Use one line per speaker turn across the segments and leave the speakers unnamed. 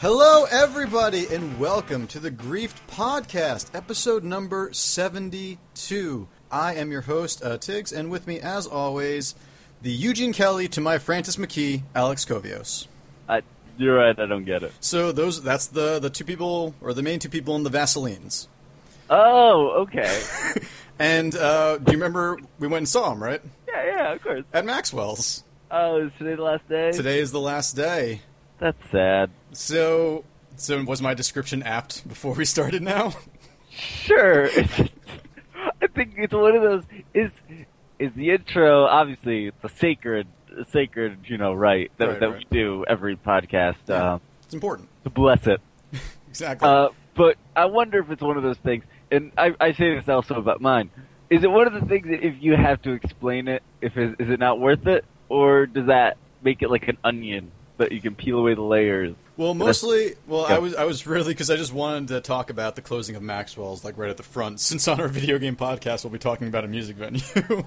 Hello, everybody, and welcome to the Griefed Podcast, episode number 72. I am your host, uh, Tiggs, and with me, as always, the Eugene Kelly to my Francis McKee, Alex Kovios.
I, you're right. I don't get it.
So those that's the the two people, or the main two people in the Vaseline's.
Oh, okay.
And uh, do you remember we went and saw him, right?
yeah, yeah, of course.
At Maxwell's.
Oh, is today the last day?
Today is the last day.
That's sad.
So, so was my description apt before we started now?
Sure. I think it's one of those. Is is the intro? Obviously, it's a sacred, a sacred, you know, right that,
Right,
that
right.
we do every podcast
Yeah.
uh,
It's important.
to bless it.
Exactly.
Uh, but I wonder if it's one of those things, and I, I say this also about mine. Is it one of the things that if you have to explain it, if it, is it not worth it, or does that make it like an onion that you can peel away the layers?
Well, mostly, well,
Yeah.
I was I was really because I just wanted to talk about the closing of Maxwell's like right at the front, since on our video game podcast we'll be talking about a music venue.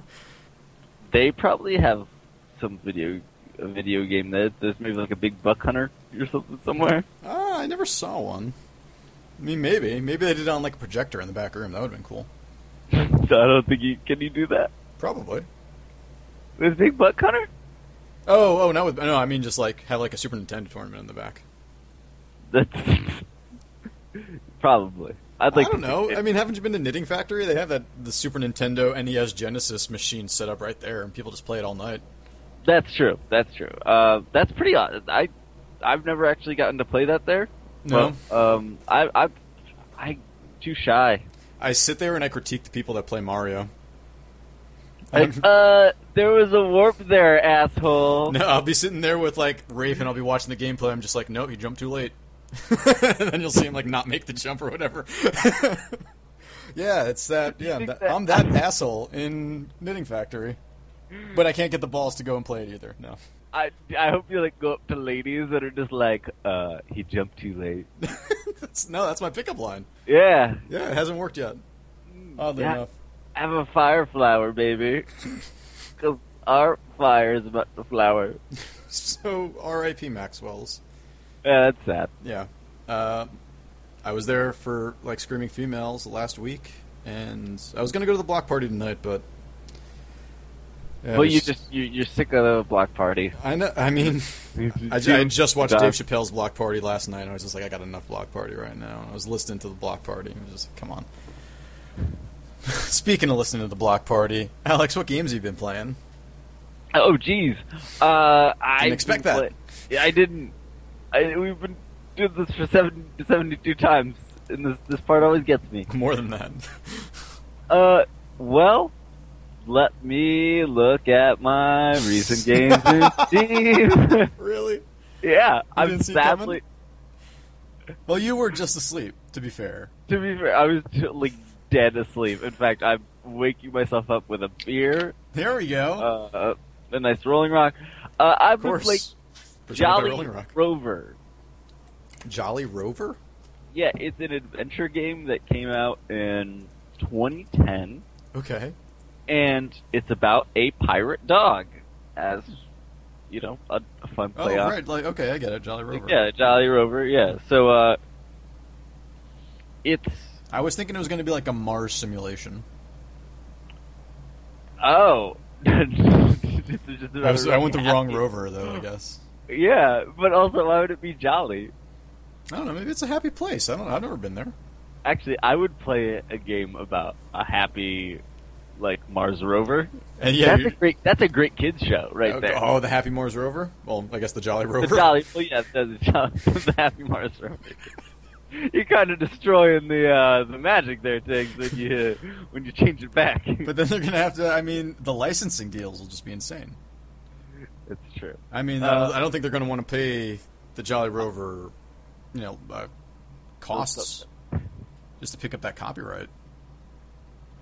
They probably have some video a video game that there's maybe like a big buck hunter or something somewhere.
ah, I never saw one. I mean, maybe maybe they did it on like a projector in the back room. That would have been cool.
so I don't think you can you do that.
Probably.
There's a big buck hunter.
Oh, oh, not with no. I mean, just like have like a Super Nintendo tournament in the back.
That's probably. I'd like.
I don't
to
know.
think
I mean, haven't you been to Knitting Factory? They have that the Super Nintendo NES Genesis machine set up right there, and people just play it all night.
That's true. That's true. Uh, that's pretty. odd. I, I've never actually gotten to play that there.
No,
But, um, I, I, I, too shy.
I sit there and I critique the people that play Mario. I
Like,
don't-
uh, there was a warp there, asshole.
No, I'll be sitting there with like Rafe, and I'll be watching the gameplay. I'm just like, nope, you jumped too late. and then you'll see him like not make the jump or whatever. yeah, it's that.
Do you
Yeah,
think
that,
that-
I'm that asshole in Knitting Factory, but I can't get the balls to go and play it either. No,
I, I hope you like go up to ladies that are just like, uh, he jumped too late.
that's, no, that's my pickup line.
Yeah,
Yeah, it hasn't worked yet. Oddly
yeah.
enough,
have a fire flower, baby. 'Cause our fire is about to flower.
so R.I.P. Maxwell's.
Yeah, that's sad.
Yeah, uh, I was there for like screaming females last week, and I was gonna go to the block party tonight, but. Yeah,
Well,
it
you
was-
just you, you're sick of the block party.
I know. I mean, I, ju- I just watched
Done.
Dave Chappelle's Block Party last night, and I was just like, I got enough Block Party right now. I was listening to the Block Party, and I was just like, come on. Speaking of listening to the Block Party, Alex, what games have you been playing?
Oh, geez. Uh, I
Didn't expect
didn't
that.
play- Yeah, I didn't. I, we've been doing this for seven, 72 times, and this this part always gets me.
More than that.
Uh, well, let me look at my recent games in Steam.
really?
yeah, I'm
didn't see it
sadly.
Well, you were just asleep, to be fair.
To be fair, I was like dead asleep. In fact, I'm waking myself up with a beer,
There we go.
uh, a nice Rolling Rock. Uh, I've
Oh. of
been
course.
playing
Presented by
Jolly
Rolling Rock.
Rover.
Jolly Rover?
Yeah, it's an adventure game that came out in 2010,
Okay.
and it's about a pirate dog, as you know, a, a fun
Oh,
play on.
right. Like, okay, I get it. Jolly Rover.
Yeah, Jolly Rover. Yeah, so uh, it's
I was thinking it was going to be like a Mars simulation.
oh, This is just
I, was, I
another
went the wrong
happy-
rover, though, I guess.
Yeah, but also, why would it be jolly?
I don't know. Maybe it's a happy place. I don't. I've never been there.
Actually, I would play a game about a happy, like Mars rover.
And yeah,
that's a great. That's a great kids show right
oh,
there.
oh, the Happy Mars Rover. Well, I guess the Jolly Rover.
The Jolly, well, yeah, the, the, Jolly, the Happy Mars Rover. You're kind of destroying the uh, the magic there, things when you uh, when you change it back.
But then they're gonna have to. I mean, the licensing deals will just be insane.
it's true.
I mean, I, don't,
Uh,
I don't think they're gonna want to pay the Jolly Rover, you know, uh, costs just to pick up that copyright.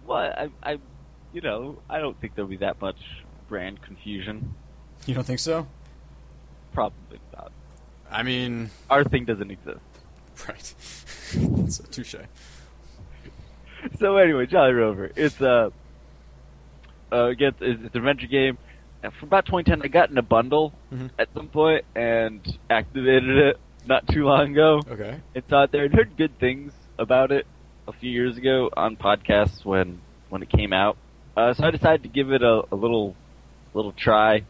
Well, I, I, you know, I don't think there'll be that much brand confusion.
You don't think so?
Probably not.
I mean,
Our thing doesn't exist.
right? That's a touche.
So anyway, Jolly Rover. It's a uh, again, it's, it's an adventure game. And from about 2010, I got in a bundle
Mhm.
at some point and activated it. not too long ago.
Okay.
It's out there and heard good things about it a few years ago on podcasts when when it came out. Uh, so I decided to give it a, a little little try,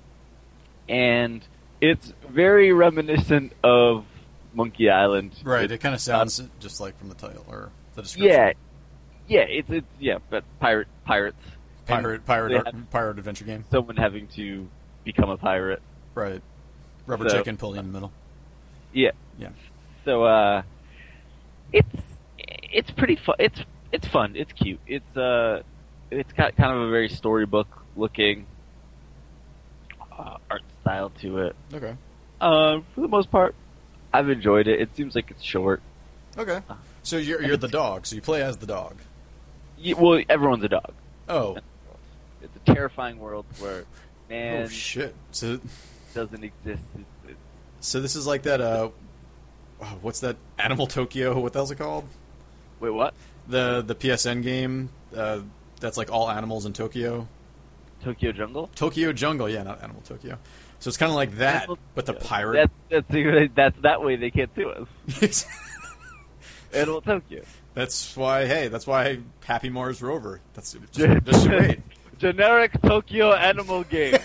and it's very reminiscent of Monkey Island.
Right.
It-
It kind of sounds just like from the title or the description.
Uh, yeah, yeah. It's it's yeah, but pirate pirates.
Pirate pirate
Yeah.
ar- pirate adventure game.
Someone having to become a pirate.
Right. Rubber
So-
chicken pulley in the middle.
Yeah.
Yeah.
So uh, it's it's pretty fun. It's it's fun. It's cute. It's uh, it's got kind of a very storybook looking uh, art style to it.
Okay.
Uh, for the most part, I've enjoyed it. It seems like it's short.
Okay.
Uh.
So you're you're the dog. So you play as the dog.
Ye- well, everyone's a dog.
Oh.
It's a terrifying world where man
oh shit. So
doesn't exist. It's, it's,
so this is like that. Uh, oh, what's that? Animal Tokyo. What the hell's it called?
wait, what?
The the PSN game. Uh, that's like all animals in Tokyo.
Tokyo Jungle?
Tokyo Jungle. Yeah, not Animal Tokyo. So it's kind of like that,
Animal
but the
Tokyo.
pirate.
That's, that's, that's that way they can't sue us. Animal Tokyo.
that's why. Hey, that's why Happy Mars Rover. That's just, just you wait.
Generic Tokyo animal game.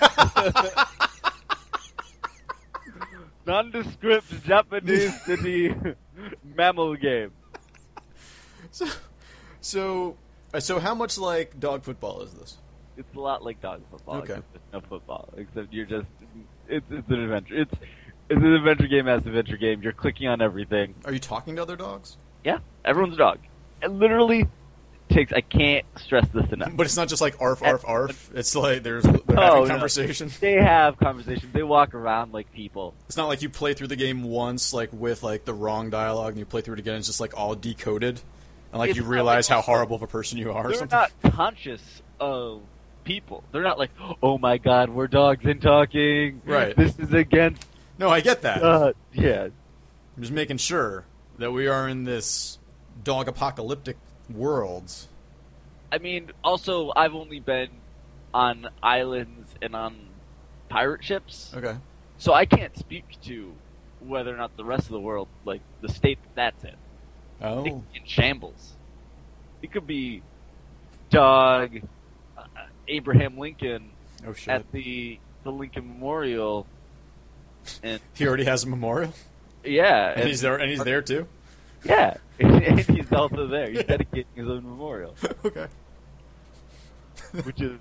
Nondescript Japanese city mammal game.
So, so, uh, so how much like dog football is this?
It's a lot like dog football,
Okay.
except it's no football. Except you're just it's it's an adventure. It's it's an adventure game as adventure game. You're clicking on everything.
Are you talking to other dogs?
Yeah, everyone's a dog. It literally takes. I can't stress this enough.
But it's not just like arf arf arf. It's like there's they're
Oh,
having
no.
conversation.
They have conversations. They walk around like people.
It's not like you play through the game once like with like the wrong dialogue and you play through it again. It's just like all decoded, and like
It's
you
not
realize
like-
how horrible of a person you are. Or
They're
something.
not conscious of people. They're not like, oh my god, we're dogs and talking.
Right.
This is against.
No, I get that.
Uh, yeah.
I'm just making sure that we are in this dog apocalyptic world.
I mean, also, I've only been on islands and on pirate ships,
Okay.
so I can't speak to whether or not the rest of the world, like the state that that's in, it
Oh,
could be in shambles. It could be dog uh, Abraham Lincoln
oh shit.
at the the Lincoln Memorial, and
he already has a memorial,
yeah,
and he's there, and he's there too.
Yeah, and he's also there. He's dedicating his own memorial,
okay.
which is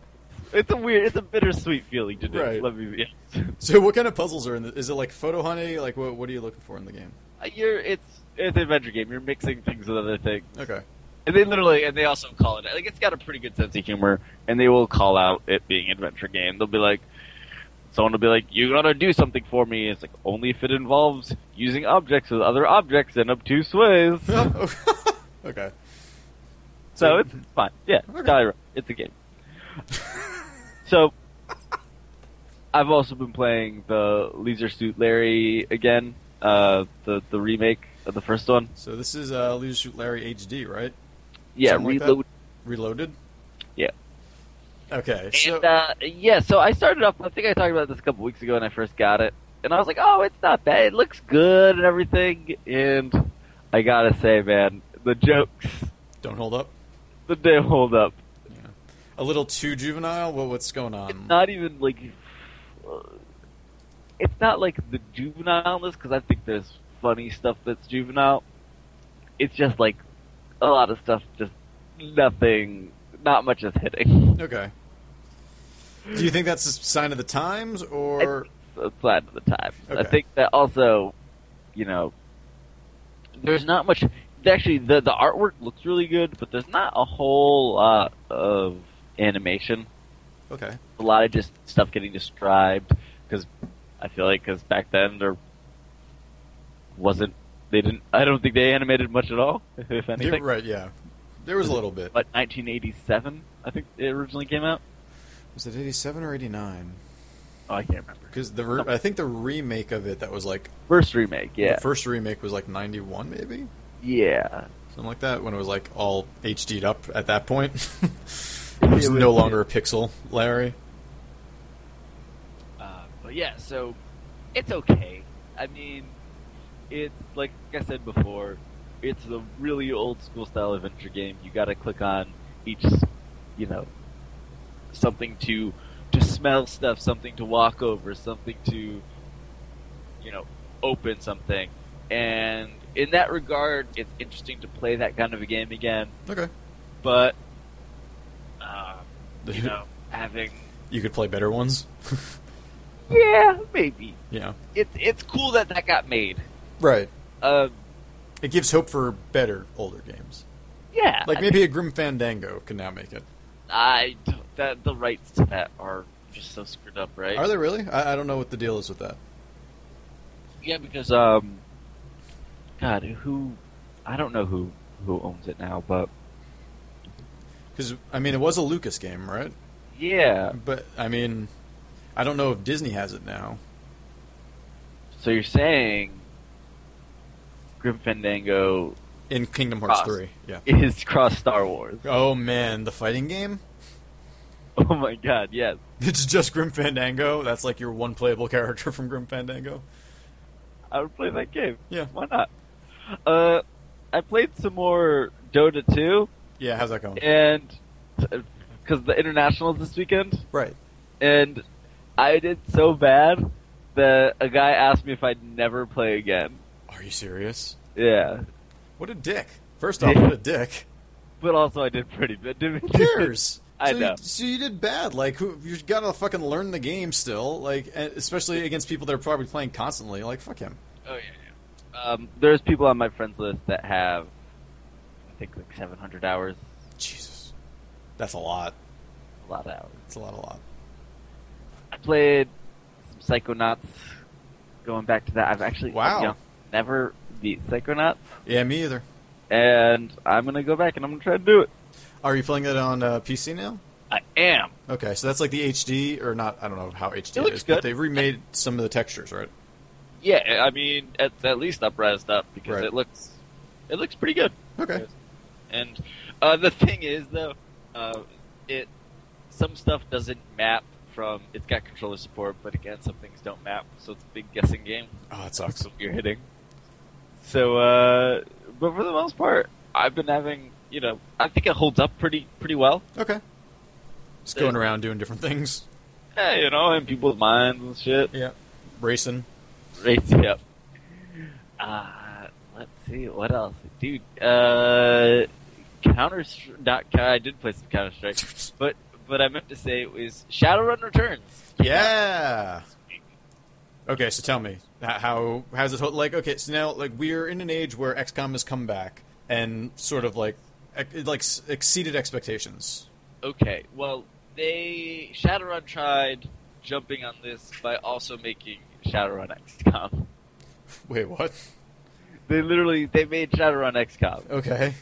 it's a weird, it's a bittersweet feeling to do.
Right.
Let me be honest.
So, what kind of puzzles are in the? Is it like photo hunting? Like, what, what are you looking for in the game?
You're it's it's an adventure game. You're mixing things with other things,
Okay.
and they literally and they also call it like it's got a pretty good sense of humor, and they will call out it being an adventure game. They'll be like. Someone will be like, "You gotta do something for me." It's like only if it involves using objects with other objects in obtuse ways.
okay.
So it's fine. Yeah,
Okay.
Dolly Rock. It's a game. so I've also been playing the Leisure Suit Larry again, uh, the the remake of the first one.
So this is uh, Leisure Suit Larry HD, right?
Yeah,
Something like that?
reload.
Reloaded.
Yeah.
Okay. So,
and uh, yeah, so I started off. I think I talked about this a couple weeks ago when I first got it, and I was like, "Oh, it's not bad. It looks good and everything." And I gotta say, man, the jokes,
don't hold up.
the damn hold up.
Yeah. A little too juvenile. What, what's going
it's
on?
not even like uh, it's not like the juvenileness because I think there's funny stuff that's juvenile. It's just like a lot of stuff, just nothing, not much is hitting.
okay. Do you think that's a sign of the times, or
Outside of the time, I
Okay.
think that also, you know, there's not much. Actually, the the artwork looks really good, but there's not a whole lot of animation.
okay?
a lot of just stuff getting described because I feel like because back then there wasn't they didn't I don't think they animated much at all if
You're
anything.
right. Yeah. There was a little bit.
But 1987 I think it originally came out.
Was it eighty-seven or eighty-nine?
Oh, I can't remember.
Because the re- I think the remake of it that was like
First remake, yeah,
the first remake was like ninety-one, maybe.
yeah.
something like that when it was like all HD'd up at that point. it
It
was
was-
no longer a pixel, Larry.
Um, Uh, but yeah, so it's okay. I mean, it's like I said before, it's a really old school style adventure game. You got to click on each, you know, something to to smell stuff, something to walk over, something to, you know, open something. And in that regard, it's interesting to play that kind of a game again.
Okay.
But, uh, you know, having
you could play better ones.
yeah, maybe
yeah.
it's it's cool that that got made.
Right.
Uh,
It gives hope for better older games.
yeah,
Like maybe a Grim Fandango can now make it.
I don't- that the rights to that are just so screwed up, right?
Are they really? I, I don't know what the deal is with that.
Yeah, because um, God, who? I don't know who who owns it now, but
Because I mean, it was a Lucas game, right?
yeah.
But I mean, I don't know if Disney has it now.
So you're saying Grim Fandango
In Kingdom Hearts
Cross.
three, yeah.
is cross Star Wars?
Oh man, the fighting game.
Oh my God, yes.
It's just Grim Fandango. That's like your one playable character from Grim Fandango.
I would play that game.
Yeah.
Why not? Uh, I played some more Dota 2,
Yeah, how's that going?
and because the internationals this weekend,
Right.
and I did so bad that a guy asked me if I'd never play again.
Are you serious?
Yeah,
What a dick. First off, what a dick.
but also I did pretty good.
Who cares?
I
so
know.
You, so you did bad. Like who, you gotta fucking learn the game still. Like and especially against people that are probably playing constantly. Like fuck him.
Oh yeah. yeah. Um, there's people on my friends list that have, I think like 700 hours,
Jesus, that's a lot.
a lot of hours.
That's a lot, a lot.
I played some Psychonauts. Going back to that, I've actually
Wow.
you know, never beat Psychonauts,
Yeah, me either.
and I'm gonna go back and I'm gonna try to do it.
Are you playing it on uh, PC now?
I am.
Okay, so that's like the HD or not? I don't know how HD
It
it
looks
is, but
good.
they remade some of the textures, right?
Yeah, I mean, at, at least up razzed up because
Right.
it looks, it looks pretty good.
Okay.
And uh, the thing is, though, uh, it some stuff doesn't map from. It's got controller support, but again, some things don't map, so it's a big guessing game.
Oh, that
That's
sucks.
what you're hitting. So, uh, but for the most part, I've been having, you know, I think it holds up pretty pretty well.
Okay. Just going around doing different things.
Yeah, Eh, you know, in people's minds and shit.
Yeah. Racing.
Rates up. Uh, let's see what else, dude. Uh, Counter not I did play some Counter Strike, but but I meant to say it was Shadowrun Returns.
Yeah. Okay, so tell me h- how how's it hold- like? Okay, so now like we're in an age where XCOM has come back and sort of like ex- it, like s- exceeded expectations.
Okay, well they Shadowrun tried jumping on this by also making Shadowrun XCOM.
Wait, what?
They literally they made Shadowrun XCOM.
Okay.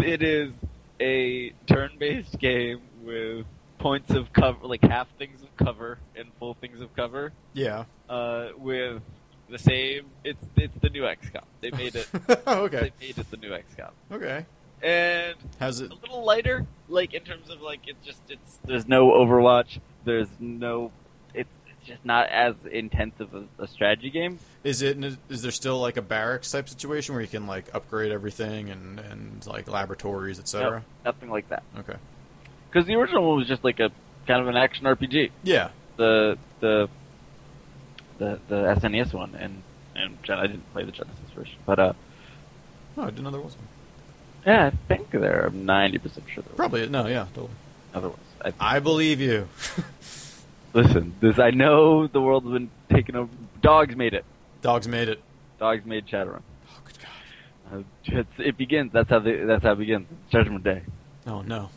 It is a turn-based game with points of cover, like half things of cover and full things of cover.
Yeah.
uh, with the same. It's it's the new XCOM. They made it.
okay.
They made it the new XCOM,
Okay.
and
How's it?
a little lighter, like in terms of like it's just it's there's no Overwatch. There's no. It's it's just not as intensive a, a strategy game.
Is it? Is there still like a barracks type situation where you can like upgrade everything and and like laboratories,
No,
etc.?
nothing like that.
Okay.
Because the original one was just like a kind of an action RPG.
Yeah.
The the the the SNES one and. And Gen- I didn't play the Genesis version, but uh,
No, Oh, I didn't know there was one.
yeah, I think there. I'm 90% sure there were
Probably no. Yeah. Totally.
other ones. I
I believe you.
Listen, this I know the world's been taken over. Dogs made it.
Dogs made it.
Dogs made Shadowrun.
Oh, good God.
Uh, it's, it begins. That's how the, that's how it begins. Judgment Day.
Oh no.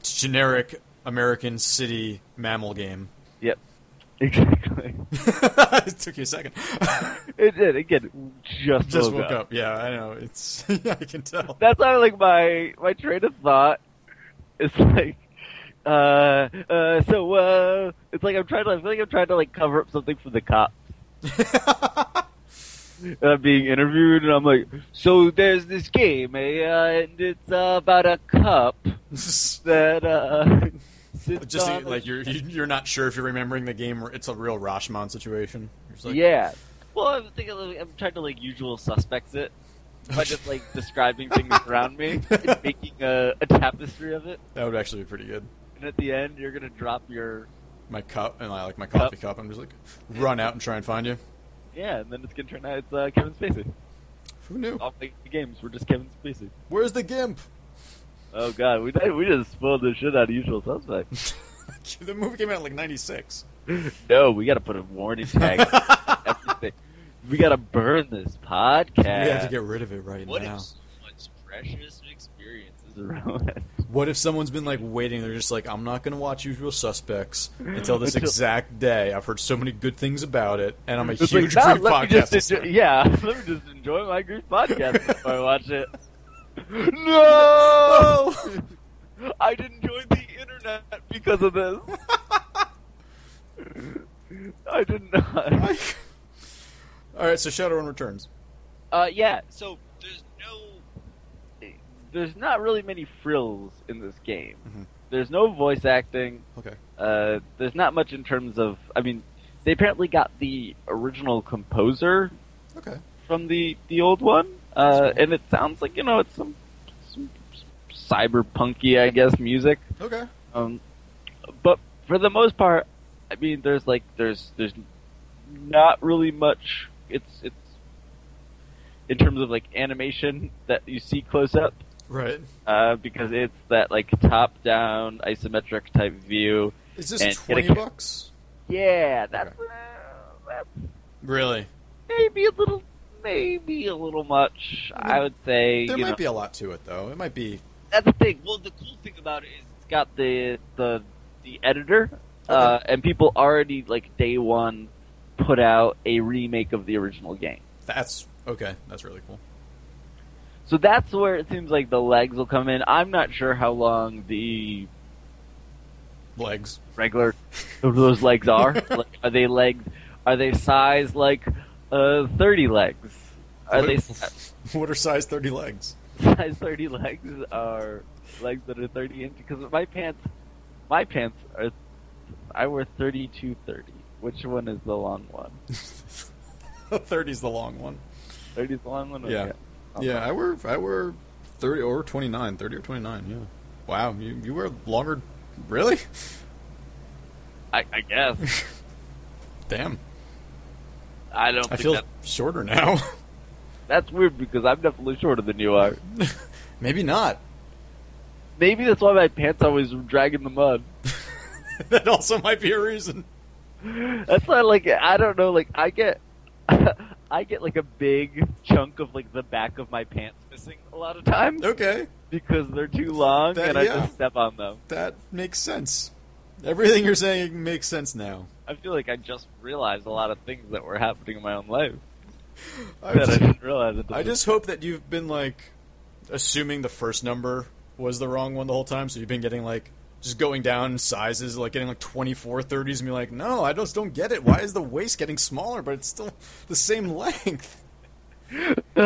It's generic American city mammal game.
Yep. Exactly.
it took you a second.
It did. Again, just,
Just woke up. Yeah, I know. It's yeah, I can tell.
That's how like my my train of thought is like. Uh, uh, so, uh, it's like I'm trying to, I feel like I'm trying to, like, cover up something for the cops. And I'm being interviewed, and I'm like, so there's this game, eh, uh, and it's uh, about a cup
Just
that uh sits
so
on
you-
a-
like you're you- you're not sure if you're remembering the game. or It's a real Rashomon situation. You're just like,
yeah Well, I'm thinking like, I'm trying to like usual suspects it by just like describing things around me, and making a, a tapestry of it,
That would actually be pretty good.
and at the end you're gonna drop your
My cup and I like my coffee cup. I'm just like run out and try and find you.
yeah, and then it's gonna turn out it's uh, Kevin Spacey.
Who knew?
All the games were just Kevin Spacey.
Where's the gimp?
Oh god, we we just spoiled the shit out of Usual Suspect.
the movie came out in like '96.
no, we gotta put a warning tag. on everything. We gotta burn this podcast.
We have to get rid of it right
What
now.
if so much precious experience is around?
around.
What if someone's been like waiting? They're just like, I'm not going to watch Usual Suspects until this
Until-
exact day. I've heard so many good things about it, and I'm a
It's
huge
like,
Creep
nah, let me
podcast.
just
listener.
enjoy, yeah, let me just enjoy my grief podcast before I watch it. No, I didn't join the internet because of this. I did not.
All right, so Shadowrun returns.
Uh, yeah,
So there's no
there's not really many frills in this game.
Mhm.
There's no voice acting.
Okay.
Uh, there's not much in terms of. I mean, they apparently got the original composer
Okay.
from the the old one, uh, and it sounds like you know it's some, some cyberpunky, I guess, music.
Okay.
Um, but for the most part, I mean, there's like there's there's not really much. It's it's in terms of like animation that you see close up
Right.
uh, because it's that like top down isometric type view.
Is this
And get a
20
ca-
bucks?
Yeah, that's, uh, that's
Really?
maybe a little maybe a little much.
I mean,
I would say
There
you
might
know.
be a lot to it, though. It might be.
that's the thing. Well, the cool thing about it is it's got the the the editor, uh, and people already like day one put out a remake of the original game.
That's. Okay. That's really cool.
So that's where it seems like the legs will come in. I'm not sure how long the
Legs.
regular those legs are. like, are they legs? Are they size like uh, thirty legs? Are
what,
they
what are size 30 legs?
size 30 legs are legs that are 30 inches because my pants my pants are i wear 32 30 which one is the long one
30's the long one.
30 is the long one
Yeah.
Okay.
Yeah, I wear I wear 30 or 29, 30 or 29, yeah. Wow, you, you wear longer really?
i, I guess
Damn.
i don't
I
think
feel
that,
shorter now.
that's weird because i'm definitely shorter than you are
Maybe not.
maybe that's why my pants always drag in the mud
that also might be a reason.
that's why like i don't know like i get i get like a big chunk of like the back of my pants missing a lot of times
Okay,
because they're too long
That-
and i
yeah.
just step on them
that makes sense. Everything you're saying makes sense now.
I feel like I just realized a lot of things that were happening in my own life
I
that I
just,
didn't realize. At the
I just hope that you've been like assuming the first number was the wrong one the whole time, so you've been getting like just going down in sizes, like getting like 24 30s, and be like, no, I just don't get it. Why is the waist getting smaller, but it's still the same length?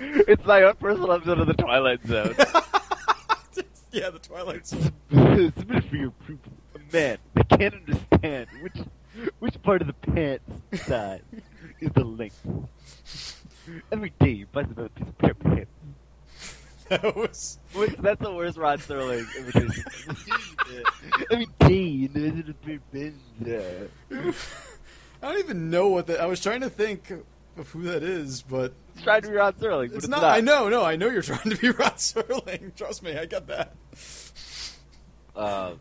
it's my own personal episode of the Twilight Zone.
yeah, the Twilight Zone.
Submitted for your approval. A Man, I can't understand which which part of the pants size is the length. Every day you buy another piece of pair of pants.
That was.
Which, that's the worst Rod Sterling imitation. Every day you know, there's a pair of pants. size.
I don't even know what that. I was trying to think of who that is, but
It's trying to be Rod Sterling, but
it's,
it's,
not, I know, no, I know you're trying to be Rod Serling. Trust me, I got that.
Uh,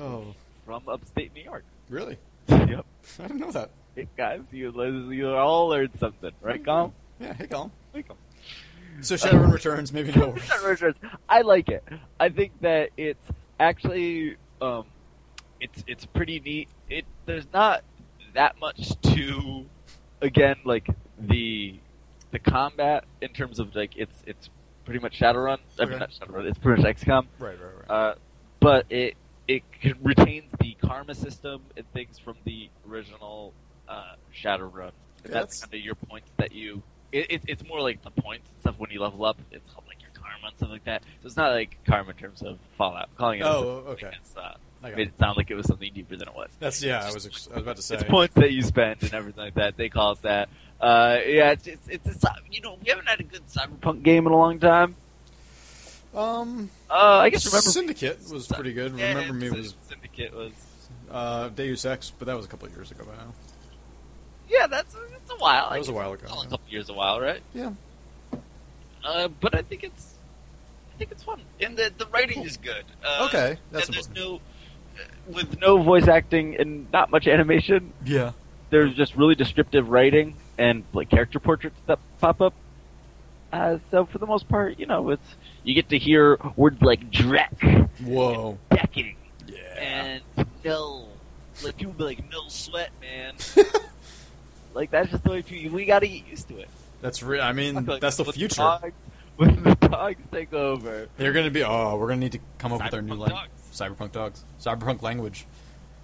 Oh,
from upstate New York.
really?
yep.
I didn't know that.
Hey, guys, you, you all learned something, right, Colin?
Yeah, hey, Colin.
Hey, Colin.
So Shadowrun returns, maybe no. worries.
Not really sure. I like it. I think that it's actually um,
it's it's pretty neat. It there's not that much to
again like the the combat in terms of like it's it's pretty much Shadowrun. I
Okay.
mean, not Shadowrun. It's pretty much XCOM.
Right, right, right.
Uh, but it it c- retains the karma system and things from the original uh, Shadowrun.
Yeah,
And that's
that's-
kind of your points that you. It, it, it's more like the points and stuff when you level up. It's called like your karma and stuff like that. So it's not like karma in terms of Fallout. Calling it
oh, okay.
it's, uh,
I got
made
it.
it sound like it was something deeper than it was.
That's yeah. I was ex- I was about to say.
It's points that you spend and everything like that. They call it that. Uh, yeah, it's, it's, it's a, cy- you know, we haven't had a good cyberpunk game in a long time.
Um,
Uh, I guess remember
Syndicate was pretty good.
Yeah,
Remember me
Sy-
was
Syndicate was.
uh, Deus Ex, but that was a couple of years ago by now.
Yeah, that's it's a while.
That was a while ago.
It's only a
yeah.
couple years a while, right?
Yeah.
Uh, but I think it's, I think it's fun, and the the writing
Cool.
is good. Uh,
Okay, that's
and there's
important.
no, uh, with no voice acting and not much animation.
Yeah.
There's just really descriptive writing and like character portraits that pop up. Uh, so for the most part, you know, it's you get to hear words like drek,
Whoa.
decking,
Yeah.
and no, like people be like, no sweat, man. like that's just the way people. We gotta get used to it.
That's re- I
I
mean,
feel like
that's the
when
future.
dogs- when the dogs take over,
They're gonna be. Oh, we're gonna need to come up with our new
Cyberpunk
language.
dogs.
Cyberpunk dogs. Cyberpunk language.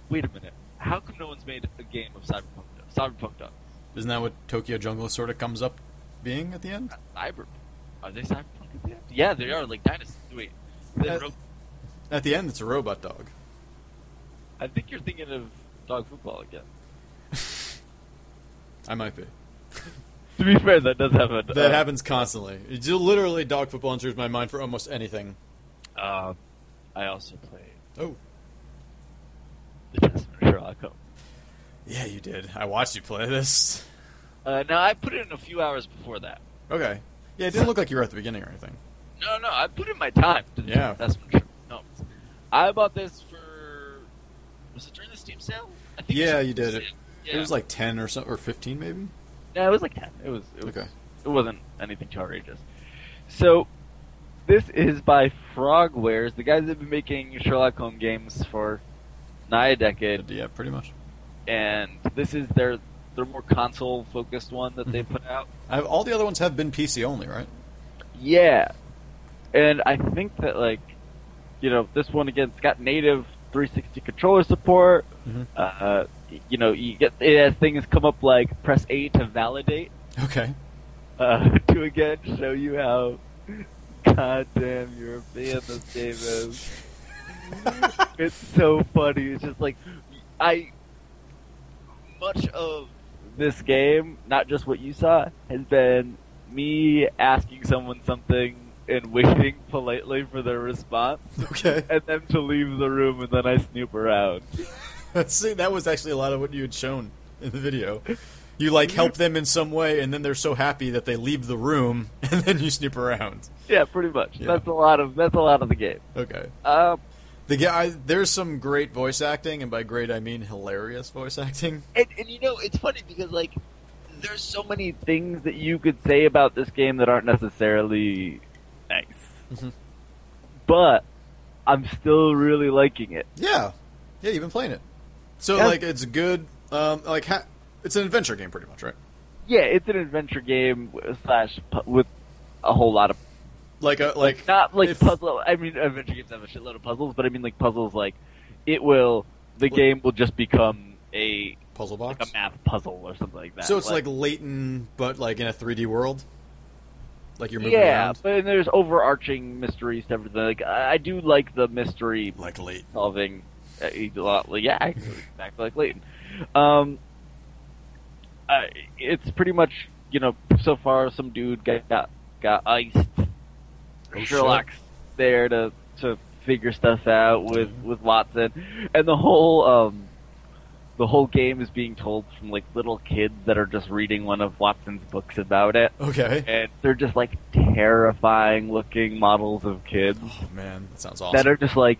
wait a minute. How come no one's made a game of Cyberpunk? dogs? Cyberpunk uh, dogs.
Isn't that what Tokyo Jungle sort of comes up being at the end?
Cyber? Are they cyberpunk? at the end? Yeah, they are. Like dinosaurs. Wait, They're
Uh,
ro-
At the end, it's a robot dog.
I think you're thinking of dog football again.
I might be.
To be fair, that does uh, happen.
That happens constantly. It's literally dog football enters my mind for almost anything.
Uh, I also played
Oh,
the Testament of Sherlock Holmes.
yeah, you did. I watched you play this.
Uh, now I put in a few hours before that.
Okay. Yeah, it didn't look like you were at the beginning or anything.
No, no, I put in my time. To the
Yeah.
Testament of Sherlock Holmes. I bought this for. Was it during the Steam sale? I think it was
Yeah,
during
you
the
did.
Steam
It,
sale. Yeah.
it was like ten or so, or fifteen maybe.
No, it was like ten. It was. It was
Okay.
It wasn't anything too outrageous. So, this is by Frogwares, the guys that have been making Sherlock Holmes games for nigh a decade,
Yeah, pretty much.
and this is their their more console focused one that
Mm-hmm.
they put out.
I've, all the other ones have been PC only, right?
Yeah, and I think that like, you know, this one again, it's got native 360 controller support.
Mhm.
Uh, you know, you get it has things come up like press A to validate.
Okay.
uh, to again show you how goddamn European this game is. it's so funny. It's just like I much of this game, not just what you saw, has been me asking someone something and waiting politely for their response
Okay.
and them to leave the room and then I snoop around.
See, that was actually a lot of what you had shown in the video. You like help them in some way, and then they're so happy that they leave the room, and then you snoop around.
Yeah, pretty much.
Yeah.
That's a lot of that's a lot of the game.
Okay.
Uh,
The guy, there's some great voice acting, and by great I mean hilarious voice acting.
and, and you know it's funny because like there's so many things that you could say about this game that aren't necessarily nice
Mhm.
but i'm still really liking it
Yeah, yeah, you've been playing it, so
Yeah.
like it's good. Um, like ha- it's an adventure game, pretty much, right?
yeah it's an adventure game slash pu- with a whole lot of
Like a like
not like
if-
puzzle i mean adventure games have a shitload of puzzles but i mean like puzzles like it will the
Well-
game will just become a
puzzle
like a
box.
math puzzle or something like that
So it's like, Leighton, but like in a 3D world. Like you're moving
yeah
around,
but there's overarching mysteries to everything like i I do like the mystery
like Leighton.
solving uh, a lot. Yeah, actually, exactly like Leighton. Um, uh, it's pretty much you know so far some dude got got, got iced.
shit.
Sherlock's there to to figure stuff out with with Watson, and the whole um. The whole game is being told from like little kids that are just reading one of Watson's books about it,
Okay.
and they're just like terrifying looking models of kids
Oh man, that sounds
that
awesome.
are just like,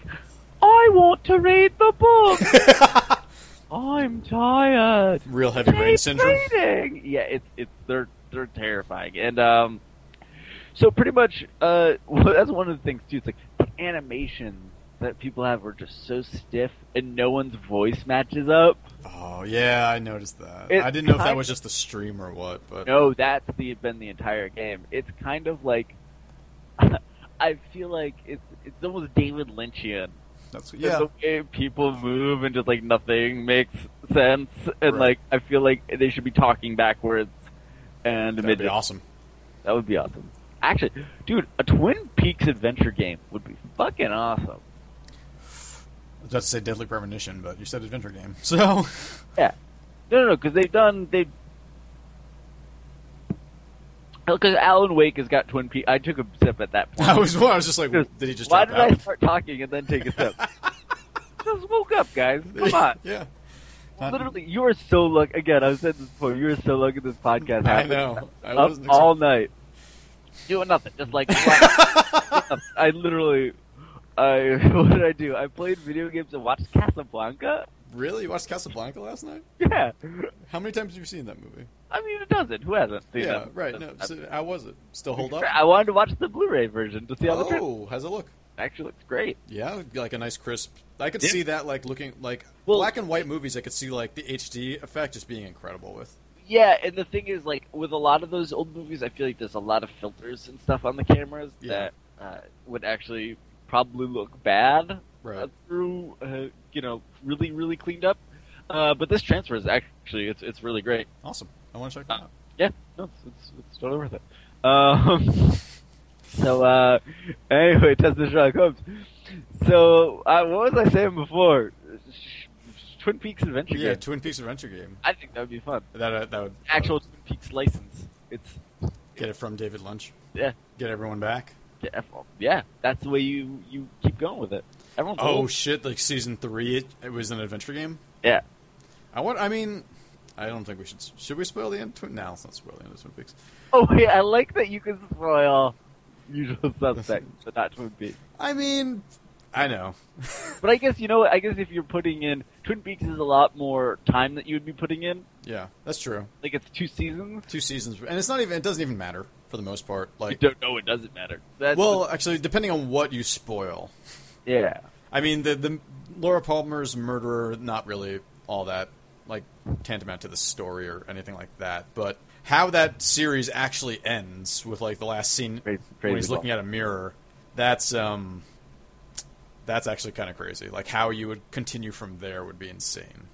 I want to read the book. I'm tired.
Real heavy rain
Keep
syndrome.
reading. Yeah, it's it's they're they're terrifying, and um, so pretty much uh, well, that's one of the things too. It's like the animations that people have are just so stiff, and no one's voice matches up.
Oh yeah, I noticed that.
It
I didn't know if that
kind
was just the stream or what, but
No, that's the been the entire game. It's kind of like. I feel like it's it's almost David Lynchian
that's
yeah.
yeah.
the way people move and just like nothing makes sense and
Right.
like I feel like they should be talking backwards and
That'd
mid-
be awesome.
that would be awesome. Actually, dude, a Twin Peaks adventure game would be fucking awesome.
was about to say Deadly Premonition, but you said adventure game. So,
Yeah. No, no, no, because they've done they. Because Oh, Alan Wake has got Twin Peaks. I took a sip at that point.
I was, I was just like,
Because
did he just
Why
drop
did
out?
I start talking and then take a sip? Just woke up, guys. Come on.
yeah. Not-
Literally, you are so lucky. Again, I've said this before. You are so lucky this podcast
I
happened.
know. I
Up
wasn't
all night. Doing nothing. Just like. I literally. I, what did I do? I played video games and watched Casablanca?
expect- really? You watched Casablanca last night?
Yeah.
How many times have you seen that movie?
I mean, it does it. Who hasn't seen
yeah,
it? Uh,
right. No, so how was it? Still hold up?
I wanted to watch the Blu-ray version to see how the trip
oh, how's it look?
actually looks great.
Yeah, like a nice crisp. I could
Yeah.
see that, like looking like
Well-
black and white movies. I could see like the HD effect just being incredible with.
Yeah, and the thing is, like with a lot of those old movies, I feel like there's a lot of filters and stuff on the cameras
Yeah.
that uh, would actually probably look bad uh,
Right.
through, uh, you know, really, really cleaned up. Uh, but this transfer is actually it's it's really great.
Awesome. I want to
uh,
check that out.
Yeah, no, it's it's, it's totally worth it. Um, so uh, anyway, Tesla Sherlock Holmes. So uh, what was I saying before? Sh- Twin Peaks adventure
Yeah,
game.
Twin Peaks adventure game.
I think that would be fun.
That uh, that would
Actual Twin Peaks license. It's
get it from David Lynch.
yeah,
Get everyone back.
yeah, yeah. That's the way you you keep going with it. Everyone's
Oh
old.
shit! Like season three, it, it was an adventure game.
yeah.
I want. I mean, I don't think we should. Should we spoil the end? Twin, no, let's not spoil the end of Twin Peaks.
Oh wait, I like that you can spoil usual suspects, but not Twin Peaks.
I mean, I know.
But I guess you know. what? I guess if you're putting in Twin Peaks is a lot more time that you would be putting in.
Yeah, that's true.
Like it's two seasons.
Two seasons, and it's not even. It doesn't even matter for the most part.
You
Like,
don't know. It doesn't matter. That's
well, actually, depending on what you spoil.
yeah.
I mean, the the Laura Palmer's murderer, not really all that like tantamount to the story or anything like that. But how that series actually ends with like the last scene
Crazy-
when
crazy
he's looking at a mirror, that's um, that's actually kind of crazy. Like how you would continue from there would be insane.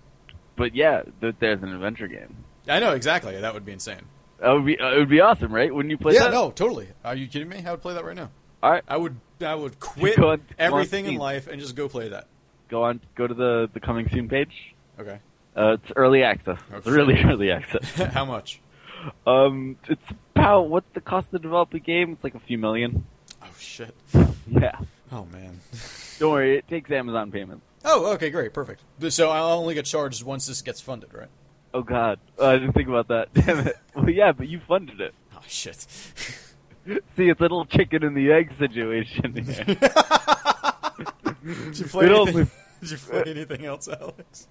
But yeah, th- there's an adventure game.
I know exactly. That would be insane.
That would be. Uh, it would be awesome, right? Wouldn't you play
yeah,
that?
no, totally. Are you kidding me? I would play that right now.
All right,
I would I would quit
Go on- go on
everything in
Steam.
life and just go play that.
go on. Go to the the coming soon page.
Okay.
Uh, it's early access. It's
Okay.
really early access.
how much?
Um, it's about what's the cost to develop a game? It's like a few million.
Oh shit.
Yeah.
Oh man.
Don't worry, it takes Amazon payments.
Oh, okay, great, perfect. So I'll only get charged once this gets funded, right?
Oh God, uh, I didn't think about that. Damn it. Well, yeah, but you funded it.
Oh shit.
See, it's a little chicken and the egg situation here.
Did you
It only-
Did you play anything else, Alex?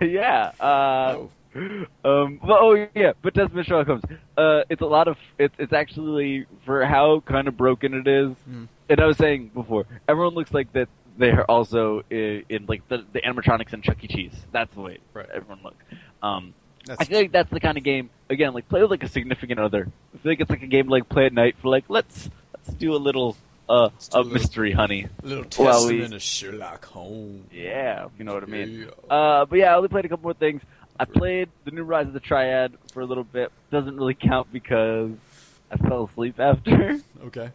yeah. Uh,
oh,
Um, well, oh yeah, but Desmond Shaw comes. Uh, it's a lot of it's it's actually for how kind of broken it is. And I was saying before, everyone looks like that. They are also in, in like the, the animatronics in Chuck E. Cheese. That's the way
Right.
everyone looks. Um,
That's-
I feel like that's the kind of game. Again, like play with like a significant other. I feel like it's like a game like play at night for like let's let's do a little uh
do a
a
little-
mystery, honey.
little
Well, we-
testament of Sherlock Holmes.
Yeah, if you know what I mean.
Yeah.
Uh, but yeah, I only played a couple more things. I played the new Rise of the Triad for a little bit. Doesn't really count because I fell asleep after.
Okay.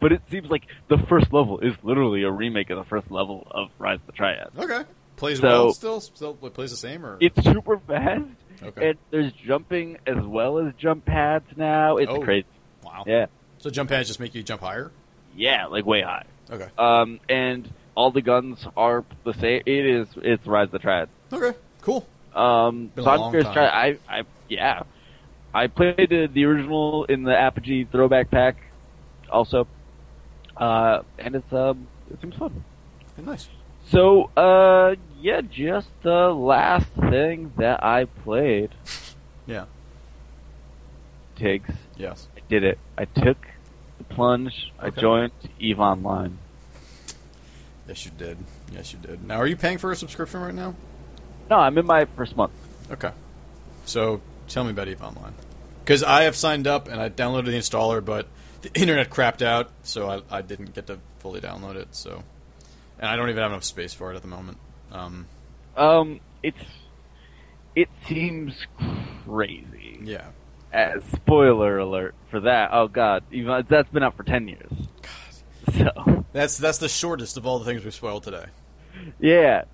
but it seems like the first level is literally a remake of the first level of Rise of the Triad.
Okay. Plays
So-
well still. Still it plays the same or
It's super fast,
Okay.
and there's jumping as well as jump pads now. It's
Oh.
crazy.
wow.
Yeah,
So jump pads just make you jump higher.
yeah, like way high.
Okay.
Um, and all the guns are the same. It is. It's Rise of the Triad.
Okay. Cool.
Um,
Been a
Sonic
long
Fierce
time.
Tri- I, I, yeah, I played uh, the original in the Apogee Throwback Pack, also, uh, and it's um, it seems fun.
Nice.
So, uh, yeah, just the last thing that I played,
Yeah.
Tiggs.
Yes.
I did it. I took the plunge. I
Okay.
joined Eve Online.
Yes, you did. Yes, you did. Now, are you paying for a subscription right now?
No, I'm in my first month.
Okay. So tell me about Eve Online. Because I have signed up and I downloaded the installer, but the internet crapped out, so I, I didn't get to fully download it. So, and I don't even have enough space for it at the moment. Um,
Um, it's it seems crazy.
yeah.
Uh, spoiler alert for that. Oh God, even that's been out for ten years. So
That's that's the shortest of all the things we spoiled today.
yeah.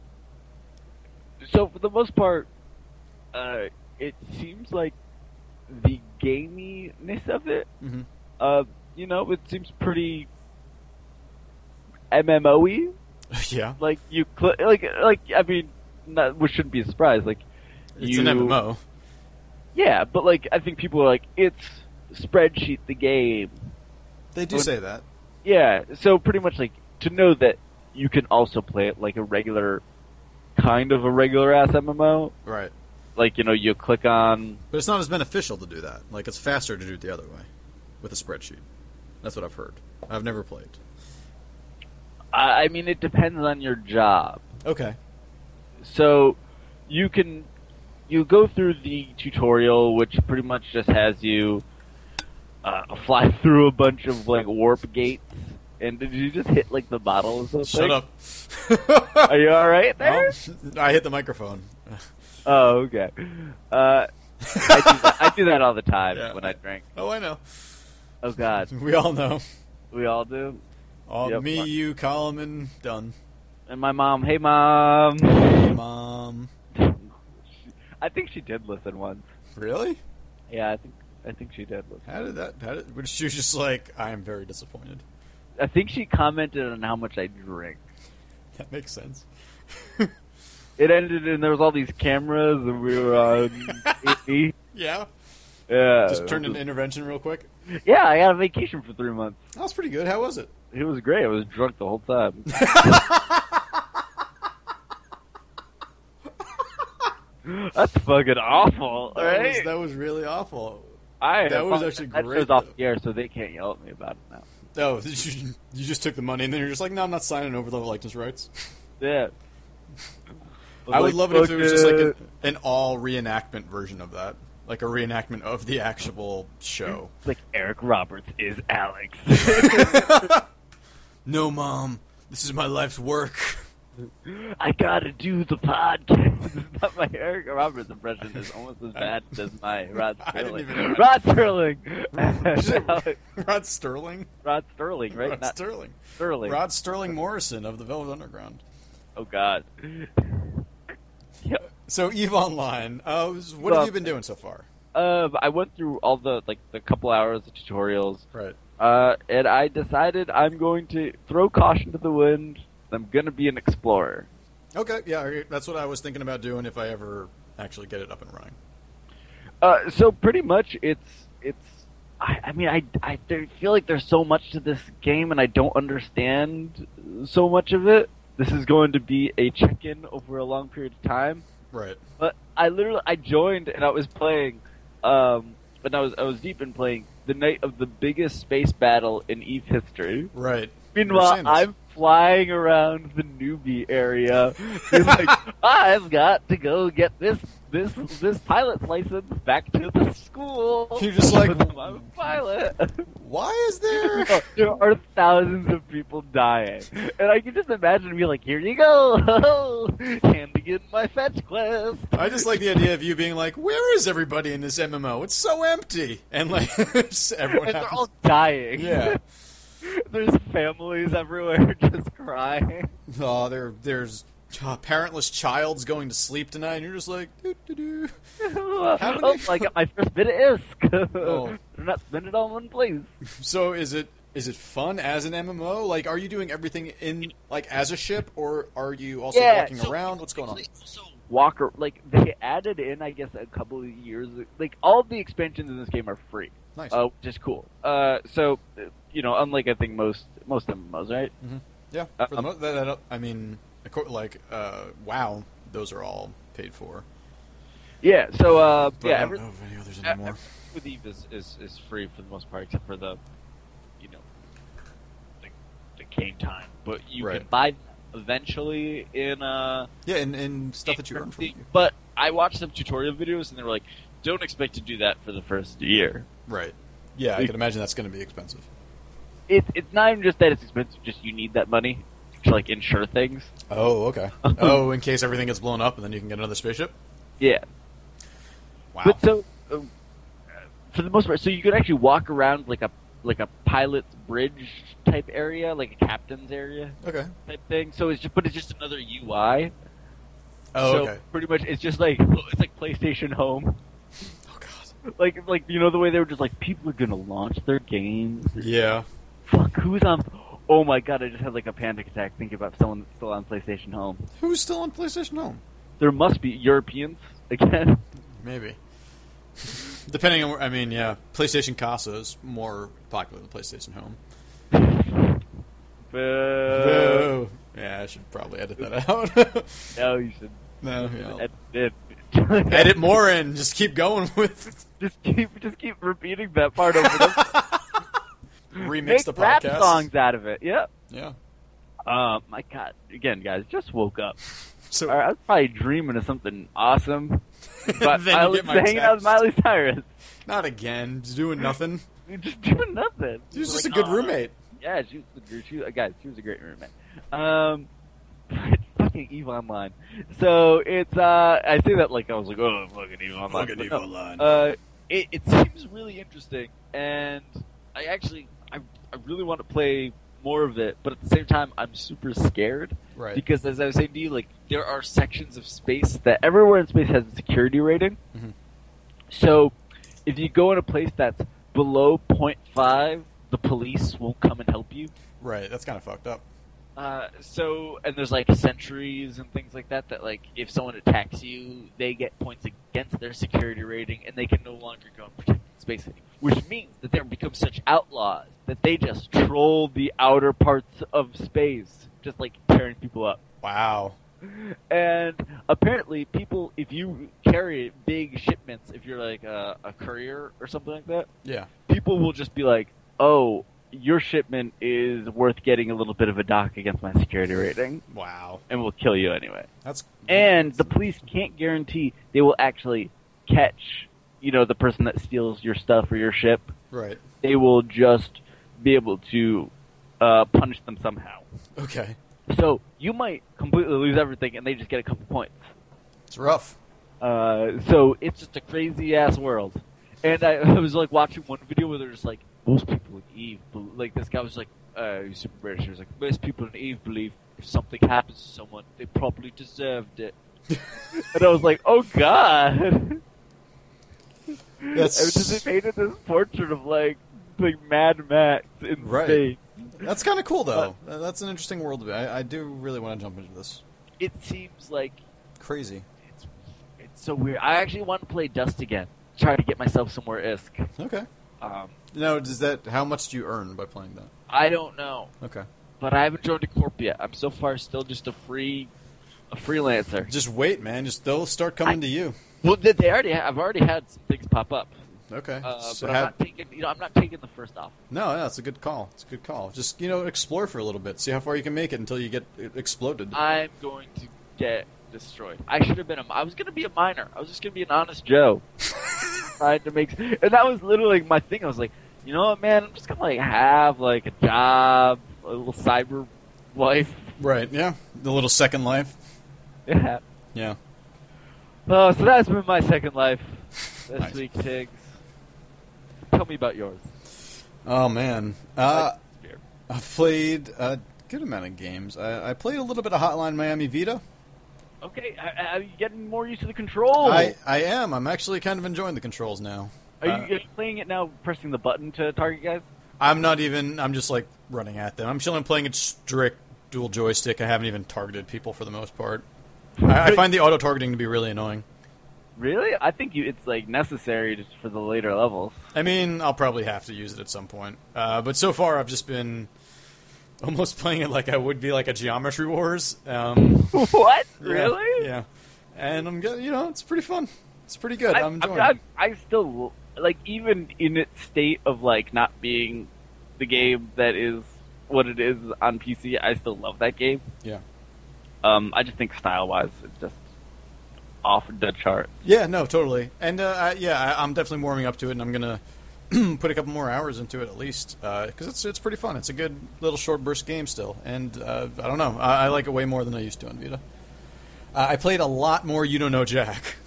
So for the most part, uh, it seems like the gaminess of it.
Mhm.
Uh, you know, it seems pretty MMO-y.
yeah,
Like you, cl- like like I mean, not, which shouldn't be a surprise. Like
it's
you,
an MMO.
Yeah, but like I think people are like it's spreadsheet the game.
They do
Would-
say that.
Yeah, so pretty much like to know that you can also play it like a regular, kind of a regular ass MMO.
Right.
Like you know you click on
But it's not as beneficial to do that. Like it's faster to do it the other way, with a spreadsheet. That's what I've heard. I've never played.
I, I mean, it depends on your job.
Okay.
So you can you go through the tutorial, which pretty much just has you uh, fly through a bunch of like warp gates. And did you just hit like the bottle or something?
Shut up.
Are you all right there?
Well, I hit the microphone.
Oh, okay. Uh, I, do that, I do that all the time
Yeah.
when I drink.
Oh, I know.
Oh God,
We all know.
we all do.
All,
Yep.
Me, you, Coleman, Dunn.
And my mom, hey mom.
Hey, mom.
I think she did listen once.
Really?
Yeah, I think I think she did listen.
How did that? How did? but She was just like, I am very disappointed.
I think she commented on how much I drink.
That makes sense.
It ended, and there was all these cameras, and we were on TV.
Yeah.
Yeah,
Just turned an intervention real quick.
Yeah, I got a vacation for three months.
That was pretty good. How was it?
It was great. I was drunk the whole time. That's fucking awful,
That,
right?
was, that was really awful.
I
that was actually
that
great,
show's off
though.
the air, so they can't yell at me about it now.
Oh, you, you just took the money and then you're just like, no, I'm not signing over the likeness rights.
Yeah.
I would love it if
fuck
it was just like
it.
an, an all reenactment version of that, like a reenactment of the actual show.
It's like Eric Roberts is Alex.
no, mom, this is my life's work.
I gotta do the podcast. But my Eric Roberts impression is almost as bad as my Rod
I didn't
Sterling.
even-
Rod Sterling.
Did you say
Alex-
Rod Sterling,
Rod Sterling, right?
Rod
Not
Sterling,
Sterling.
Rod Sterling Morrison of the Velvet Underground.
Oh God. Yep.
So Eve Online, uh, what have you been doing so far?
Uh, I went through all the like the couple hours of tutorials,
Right.
uh, and I decided I'm going to throw caution to the wind. I'm gonna be an explorer.
Okay, yeah, I- that's what I was thinking about doing if I ever actually get it up and running.
Uh, so pretty much, it's it's. I, I mean, I I there- feel like there's so much to this game, and I don't understand so much of it. This is going to be a check-in over a long period of time.
Right.
But I literally I joined and I was playing, um, and I was I was deep in playing the night of the biggest space battle in Eve history.
Right.
Meanwhile,
saying this.
I'm flying around the newbie area, being like, I've got to go get this this this pilot's license back to the school.
You're just like-
I'm a pilot. Oh,
Why is there?
there are thousands of people dying, and I can just imagine me like, here you go, handing in my fetch quest.
I just like the idea of you being like, "Where is everybody in this MMO? It's so empty," and like just everyone.
and they're
happens-
all dying.
yeah.
There's families everywhere just crying.
Oh, there, there's uh, parentless childs going to sleep tonight, and you're just like, doo doo doo. many-
oh, I got my first bit of ISK.
Oh.
They're not spending it all in one place.
So is it is it fun as an MMO? Like, are you doing everything in like as a ship, or are you also
Yeah,
walking
so-
around? What's going on?
Walker, like they added in, I guess, a couple of years. Like all the expansions in this game are free,
Nice.
uh, which is cool. Uh, so, uh, you know, unlike I think most most MMOs, right?
yeah.
uh,
For the mo- that, that- I mean, acco- like, uh, wow, those are all paid for.
Yeah. So, uh,
But
yeah,
I don't
every, uh,
know of any others
Yeah,
anymore.
with Eve is, is is free for the most part, except for the, you know, the, the game time. But you
Right.
can buy them eventually in uh
yeah, and, and stuff that you earn from you.
But I watched some tutorial videos and they were like, don't expect to do that for the first year.
Right. Yeah, I
Like-
can imagine that's going to be expensive.
It, it's not even just that it's expensive, just you need that money to like insure things.
Oh, okay.
Uh-huh.
oh, in case everything gets blown up, and then you can get another spaceship.
Yeah.
Wow.
But so, um, uh, for the most part, so you could actually walk around like a like a pilot's bridge type area, like a captain's area
Okay.
type thing. So it's just but it's just another UI.
Oh,
so
okay.
pretty much it's just like it's like PlayStation Home.
Oh, God.
Like like you know the way they were just like people are gonna launch their games.
Yeah.
Fuck, who's on? Oh my god, I just had like a panic attack thinking about someone that's still on PlayStation Home.
Who's still on PlayStation Home?
There must be Europeans again.
Maybe. Depending on where, I mean, yeah, PlayStation Casa is more popular than PlayStation Home.
Uh, Boo.
Oh. Yeah, I should probably edit that out.
No, you should
no, yeah.
edit it. Just-
Edit more and just keep going with
Just keep, just keep repeating that part over. and over.
remix
Make
the
rap
podcast.
songs out of it. Yep.
Yeah.
Uh, my God, again, guys, just woke up.
So
All right, I was probably dreaming of something awesome, but
Then you
I was
get my
hanging out
text.
with Miley Cyrus,
not again, just doing nothing.
just doing nothing.
He was
Like, uh,
just a good
"Aw."
roommate.
Yeah, she was the she, was- guys, she was a great roommate. Um, but fucking Eve Online. So it's uh, I say that like I was like, oh, fucking Eve Online. But no.
line.
Uh, it, it seems really interesting, and I actually I, I really want to play more of it, but at the same time I'm super scared
right.
because as I was saying to you, like there are sections of space that everywhere in space has a security rating.
Mhm.
So if you go in a place that's below 0.5, the police won't come and help you.
Right. That's kind of fucked up.
Uh, so and there's like sentries and things like that that like if someone attacks you they get points against their security rating and they can no longer go and protect the space anymore. which means that they become such outlaws that they just troll the outer parts of space just like tearing people up
Wow.
and apparently people if you carry big shipments if you're like a, a courier or something like that
Yeah.
people will just be like oh your shipment is worth getting a little bit of a dock against my security rating
Wow.
and will kill you anyway.
That's
And the police can't guarantee they will actually catch, you know, the person that steals your stuff or your ship.
right.
They will just be able to uh, punish them somehow.
Okay.
So you might completely lose everything, and they just get a couple points.
It's rough.
Uh, so it's just a crazy ass world. And I, I was like watching one video where they're just like most people in Eve, bel- like this guy was like, uh, he's super British. He was like, most people in Eve believe if something happens to someone, they probably deserved it. and I was like, oh god.
That's-
I was just they painted this portrait of like like Mad Max in
Right.
space.
That's kind of cool though. Uh, That's an interesting world to be. I, I do really want to jump into this.
It seems like
Crazy.
it's it's so weird. I actually want to play Dust again. Try to get myself somewhere ISK.
Okay.
Um,
Now, does that how much do you earn by playing that?
I don't know,
Okay.
but I haven't joined a corp yet. I'm so far still just a free, a freelancer.
Just wait, man. Just they'll start coming
I-
to you.
Well, they they already. Ha- I've already had some things pop up,
Okay.
uh,
So
but I'm
have-
not taking. You know, I'm not taking the first offer.
no, no, it's a good call. It's a good call. Just you know, explore for a little bit. See how far you can make it until you get uh, exploded.
I'm going to get destroyed. I should have been. A, I was going to be a miner. I was just going to be an honest Joe, trying to make. And that was literally my thing. I was like, you know what, man? I'm just going to like have like a job, a little cyber life.
right. Yeah. The little second life.
Yeah.
Yeah.
Oh, so that's been my second life this
Nice.
week, Tiggs. Tell me about yours.
Oh man. Uh,
Like, spear.
I've played a good amount of games. I, I played a little bit of Hotline Miami Vita.
okay, are, are you getting more used to the control?
I, I am. I'm actually kind of enjoying the controls now.
Oh. are, you,
uh,
are you playing it now, pressing the button to target guys?
I'm not even. I'm just like running at them. I'm still playing it strict dual joystick. I haven't even targeted people for the most part. I, I find the auto targeting to be really annoying.
Really? I think you, it's like necessary just for the later levels.
I mean, I'll probably have to use it at some point. Uh, but so far, I've just been almost playing it like I would be like a Geometry Wars. Um,
what?
yeah,
really?
Yeah. And I'm good. You know, it's pretty fun. It's pretty good.
I,
I'm enjoying.
I,
it.
I, I still like even in its state of like not being the game that is what it is on PC. I still love that game.
Yeah.
Um, I just think style wise, it's just off the chart.
Yeah, no, totally. And uh, I, yeah, I, I'm definitely warming up to it, and I'm gonna put a couple more hours into it at least because it's it's pretty fun. It's a good little short burst game still, and uh, I don't know, I, I like it way more than I used to on Vita. Uh, I played a lot more You Don't Know Jack.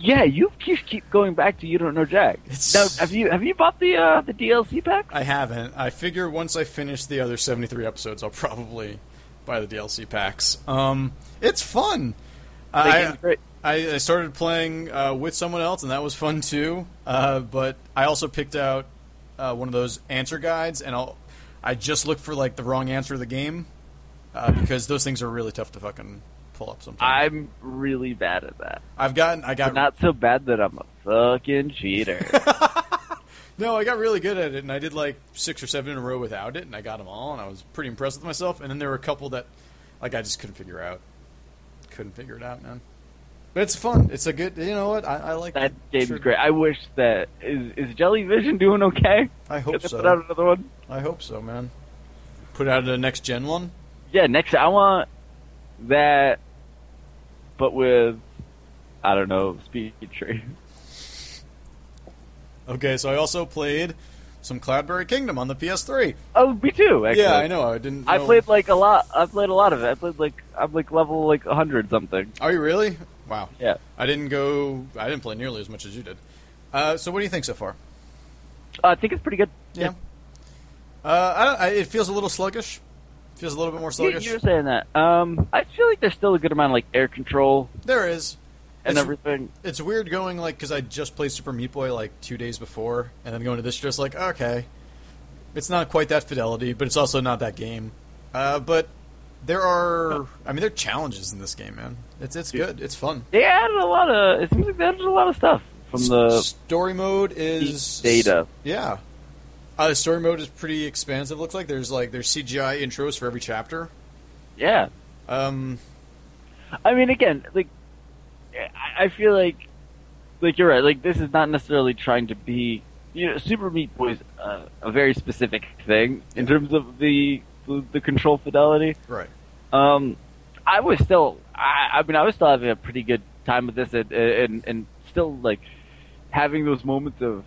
Yeah, you keep keep going back to you don't know Jack.
It's-
Now, have you have you bought the uh, the DLC pack?
I haven't. I figure once I finish the other 73 episodes, I'll probably buy the DLC packs. Um, it's fun.
That
I,
game's great.
I, I started playing uh, with someone else, and that was fun too. Uh, but I also picked out uh, one of those answer guides, and I'll, I just look for like the wrong answer of the game uh, because those things are really tough to fucking pull up sometimes.
I'm really bad at that.
I've gotten I got
But not so bad that I'm a fucking cheater.
No, I got really good at it, and I did like six or seven in a row without it, and I got them all, and I was pretty impressed with myself. And then there were a couple that, like, I just couldn't figure out. Couldn't figure it out, man. But it's fun. It's a good. You know what? I, I like
that game's
sure.
great. I wish that is is Jellyvision doing okay?
I
Can
hope
they put out
so.
another one?
I hope so, man. Put out a next gen one.
Yeah, next I want that, but with I don't know speed tree.
Okay, so I also played some Cloudberry Kingdom on the PS3.
Oh, me too. Actually.
Yeah, I know. I didn't.
I
know-
played like a lot. I played a lot of it. I played like I'm like level like 100 something.
Are you really? Wow.
Yeah.
I didn't go. I didn't play nearly as much as you did. Uh, so, what do you think so far?
Uh, I think it's pretty good.
Yeah. Uh, I don't, I, it feels a little sluggish. Feels a little bit more
You,
sluggish.
you're saying that. Um, I feel like there's still a good amount of like air control
There is.
and
it's,
everything.
it's weird going like because I just played Super Meat Boy like two days before, and then going to this just like okay, it's not quite that fidelity, but it's also not that game. Uh, but there are, I mean, there are challenges in this game, man. It's it's good. It's fun.
They added a lot of. It seems like they added a lot of stuff from the
story mode is
data.
Yeah. Uh, story mode is pretty expansive. Looks like there's like there's CGI intros for every chapter.
Yeah.
Um,
I mean, again, like I, I feel like like you're right. Like this is not necessarily trying to be. You know, Super Meat Boy is uh, a very specific thing in terms of the the, the control fidelity.
right.
Um, I was still, I, I mean, I was still having a pretty good time with this, and and, and still like having those moments of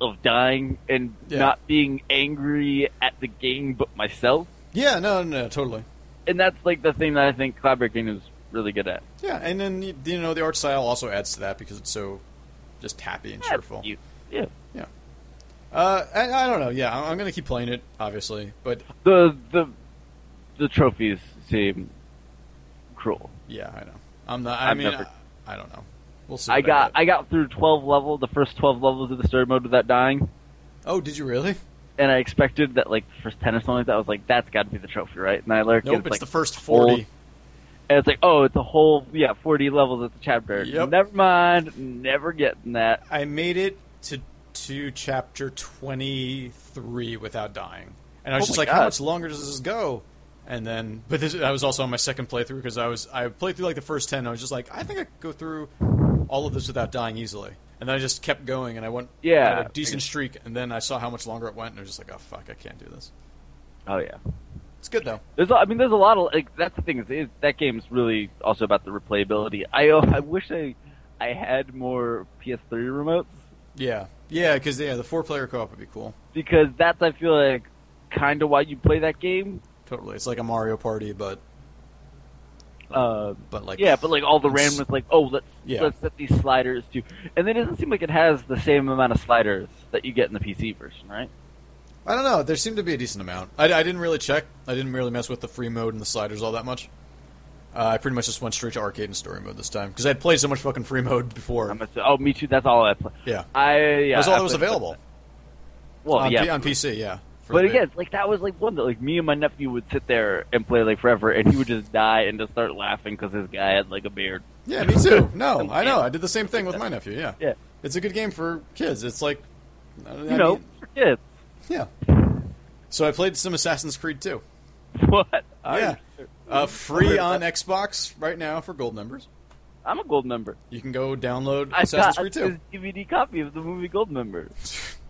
of dying and
Yeah.
not being angry at the game, but myself.
Yeah. No. No. no totally.
And that's like the thing that I think Cloudbreak Kingdom is really good at.
Yeah, and then you- you know the art style also adds to that because it's so just happy and
Yeah,
cheerful.
you- yeah.
Uh, I, I don't know. Yeah, I'm, I'm gonna keep playing it, obviously, but
The the the trophies seem cruel.
yeah, I know. I'm not. I
I've
mean,
never-
I, I don't know. We'll see.
I
what
got
get.
I got through twelve level, the first twelve levels of the story mode without dying.
oh, did you really?
and I expected that like the first ten or something like that. I was like, that's got to be the trophy, right? And I looked,
Nope.
and,
It's
it's like,
the first forty.
and it's like, oh, it's a whole yeah, forty levels at the chapter.
Yep.
Never mind, never getting that.
I made it to to chapter twenty three without dying, and I was
Oh
just
my
like, how
God.
much longer does this go? And then, but this I was also on my second playthrough because I was I played through like the first ten. And I was just like, I think I could go through all of this without dying easily. And then I just kept going, and I went
Yeah.
I had a decent streak. And then I saw how much longer it went, and I was just like, oh fuck, I can't do this.
Oh yeah,
It's good though.
there's a- I mean, there's a lot of like that's the thing is, is that game's really also about the replayability. I oh, I wish I I had more PS3 remotes
Yeah, yeah, because yeah, the four player co op would be cool.
because that's I feel like kind of why you play that game.
Totally, it's like a Mario Party, but
Um,
but Uh, like
yeah, but like all the
it's-
randomness, like oh, let's
Yeah.
let's set these sliders to, and then it doesn't seem like it has the same amount of sliders that you get in the PC version, right?
I don't know. There seemed to be a decent amount. I, I didn't really check. I didn't really mess with the free mode and the sliders all that much. Uh, I pretty much just went straight to arcade and story mode this time because I had played so much fucking free mode before.
I'm a, oh, me too. That's all I play.
yeah,
I yeah,
that's all
I
that was
played-
available
Well,
on,
yeah,
P- on PC. Um, Yeah, for
but
the-
again, like that was like one that like me and my nephew would sit there and play like forever, and he would just die and just start laughing because this guy had like a beard.
yeah, me too. No, I know. I did the same thing with my nephew. Yeah,
Yeah,
it's a good game for kids. It's like I
you know,
mean,
for kids.
yeah. So I played some Assassin's Creed too.
What?
Yeah, uh, free on Xbox right now for gold members.
I'm a gold member.
You can go download
I
Assassin's
got
Creed
this
Two.
DVD copy of the movie Gold Member.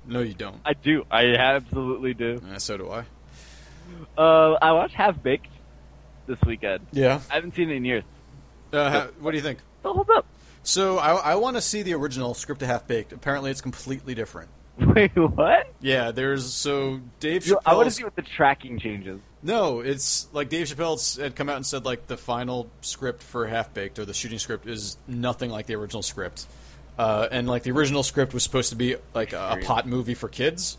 No, you don't.
I do. I absolutely do.
Eh, so do I.
Uh, I watched Half Baked this weekend.
Yeah.
I haven't seen it in years.
Uh, ha- what do you think?
So hold up.
So I, I want to see the original script to half baked. Apparently, it's completely different.
Wait, what?
Yeah, there's so Dave
You- I want to
Chappelle.
see what the tracking changes.
No, it's like Dave Chappelle s- had come out and said like the final script for Half Baked or the shooting script is nothing like the original script. Uh, and like the original script was supposed to be like a, a pot movie for kids.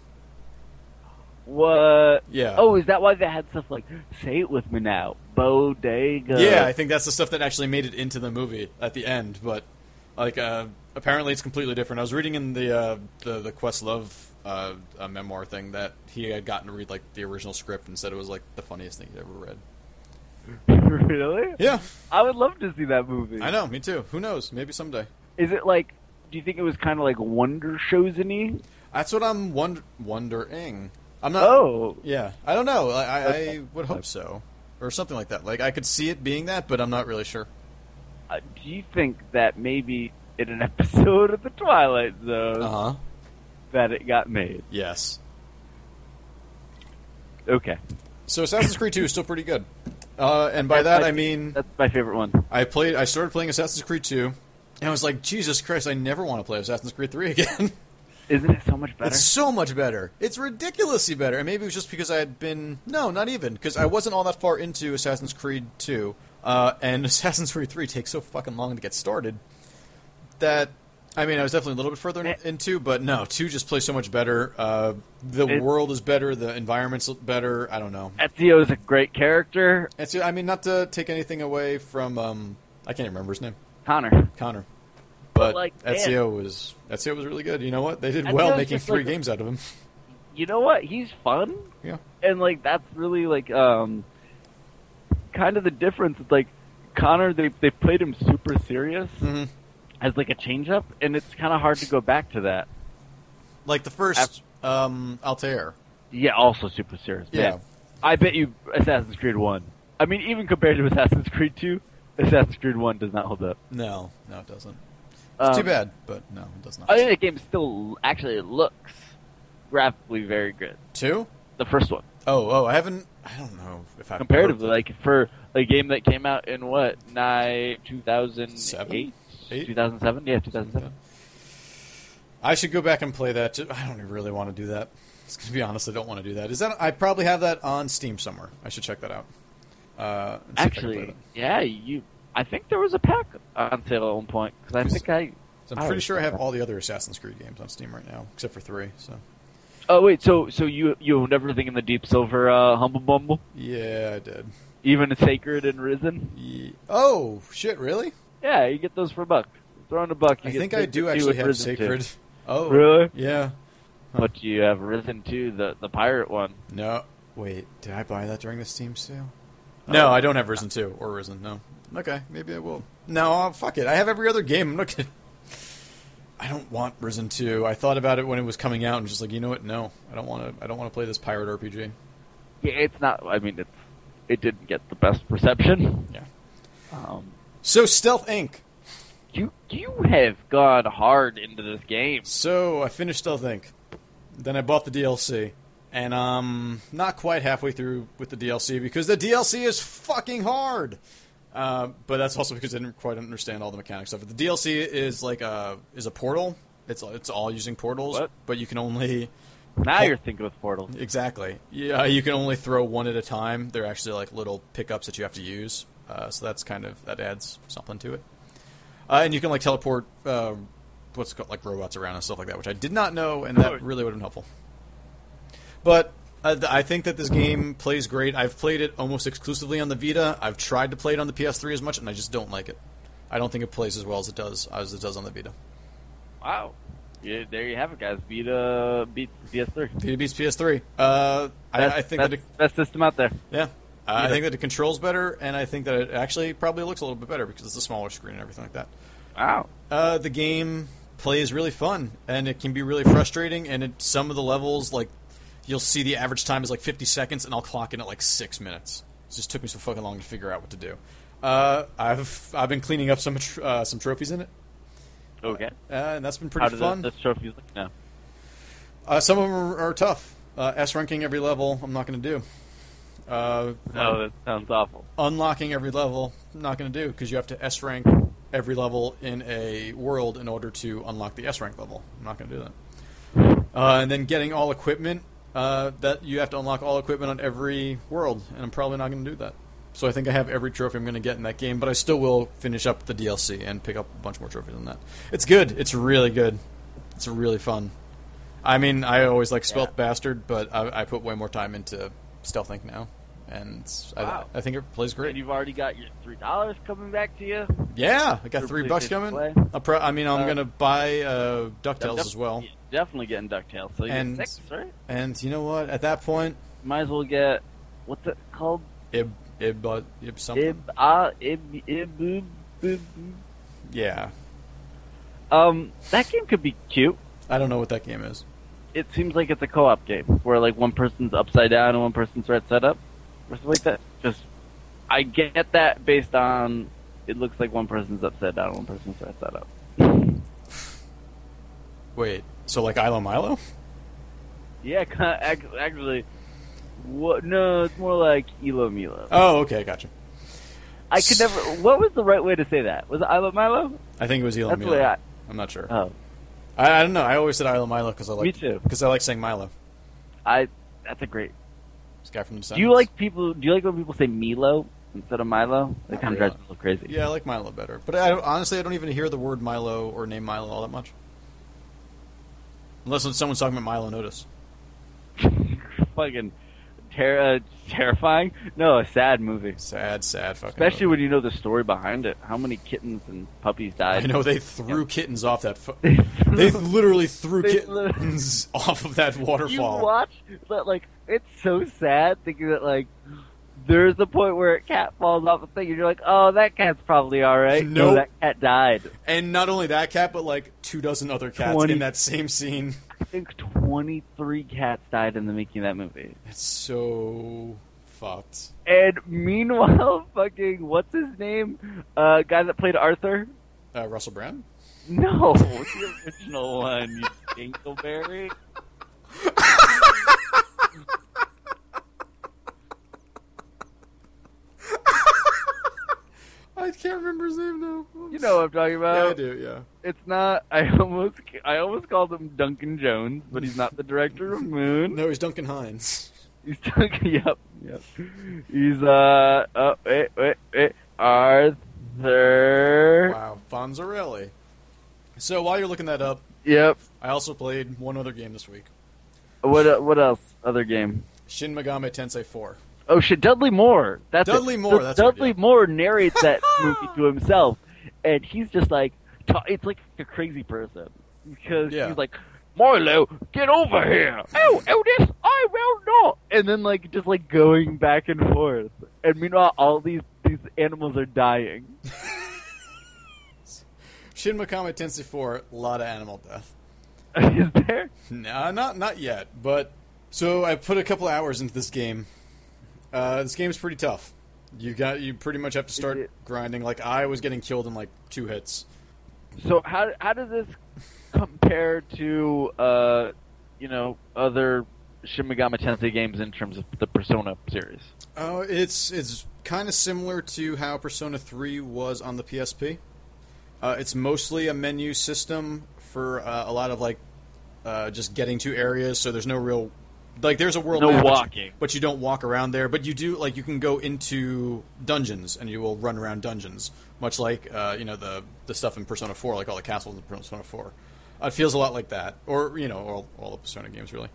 What?
Yeah.
Oh, is that why they had stuff like "Say it with me now, bodega"?
Yeah, I think that's the stuff that actually made it into the movie at the end. But like, uh, apparently, it's completely different. I was reading in the uh, the the Questlove uh, uh, memoir thing that he had gotten to read like the original script and said it was like the funniest thing he'd ever read.
really?
Yeah,
I would love to see that movie.
I know. Me too. Who knows? Maybe someday.
Is it like? Do you think it was kind of like Wonder Showsy?
That's what I'm wonder- wondering. I'm not.
Oh,
Yeah, I don't know. I, I, I would hope so, or something like that. Like I could see it being that, but I'm not really sure.
uh, do you think that maybe in an episode of The Twilight Zone
huh.
that it got made?
Yes.
Okay,
So Assassin's Creed 2 is still pretty good. Uh, and by that I mean
that's my favorite one.
I played. I started playing Assassin's Creed 2, and I was like, Jesus Christ! I never want to play Assassin's Creed 3 again.
Isn't it so much better?
it's so much better. It's ridiculously better. And maybe it was just because I had been no, not even because I wasn't all that far into Assassin's Creed 2, uh, and Assassin's Creed 3 takes so fucking long to get started that. I mean, I was definitely a little bit further in,
Eh.
into, but no, two just plays so much better. Uh, the
It-
world is better, the environment's better. I don't know.
Ezio is a great character.
It's, I mean, not to take anything away from um, I can't remember his name,
Connor.
Connor, but
like, man.
Ezio was Ezio was really good. You know what? They did
Ezio's
well making
just
three
like-
games out of him.
You know what? He's fun,
Yeah,
and like that's really like um, kind of the difference. It's like Connor, they they played him super serious
Mhm.
as like a changeup, and it's kind of hard to go back to that.
like the first um, Altair.
Yeah, also super serious.
Yeah.
man. I bet you Assassin's Creed One. I mean, even compared to Assassin's Creed Two, Assassin's Creed One does not hold up.
No, no, it doesn't. It's
Um,
too bad, but no, it does not.
I think the game still actually looks graphically very good.
Two?
The first one,
Oh, oh, I haven't. I don't know if I
comparatively, like for a game that came out in what nine two thousand
Seven?
eight.
Eight?
2007? Yeah, 2007.
I should go back and play that. ju- I don't really want to do that. It's gonna be honest. I don't want to do that. Is that? I probably have that on Steam somewhere. I should check that out. Uh, and see if I can play
Actually,
that.
yeah, you. I think there was a pack on sale at one point because I think I.
So I'm
I
pretty
always
sure I
do
have
that.
all the other Assassin's Creed games on Steam right now, except for three. So
Oh wait, so so you you owned everything in the Deep Silver uh, Humble Bumble,
yeah, I did.
even Sacred and Risen.
Ye- Oh shit! Really?
Yeah, you get those for a buck. Throw in a buck. You
I
get
think I do
Sacred
actually
and
have
Risen
Sacred.
2.
Oh,
Really?
Yeah.
What do you have? Risen two, the the pirate one.
No. Wait, did I buy that during the Steam sale? No, I don't have Risen Two or Risen. No. Okay, maybe I will. No, uh, fuck it. I have every other game. I'm not gonna. I don't want Risen Two. I thought about it when it was coming out, and just like, you know what? No, I don't want to. I don't want to play this pirate RPG.
Yeah, it's not. I mean, it's it didn't get the best reception.
Yeah.
Um,
So Stealth Inc.
you you have gone hard into this game.
So I finished Stealth Inc. Then I bought the DLC, and um, not quite halfway through with the DLC because the DLC is fucking hard. Uh, but that's also because I didn't quite understand all the mechanics of it. The DLC is like a is a portal. It's it's all using portals,
What?
but you can only
Now
Oh.
you're thinking with Portal.
exactly yeah you can only throw one at a time. They're actually like little pickups that you have to use. Uh, so that's kind of that adds something to it. Uh, and you can like teleport uh, what's it called like robots around and stuff like that, which I did not know, and that really would have been helpful. But uh, th- I think that this game plays great. I've played it almost exclusively on the Vita. I've tried to play it on the PS3 as much, and I just don't like it. I don't think it plays as well as it does as it does on the Vita.
Wow. Yeah, there you have it, guys. Beat uh beat PS3.
Vita beats PS3. Uh, I,
Best,
I think
best,
that it,
best system out there.
yeah, I
Vita.
think that it controls better, and I think that it actually probably looks a little bit better because it's a smaller screen and everything like that.
Wow.
Uh, the game plays really fun, and it can be really frustrating. And it, some of the levels, like you'll see, the average time is like 50 seconds, and I'll clock in at like six minutes. It just took me so fucking long to figure out what to do. Uh, I've I've been cleaning up some tr- uh, some trophies in it,
Okay.
uh, and that's been
How
pretty
do
fun.
the, the trophies look now?
Uh, some of them are, are tough. Uh, S ranking every level, I'm not going to do. Uh,
Oh, that sounds awful.
unlocking every level not going to do because you have to S rank every level in a world in order to unlock the S rank level. I'm not going to do that. Uh, and then getting all equipment uh, that you have to unlock all equipment on every world, and I'm probably not going to do that. So I think I have every trophy I'm going to get in that game, but I still will finish up the DLC and pick up a bunch more trophies than that. It's good. It's really good. It's really fun. I mean, I always like Stealth
Yeah.
Bastard, but I, I put way more time into Stealth Inc. now, and it's-
Wow.
I, I think it plays
And
great.
you've already got your three dollars coming back to you.
Yeah, I got
For
three bucks
PlayStation
coming.
Play.
I'll pro- I mean, I'm
Uh,
going to buy uh,
I'm
Ducktales
def-
as well.
yeah, Definitely getting Ducktales. So you
And-
get six, right?
And you know what? At that point,
Might as well get what's it called?
Ib Ib uh, Ib something.
Ib ah ib ib boob, boob, boob.
Yeah,
Um, that game could be cute.
I don't know what that game is.
It seems like it's a co-op game where like one person's upside down and one person's right side up, or something like that. Just I get that based on it looks like one person's upside down, one person's right side up.
Wait, so like Ilo Milo?
Yeah, ki- ac- actually, what? No, it's more like Elo Milo.
Oh, okay, gotcha.
I could never. What was the right way to say that? Was it Ilo Milo?
I think it was Ilo
That's the
Milo.
way I.
I'm not sure.
Oh,
I, I don't know. I always said Ilo Milo because I like
me too.
because I like saying Milo.
I. That's a great.
This guy from the
Do you like people? Do you like when people say Milo instead of Milo? That
Not
kind
really.
of drives me a little crazy.
Yeah, I like Milo better. But I, honestly, I don't even hear the word Milo or name Milo all that much. Unless when someone's talking about Milo Notice.
Fucking ter- uh, terrifying. No, a sad movie.
Sad, sad fucking.
Especially
movie.
when you know the story behind it. How many kittens and puppies died?
I know they threw kittens off that. Fu-
They
they literally threw
They
kittens off of that
you
waterfall.
watch that like it's so sad thinking that like there's the point where a cat falls off a thing and you're like, oh, that cat's probably all right.
Nope.
No, that cat died.
And not only that cat, but like two dozen other cats
20.
in that same scene.
I think 23 cats died in the making of that movie.
It's so fucked.
And meanwhile, fucking what's his name? Uh, guy that played Arthur.
Uh, Russell Brand?
No, the original one, you Dingleberry.
I can't remember his name now.
You know what I'm talking
Yeah,
about.
I do, yeah.
It's not. I almost. I almost called him Duncan Jones, but he's not the director of Moon.
No, he's Duncan Hines.
He's Duncan. Yep. Yep. He's uh. Oh wait wait wait. Arthur.
Wow, Fonzarelli. So while you're looking that up,
Yep.
I also played one other game this week
What uh, what else? Other game.
Shin Megami Tensei 4.
Oh shit! Dudley Moore. That's it.
Dudley Moore,
So
that's
Dudley
right, yeah.
Moore narrates that movie to himself, and he's just like, ta- it's like a crazy person because
Yeah.
he's like, Marlo, get over here! Oh, Otis, I will not. And then like just like going back and forth, and meanwhile all these these animals are dying.
Shin Megami Tensei 4, a lot of animal death.
Is there?
No, not not yet. But so I put a couple hours into this game. Uh, this game's pretty tough. You got you pretty much have to start
it-
grinding. Like I was getting killed in like two hits.
So how how does this compare to uh, you know, other Shin Megami Tensei games in terms of the Persona series?
Oh, it's it's kind of similar to how Persona Three was on the PSP. Uh, it's mostly a menu system for uh, a lot of like uh, just getting to areas. So there's no real like there's a world
No
map, but you-
walking.
but you don't walk around there. But you do like you can go into dungeons and you will run around dungeons, much like uh, you know the the stuff in Persona Four, like all the castles in Persona Four. Uh, it feels a lot like that, or you know, all, all the Persona games really.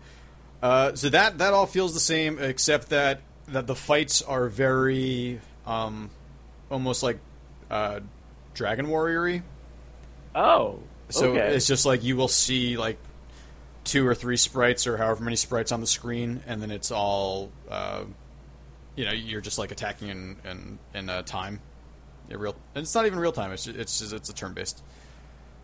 Uh, so that that all feels the same, except that that the fights are very um, almost like uh, Dragon Warriory.
Oh,
So
okay.
it's just like you will see like two or three sprites or however many sprites on the screen, and then it's all uh, you know you're just like attacking in in, in uh, time. In real, and it's not even real time. It's ju- it's just, it's a turn based,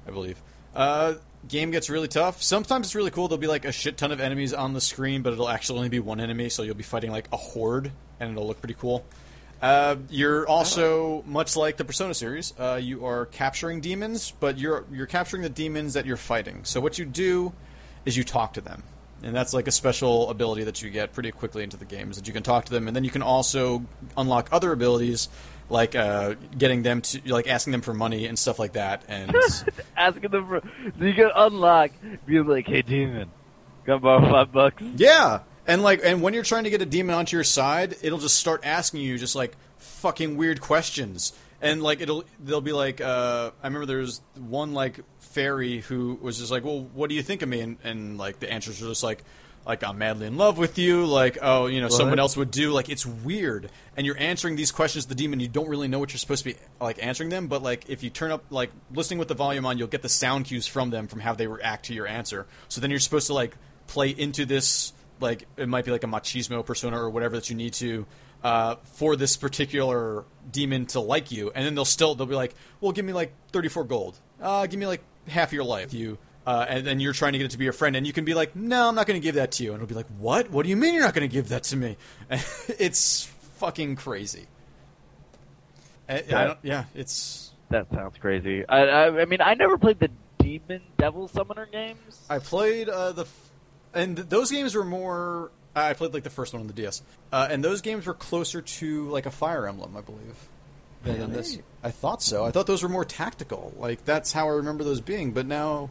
I believe. Uh, game gets really tough. Sometimes it's really cool. There'll be like a shit ton of enemies on the screen, but it'll actually only be one enemy, so you'll be fighting like a horde, and it'll look pretty cool. Uh, you're also much like the Persona series. Uh, you are capturing demons, but you're you're capturing the demons that you're fighting. So what you do is you talk to them, and that's like a special ability that you get pretty quickly into the game is that you can talk to them, and then you can also unlock other abilities like uh, getting them to like asking them for money and stuff like that. And
asking them for. So you can unlock, being like, hey, demon, come borrow five bucks.
Yeah, and like, and when you're trying to get a demon onto your side, it'll just start asking you, just like, fucking weird questions. And like it'll they'll be like uh, I remember there was one like fairy who was just like, well, what do you think of me? And, and like the answers were just like, like I'm madly in love with you. Like oh you know someone else would do. Like it's weird. And you're answering these questions to the demon. You don't really know what you're supposed to be like answering them. But like if you turn up like listening with the volume on, you'll get the sound cues from them from how they react to your answer. So then you're supposed to like play into this like it might be like a machismo persona or whatever that you need to uh, for this particular demon to like you, and then they'll still they'll be like, well, give me like thirty four gold, uh, give me like half your life, you, uh, and then you're trying to get it to be your friend, and you can be like, no, I'm not going to give that to you, and it'll be like, what? What do you mean you're not going to give that to me? it's fucking crazy. Eh, I, I
Yeah.
don't- yeah, it's
That sounds crazy. I, I, I mean, I never played the Demon Devil Summoner games.
I played uh, the, f- and th- those games were more. I played like the first one on the DS, uh, and those games were closer to like a Fire Emblem, I believe, than than this.
Really?
I thought so. I thought those were more tactical. Like that's how I remember those being. But now,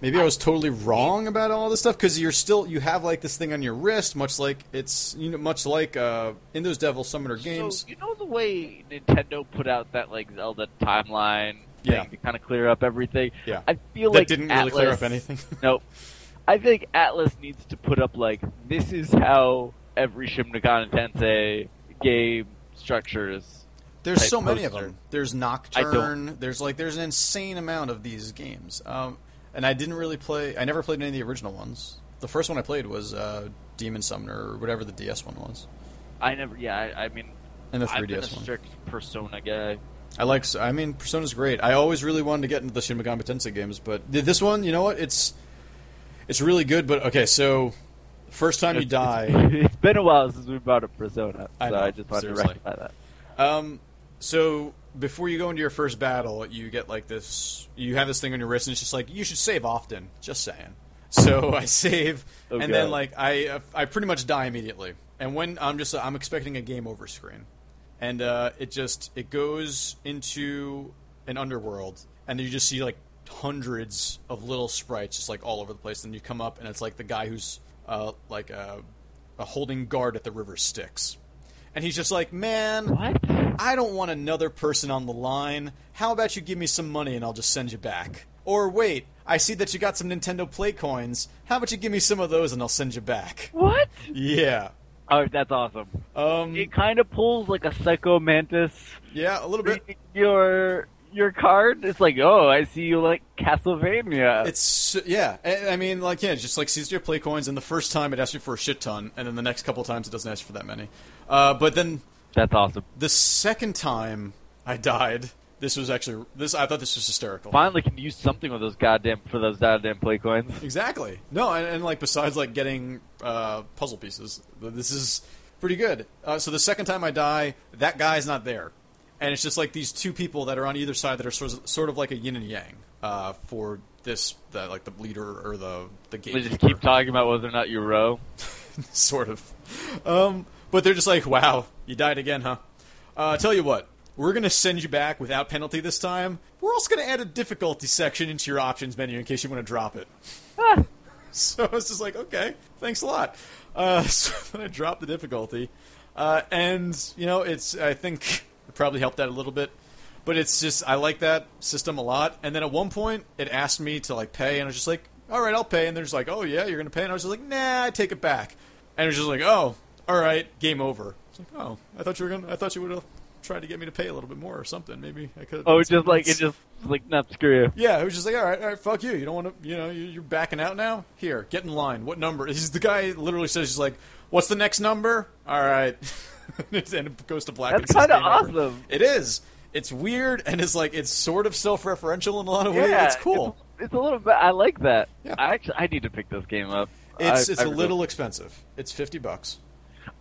maybe I was totally wrong about all this stuff because you're still you have like this thing on your wrist, much like it's you know much like uh, in those Devil Summoner games.
So, you know the way Nintendo put out that like Zelda timeline
Yeah.
thing to kind of clear up everything.
Yeah.
I feel
that
like
didn't really clear up
Atlas-
anything.
Nope. I think Atlas needs to put up like this is how every Shin Megami Tensei game structures.
There's
type
so many of
poster.
them. There's Nocturne. There's like there's an insane amount of these games. Um, and I didn't really play. I never played any of the original ones. The first one I played was uh, Demon Summoner or whatever the DS one was,
I never. Yeah. I, I mean,
and the
I've been a
3DS one.
strict Persona guy.
I like. I mean, Persona's great. I always really wanted to get into the Shin Megami Tensei games, but th- this one, you know what? It's it's really good. But okay, so first time you
It's-
die.
it's- it's been a while since we brought up Persona, so
I
I,
know,
just wanted
seriously.
to rectify that.
Um, so before you go into your first battle, you get like this. You have this thing on your wrist, and it's just like you should save often. Just saying. So I save,
Oh,
and then
God.
like I I pretty much die immediately. And when I'm just I'm expecting a game over screen, and uh, it just it goes into an underworld, and then you just see like hundreds of little sprites just like all over the place. Then you come up, and it's like the guy who's uh, like uh, a holding guard at the river Styx, and he's just like, man,
What?
I don't want another person on the line. How about you give me some money and I'll just send you back? Or wait, I see that you got some Nintendo Play coins. How about you give me some of those and I'll send you back?
What?
Yeah.
Oh, that's awesome.
Um.
It kind of pulls like a Psycho Mantis.
Yeah, a little bit.
Your your card. It's like, oh, I see you like Castlevania.
It's yeah. I I mean, like yeah, just like sees your play coins, and the first time it asks you for a shit ton, and then the next couple times it doesn't ask you for that many. Uh, but then
that's awesome.
the second time I died, this was actually this. I thought this was hysterical.
Finally, can use something with those goddamn for those goddamn play coins.
Exactly. No, and, and like besides like getting uh, puzzle pieces, th- this is pretty good. Uh, so the second time I die, that guy's not there, and it's just like these two people that are on either side that are sort of, sort of like a yin and yang uh, for this, the, like the leader or the the
We
gatekeeper,
just keep talking about whether or not you row.
sort of. Um, but they're just like, wow, you died again, huh? Uh, tell you what. We're gonna send you back without penalty this time. We're also gonna add a difficulty section into your options menu in case you want to drop it. So I was just like, okay, thanks a lot. Uh, so then I dropped the difficulty, uh, and you know, it's I think it probably helped out a little bit, but it's just I like that system a lot. And then at one point, it asked me to like pay, and I was just like, all right, I'll pay. And they're just like, oh yeah, you're gonna pay, and I was just like, nah, I take it back. And it was just like, oh, all right, game over. It's like, oh, I thought you were gonna, I thought you would have tried to get me to pay a little bit more or something. Maybe I could.
Oh, it's just like it just like not screw you.
Yeah, it was just like, all right, all right, fuck you. You don't want to, you know, you- you're backing out now. Here, get in line. What number? He's the guy. Literally says, he's like, what's the next number? All right, and it goes to black. and
That's
says
kinda
game over.
awesome.
It is. It's weird, and it's like it's sort of self-referential in a lot of ways.
Yeah,
it's cool.
It's, it's a little bit. I like that.
Yeah.
I actually I need to pick this game up.
It's
I-
it's
I
a
really-
little expensive. It's fifty bucks.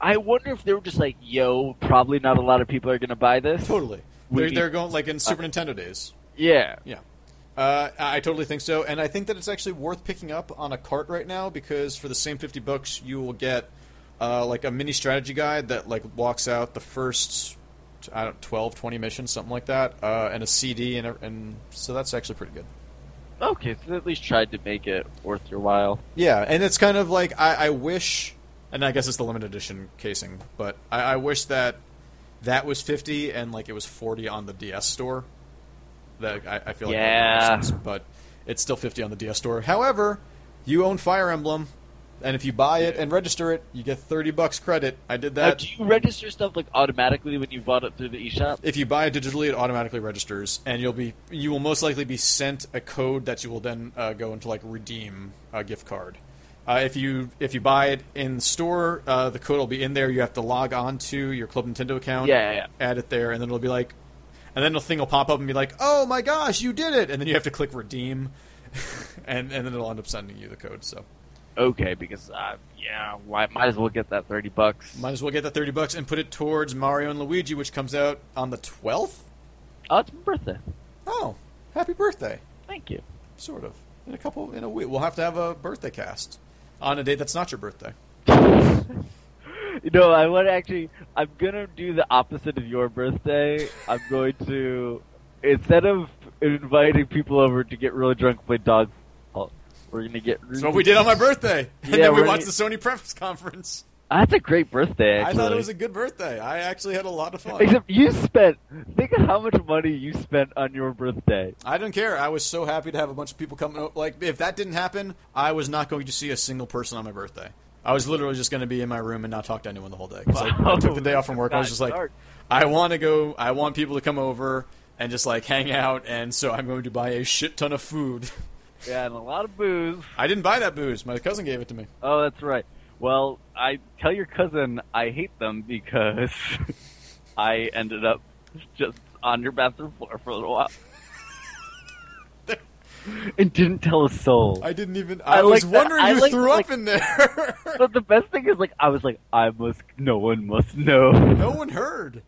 I wonder if they were just like, "Yo, probably not a lot of people are gonna buy this."
Totally.
We
They're,
need-
they're going like in Super Nintendo days.
Yeah.
Yeah. Uh, I I totally think so, and I think that it's actually worth picking up on a cart right now because for the same fifty bucks, you will get uh, like a mini strategy guide that like walks out the first I don't 12, 20 missions, something like that, uh, and a CD, and, a, and so that's actually pretty good.
Okay, so they at least tried to make it worth your while.
Yeah, and it's kind of like I, I wish, and I guess it's the limited edition casing, but I, I wish that that was fifty, and like it was forty on the DS store. That I, I feel like that
Yeah.
makes sense, but it's still fifty on the DS store. However, you own Fire Emblem, and if you buy it and register it, you get thirty bucks credit. I did
Now,
that.
Uh, do you register stuff like automatically when you bought it through the eShop?
if you buy it digitally, it automatically registers, and you'll be you will most likely be sent a code that you will then uh, go into like redeem a gift card. Uh, if you if you buy it in store, uh, the code will be in there. You have to log on to your Club Nintendo account,
Yeah, yeah, yeah.
add it there, and then it'll be like, and then the thing will pop up and be like, oh my gosh, you did it, and then you have to click redeem, and and then it'll end up sending you the code. So
Okay, because uh, yeah, why, might as well get that thirty bucks.
might as well get that thirty bucks and put it towards Mario and Luigi, which comes out on the twelfth.
Oh, it's my birthday.
Oh, happy birthday!
Thank you.
Sort of. In a couple, in a week, we'll have to have a birthday cast on a day that's not your birthday.
You know, I want to actually. I'm gonna do the opposite of your birthday. I'm going to instead of inviting people over to get really drunk, and play dog. Fall, We're gonna get.
That's what we did on my birthday, and then we
we're-
watched the Sony preface conference.
That's a great birthday. Actually.
I thought it was a good birthday. I actually had a lot of fun.
Except you spent. Think of how much money you spent on your birthday.
I don't care. I was so happy to have a bunch of people coming. o- Like, if that didn't happen, I was not going to see a single person on my birthday. I was literally just going to be in my room and not talk to anyone the whole day. 'Cause I- I,
Wow,
took the day off from work. I was
that's
just like,
dark.
I want to go. I want people to come over and just like hang out. And so I'm going to buy a shit ton of food.
Yeah, and a lot of booze.
I didn't buy that booze. My cousin gave it to me.
Oh, that's right. Well, I tell your cousin I hate them because I ended up just on your bathroom floor for a little while. and didn't tell a soul.
I didn't even. I,
I
was
like that-
wondering
I
you
like-
threw
like-
up in there.
but the best thing is, like, I was like, I must, no one must know.
no one heard.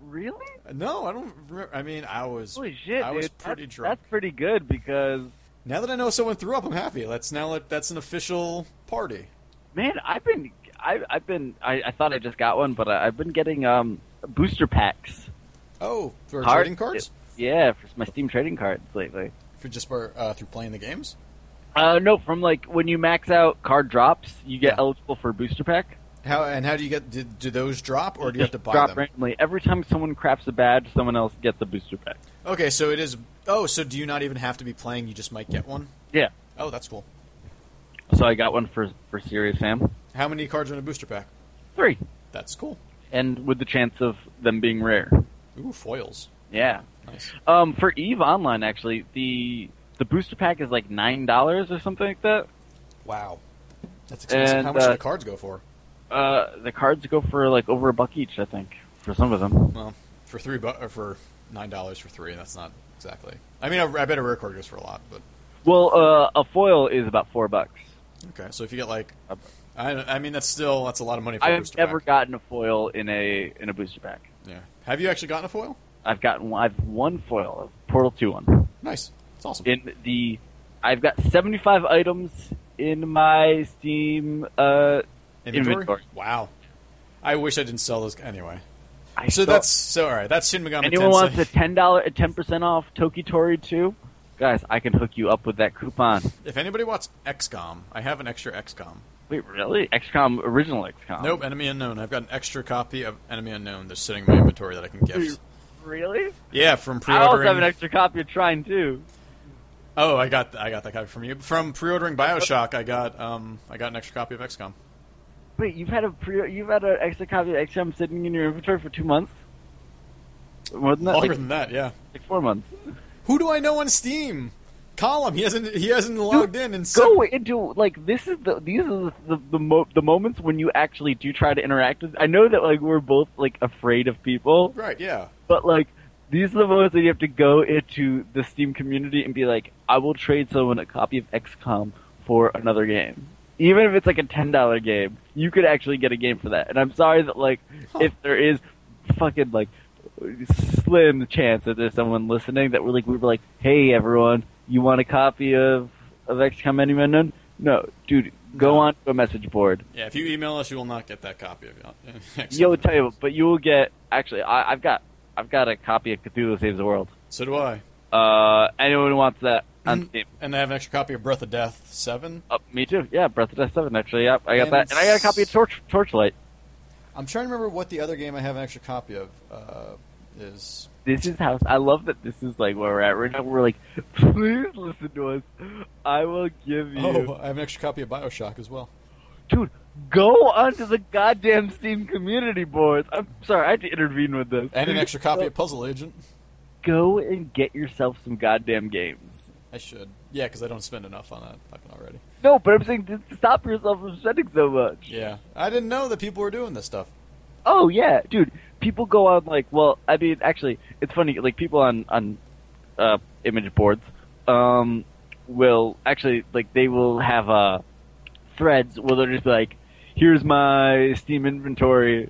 Really?
No, I don't. Remember. I mean, I was.
Holy shit,
I was
dude.
pretty
that's,
drunk.
That's pretty good because,
Now that I know someone threw up, I'm happy. That's now. like, That's an official party.
man, I've been, I, I've been, I, I thought I just got one, but I, I've been getting um booster packs.
Oh, for
Card-
trading cards.
Yeah, for my Steam trading cards lately.
For just for uh, through playing the games.
Uh, no, from like when you max out card drops, you get
Yeah.
eligible for a booster pack.
How and how do you get? Did, do those drop, or do you have
Just
to buy
drop
them?
randomly. Every time someone crafts a badge, someone else gets a booster pack.
Okay, so it is. Oh, so do you not even have to be playing? You just might get one.
Yeah.
Oh, that's cool.
So I got one for for Serious Sam,
How many cards are in a booster pack?
three,
That's cool.
and with the chance of them being rare.
Ooh, foils.
Yeah.
Nice.
Um, for Eve Online, actually, the the booster pack is like nine dollars or something like that.
Wow. That's expensive.
And,
how much do
uh,
the cards go for?
Uh, the cards go for like over a buck each, I think, for some of them.
Well, for three, bu- or for nine dollars for three, that's not exactly. I mean, I, I bet a rare card goes for a lot, but
Well, uh, a foil is about four bucks.
okay. So if you get like, I, I mean, that's still that's a lot of money for a
I've
booster
Uh, never
pack.
gotten a foil in a in a booster pack.
yeah. Have you actually gotten a foil?
I've gotten I've one foil of Portal Two one
Nice. It's awesome.
in the. I've got seventy five items in my Steam. Uh, inventory.
Wow. I wish I didn't sell those anyway.
I
So
saw-
that's so all right. That's Shin Megami
anyone
Tensei.
wants a ten dollar ten percent off Tokitori two. Guys, I can hook you up with that coupon.
If anybody wants XCOM, I have an extra XCOM.
Wait, really? XCOM original XCOM.
nope, Enemy Unknown. I've got an extra copy of Enemy Unknown that's sitting in my inventory that I can
Wait,
gift.
Really?
Yeah, from
I also
pre-ordering.
have an extra copy of Trine too.
Oh, I got I got that copy from you. From pre-ordering BioShock, I got um I got an extra copy of XCOM.
Wait, you've had a pre you've had an extra copy of XCOM sitting in your inventory for two months. More than that,
Longer
like-
than that, yeah.
like four months.
Who do I know on Steam? Column. He hasn't he hasn't logged in and
Go into like this is the these are the the, the, mo- the moments when you actually do try to interact with. I know that like we're both like afraid of people,
Right, yeah.
but like these are the moments that you have to go into the Steam community and be like, I will trade someone a copy of XCOM for another game. Even if it's like a ten dollar game, you could actually get a game for that. And I'm sorry that like
Huh.
if there is fucking like slim chance that there's someone listening that we're like we were like, hey everyone, you want a copy of of XCOM Any Unknown? No, dude, go
No.
on to a message board.
Yeah, if you email us, you will not get that copy of uh, XCOM.
Yo, tell you, but you will get. Actually, I, I've got I've got a copy of Cthulhu Saves the World.
So do I.
Uh, anyone who wants that
Mm-hmm.
on Steam?
And I have an extra copy of Breath of Death 7.
Oh, me too. Yeah, Breath of Death Seven. Actually, yeah, I got
And
that, and I got a copy of
s-
Torch Torchlight.
I'm trying to remember what the other game I have an extra copy of uh, is.
This is how I love that this is like where we're at right now. We're like, please listen to us. I will give you,
Oh, I have an extra copy of Bioshock as well.
dude. Go onto the goddamn Steam community boards. I'm sorry, I had to intervene with this.
And an extra copy
Oh.
of Puzzle Agent.
Go and get yourself some goddamn games.
I should. Yeah, because I don't spend enough on that fucking already.
No, but I'm saying just stop yourself from spending so much.
Yeah. I didn't know that people were doing this stuff.
Oh yeah, dude. People go on like, well, I mean, actually, it's funny. Like people on on uh, image boards um, will actually like they will have uh, threads where they're just like, here's my Steam inventory,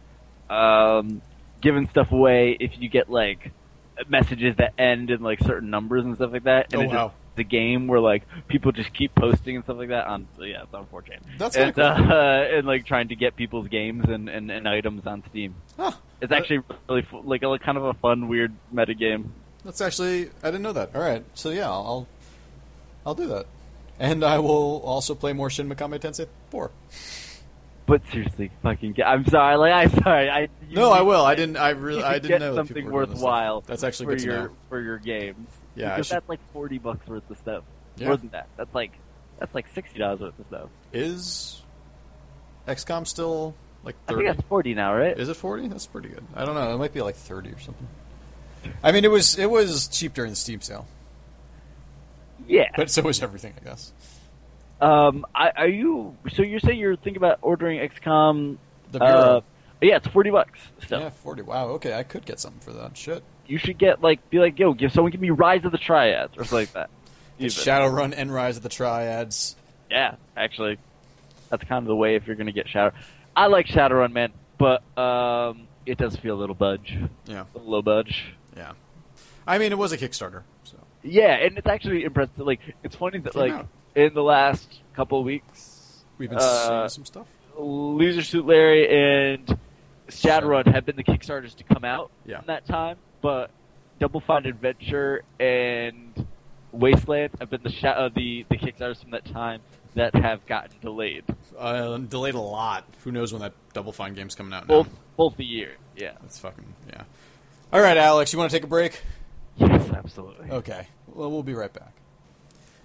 um, giving stuff away if you get like messages that end in like certain numbers and stuff like that. And
Oh,
it's
wow.
the game where like people just keep posting and stuff like that on yeah, it's on 4chan
That's kind
and,
of cool.
uh, and like trying to get people's games and, and, and items on Steam.
Huh.
It's actually really fu- like a, kind of a fun, weird meta game.
That's actually I didn't know that. All right, so yeah, I'll I'll do that, and I will also play more Shin Megami Tensei Four.
But seriously, fucking. Ga- I'm sorry. Like I'm sorry. I you
no,
need-
I will. I didn't. I
you
really.
should
I didn't
get
know that
something
people were doing this stuff.
worthwhile.
That's actually
for
good to
your
know.
for your games.
Yeah, I
because
should-
that's like forty bucks worth of stuff.
Yeah.
More than that. That's like that's like sixty dollars worth of stuff.
Is XCOM still like
I think
thirty?
that's forty now, right?
Is it forty? That's pretty good. I don't know. It might be like thirty or something. I mean, it was it was cheap during the Steam sale,
yeah.
but so was everything, I guess.
Um. I, are you? So you're saying you're thinking about ordering XCOM?
The
uh,
Bureau.
yeah, it's forty bucks. Still.
yeah, forty. Wow. Okay, I could get something for that. Shit.
you should get like be like, yo, give someone give me Rise of the Triads or something like that. Even.
Shadowrun and Rise of the Triads.
yeah, actually, that's kind of the way if you're gonna get Shadow. I like Shadowrun, man, but um, it does feel a little budge,
Yeah,
a low budge.
yeah. I mean, it was a Kickstarter, so
Yeah, and it's actually impressive. Like, it's funny that
Came
like
out.
in the last couple weeks,
we've been
Uh,
seeing some stuff.
Loser Suit Larry and Shadowrun have been the Kickstarters to come out
Yeah.
in that time, but Double Fine Adventure and Wasteland have been the sha- uh, the the Kickstarters from that time that have gotten delayed.
Uh, delayed a lot. Who knows when that Double Fine game's coming out now?
Both both a year. Yeah.
That's fucking yeah. All right, Alex, you want to take a break?
Yes, absolutely.
Okay. Well, we'll be right back.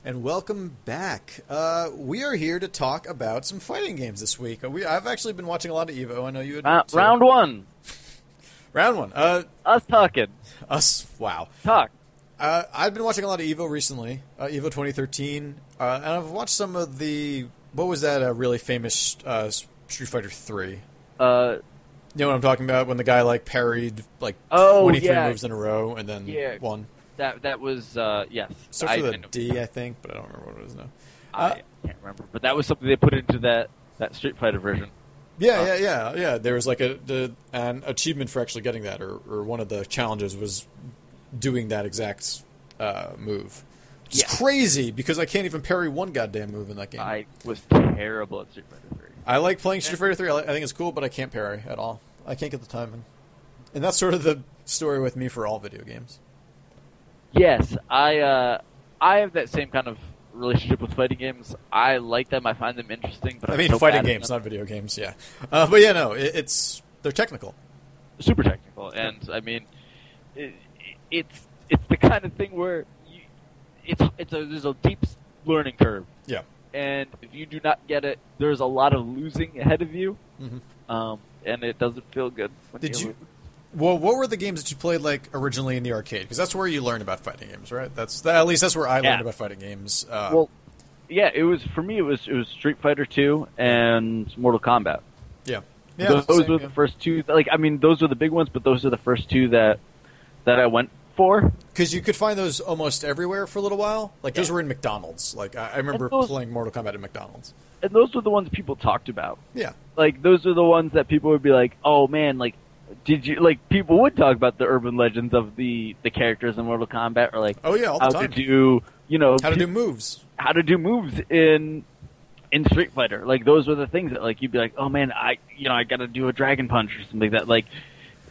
And welcome back. Uh, we are here to talk about some fighting games this week. Uh, We I've actually been watching a lot of Evo. I know you had
Round,
too.
Uh, round one.
round one. Uh,
Us talking.
us wow.
Talk.
Uh, I've been watching a lot of Evo recently, uh, Evo 2013, uh, and I've watched some of the what was that uh, really famous uh, Street Fighter 3.
Uh,
You know what I'm talking about when the guy like parried like
Oh,
23
yeah.
moves in a row and then
Yeah.
won.
that that was uh, yes.
Starts with a
didn't-
D, I think, but I don't remember what it was now. Uh,
I can't remember, but that was something they put into that that Street Fighter version.
Yeah,
Uh,
yeah, yeah, yeah. There was like a, the an achievement for actually getting that, or, or one of the challenges was doing that exact uh, move. It's
Yeah.
crazy because I can't even parry one goddamn move in that game.
I was terrible at Street Fighter Three.
I like playing Street Fighter Three. I, like, I think it's cool, but I can't parry at all. I can't get the timing, and that's sort of the story with me for all video games.
Yes, I uh, I have that same kind of relationship with fighting games. I like them. I find them interesting. But
I
I'm
mean,
so
fighting
bad at
games,
them.
not video games. Yeah, uh, but yeah, no, it, it's they're technical.
super technical. And I mean, it, it's it's the kind of thing where you, it's it's a there's a deep s- learning curve,
Yeah,
and if you do not get it, there's a lot of losing ahead of you.
Mhm.
Um, and it doesn't feel good. When
Did you?
lose.
Well, what were the games that you played like originally in the arcade? Because that's where you learn about fighting games, right? That's that, at least that's where I
Yeah.
learned about fighting games. Uh,
Well, yeah, it was for me. It was it was Street Fighter Two and Mortal Kombat.
yeah, yeah,
those
it's the same
were
game.
the first two. Like, I mean, those were the big ones, but those are the first two that that I went for.
Because you could find those almost everywhere for a little while. Like those
Yeah.
were in McDonald's. Like I, I remember
And those-
playing Mortal Kombat at McDonald's.
And those were the ones people talked about.
Yeah,
Like, those are the ones that people would be like, "Oh man, like, did you like?" People would talk about the urban legends of the the characters in Mortal Kombat, or like
Oh, yeah, all the
how
time.
to do you know
how to
pe-
do moves.
how to do moves in in Street Fighter. Like those were the things that like you'd be like, oh man, I you know I got to do a dragon punch or something like that. Like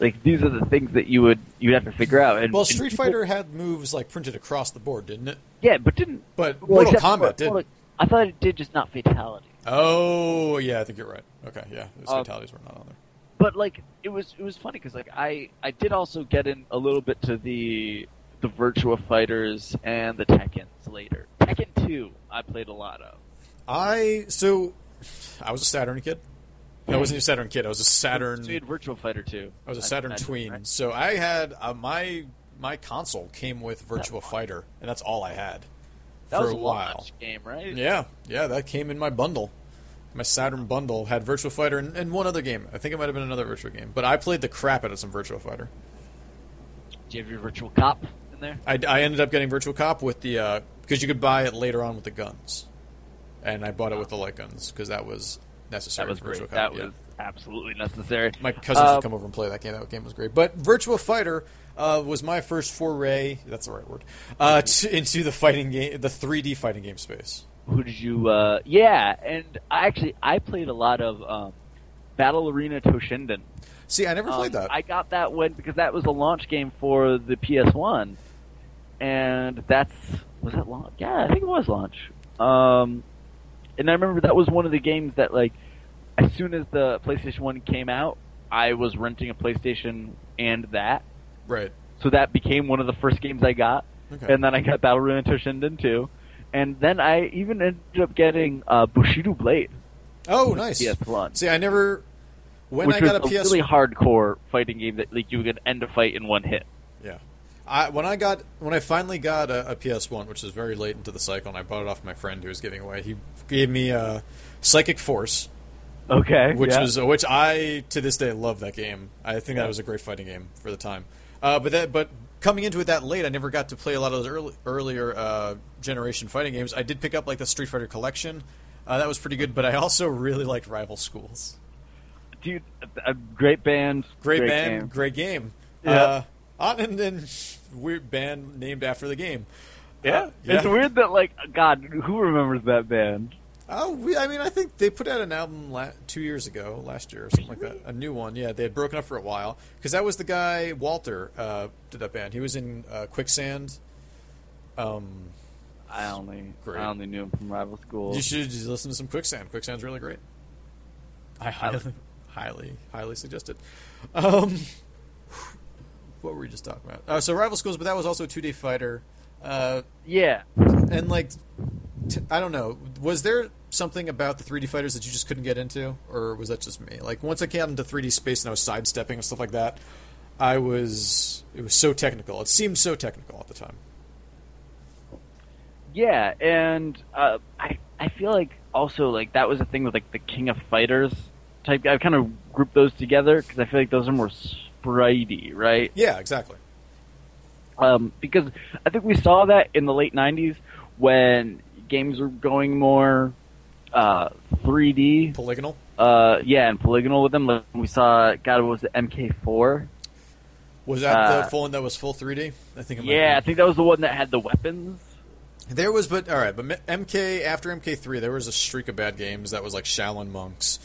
like these are the things that you would you would have to figure out. And
Well,
and
Street
people-
Fighter had moves like printed across the board, didn't it?
yeah, but didn't
But
well,
Mortal
except for-
Kombat did.
well, like, I thought it did, just not fatality.
Oh yeah, I think you're right. Okay, yeah, those
Um,
fatalities were not on there.
but like it was it was funny because like I I did also get in a little bit to the the Virtua Fighters and the Tekkens later. Tekken two I played a lot of.
I so I was a Saturn kid. No, I wasn't a Saturn kid. I was a Saturn.
So you had Virtual Fighter two.
I was a Saturn
imagine,
tween.
right?
So I had uh, my my console came with Virtua Fighter, and that's all I had
That
for
was
a while.
launch game, right?
Yeah, yeah, that came in my bundle. My Saturn bundle had Virtua Fighter and, and one other game. I think it might have been another Virtua game, but I played the crap out of some Virtua Fighter.
Do you have your Virtual Cop in there?
I, I ended up getting Virtual Cop with the uh, because you could buy it later on with the guns, and I bought it with the light guns because that was necessary.
That was
for
great.
Virtual Cop.
that
yeah.
was absolutely necessary.
my cousins
Um,
would come over and play that game. That game was great. But Virtua Fighter uh, was my first foray. That's the right word. Uh, to, into the fighting game, the 3D fighting game space.
who did you uh yeah and i actually i played a lot of um battle arena toshinden
See, I never
Um,
played that.
i got that one because that was a launch game for the ps1 and that's was that launch yeah i think it was launch um and i remember that was one of the games that like as soon as the playstation 1 came out i was renting a playstation and that
right.
so that became one of the first games i got
Okay.
and then I got Battle Ruin Toshinden 2. And then I even ended up getting uh, Bushido Blade.
oh, nice.
PS1.
See, I never. When
which
I got a
was
PS,
really hardcore fighting game that like you could end a fight in one hit.
yeah. I, when I got when I finally got a, a PS1, which is very late into the cycle, and I bought it off my friend who was giving away. He gave me uh, Psychic Force,
Okay.
which was uh, which I to this day love that game. I think that was a great fighting game for the time. Uh, but that but coming into it that late, I never got to play a lot of those early, earlier uh, generation fighting games. I did pick up like the Street Fighter Collection. Uh, that was pretty good, but I also really liked Rival Schools.
dude, a great band.
Great, band,
game.
great game.
Yeah.
Uh, and then weird band named after the game.
Yeah.
Uh, yeah.
It's weird that like God, who remembers that band?
Oh, we, I mean, I think they put out an album la- two years ago, last year or something like that. A new one, yeah. They had broken up for a while because that was the guy Walter uh, did that band. He was in uh, Quicksand. Um,
I only
Great.
I only knew him from Rival School.
you should just listen to some Quicksand. Quicksand's really great. I highly, highly, highly suggest it. Um, what were we just talking about? Uh, so rival schools, but that was also a two-day fighter. Uh,
yeah.
and like t- i don't know was there something about the 3d fighters that you just couldn't get into or was that just me like once i got into 3d space and i was sidestepping and stuff like that i was it was so technical it seemed so technical at the time
Yeah, and uh, I I feel like also like that was a thing with like the King of Fighters type. I kind of grouped those together because I feel like those are more spritey, right?
yeah exactly
Um, because I think we saw that in the late '90s when games were going more uh, 3D.
polygonal
Uh, yeah, and polygonal with them. Like, we saw God, what was it MK4?
was that the
Uh,
full one that was full 3d i think it might
Yeah, I
be.
think that was the one that had the weapons.
there was but all right but M- mk after mk3 there was a streak of bad games that was like shaolin monks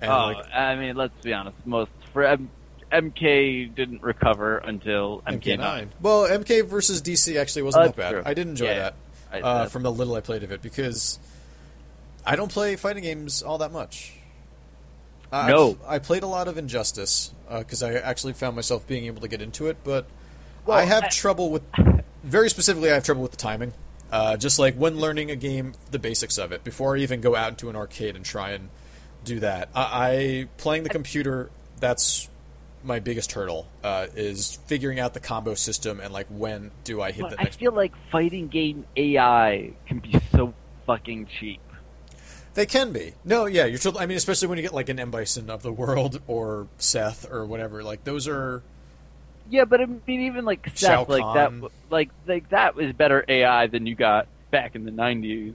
and
oh,
like
I mean, let's be honest. Most for M- MK didn't recover until MK9.
MK9. Well, MK versus DC actually wasn't
Uh,
that bad.
true.
I did enjoy
Yeah.
that
I-
uh,
that-
from the little I played of it because I don't play fighting games all that much. Uh,
No.
I, I played a lot of Injustice because I actually found myself being able to get into it, but
Well,
I have
I-
trouble with. Very specifically, I have trouble with the timing. Uh, just like when learning a game, the basics of it before I even go out into an arcade and try and do that. I, I playing the computer. That's my biggest hurdle uh, is figuring out the combo system and like when do I hit
But
the
I
next.
feel like fighting game AI can be so fucking cheap.
They can be. No, yeah, you're. Still, I mean, especially when you get like an M Bison of the world or Seth or whatever. Like those are.
Yeah, but I mean, even like
Shao
Seth, like that,
Kahn.
like like that was better AI than you got back in the nineties.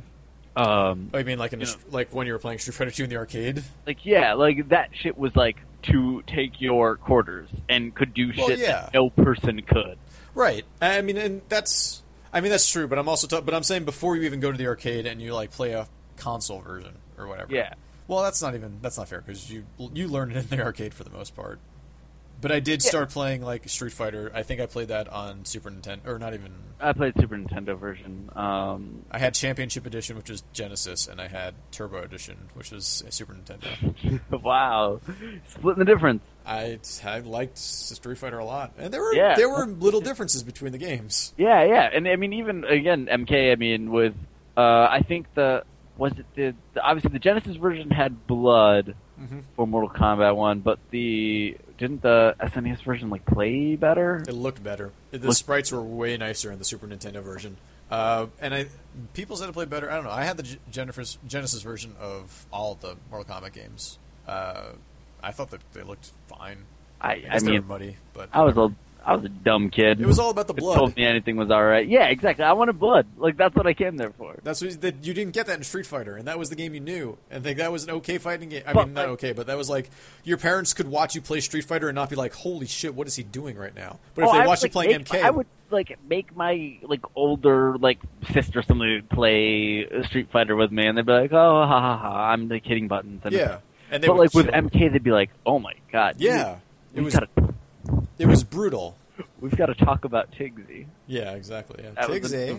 Um,
I mean, like in a
Yeah.
str- like when you were playing Street Fighter Two in the arcade.
like yeah, like that shit was like to take your quarters and could do
Well,
shit
yeah.
that no person could.
Right. I mean, and that's. I mean, that's true. But I'm also. T- but I'm saying before you even go to the arcade and you like play a console version or whatever.
Yeah.
Well, that's not even. That's not fair because you you learn it in the arcade for the most part. But I did start playing like Street Fighter. I think I played that on Super Nintendo, or not even.
I played Super Nintendo version. Um,
I had Championship Edition, which was Genesis, and I had Turbo Edition, which was Super Nintendo.
wow, splitting the difference.
I I liked Street Fighter a lot, and there were
Yeah.
there were little differences between the games.
Yeah, yeah, and I mean, even again, MK. I mean, with uh, I think the was it the, the obviously the Genesis version had blood
Mhm.
for Mortal Kombat one, but the didn't the SNES version like play better?
It looked better. The
Look-
sprites were way nicer in the Super Nintendo version. Uh, and I, people said it played better. I don't know. I had the G- Jennifer's, Genesis version of all of the Mortal Kombat games. Uh, I thought that they looked fine.
I,
I,
I
guess they were
mean,
muddy, but
I was a I was a dumb kid.
it was all about the
Who
blood.
Told me anything was all right. Yeah, exactly. I wanted blood. Like that's what I came there for.
That's what that you didn't get that in Street Fighter, and that was the game you knew, and think that was an okay fighting game. I
But,
mean, not
like-
okay, but that was like your parents could watch you play Street Fighter and not be like, "Holy shit, what is he doing right now?" But if
Oh,
they
I would,
watched you
like,
playing
make-
MK,
I would like make my like older like sister or somebody play Street Fighter with me, and they'd be like, "Oh, ha ha ha!" I'm the hitting buttons. And,
yeah, and they
but
would
like with
chill.
MK, they'd be like, "Oh my god, dude,
yeah, it
we've
was
got to
it was brutal.
we've got to talk about Tigsy."
Yeah, exactly. Yeah.
That was
Tiggs,
a-
eh?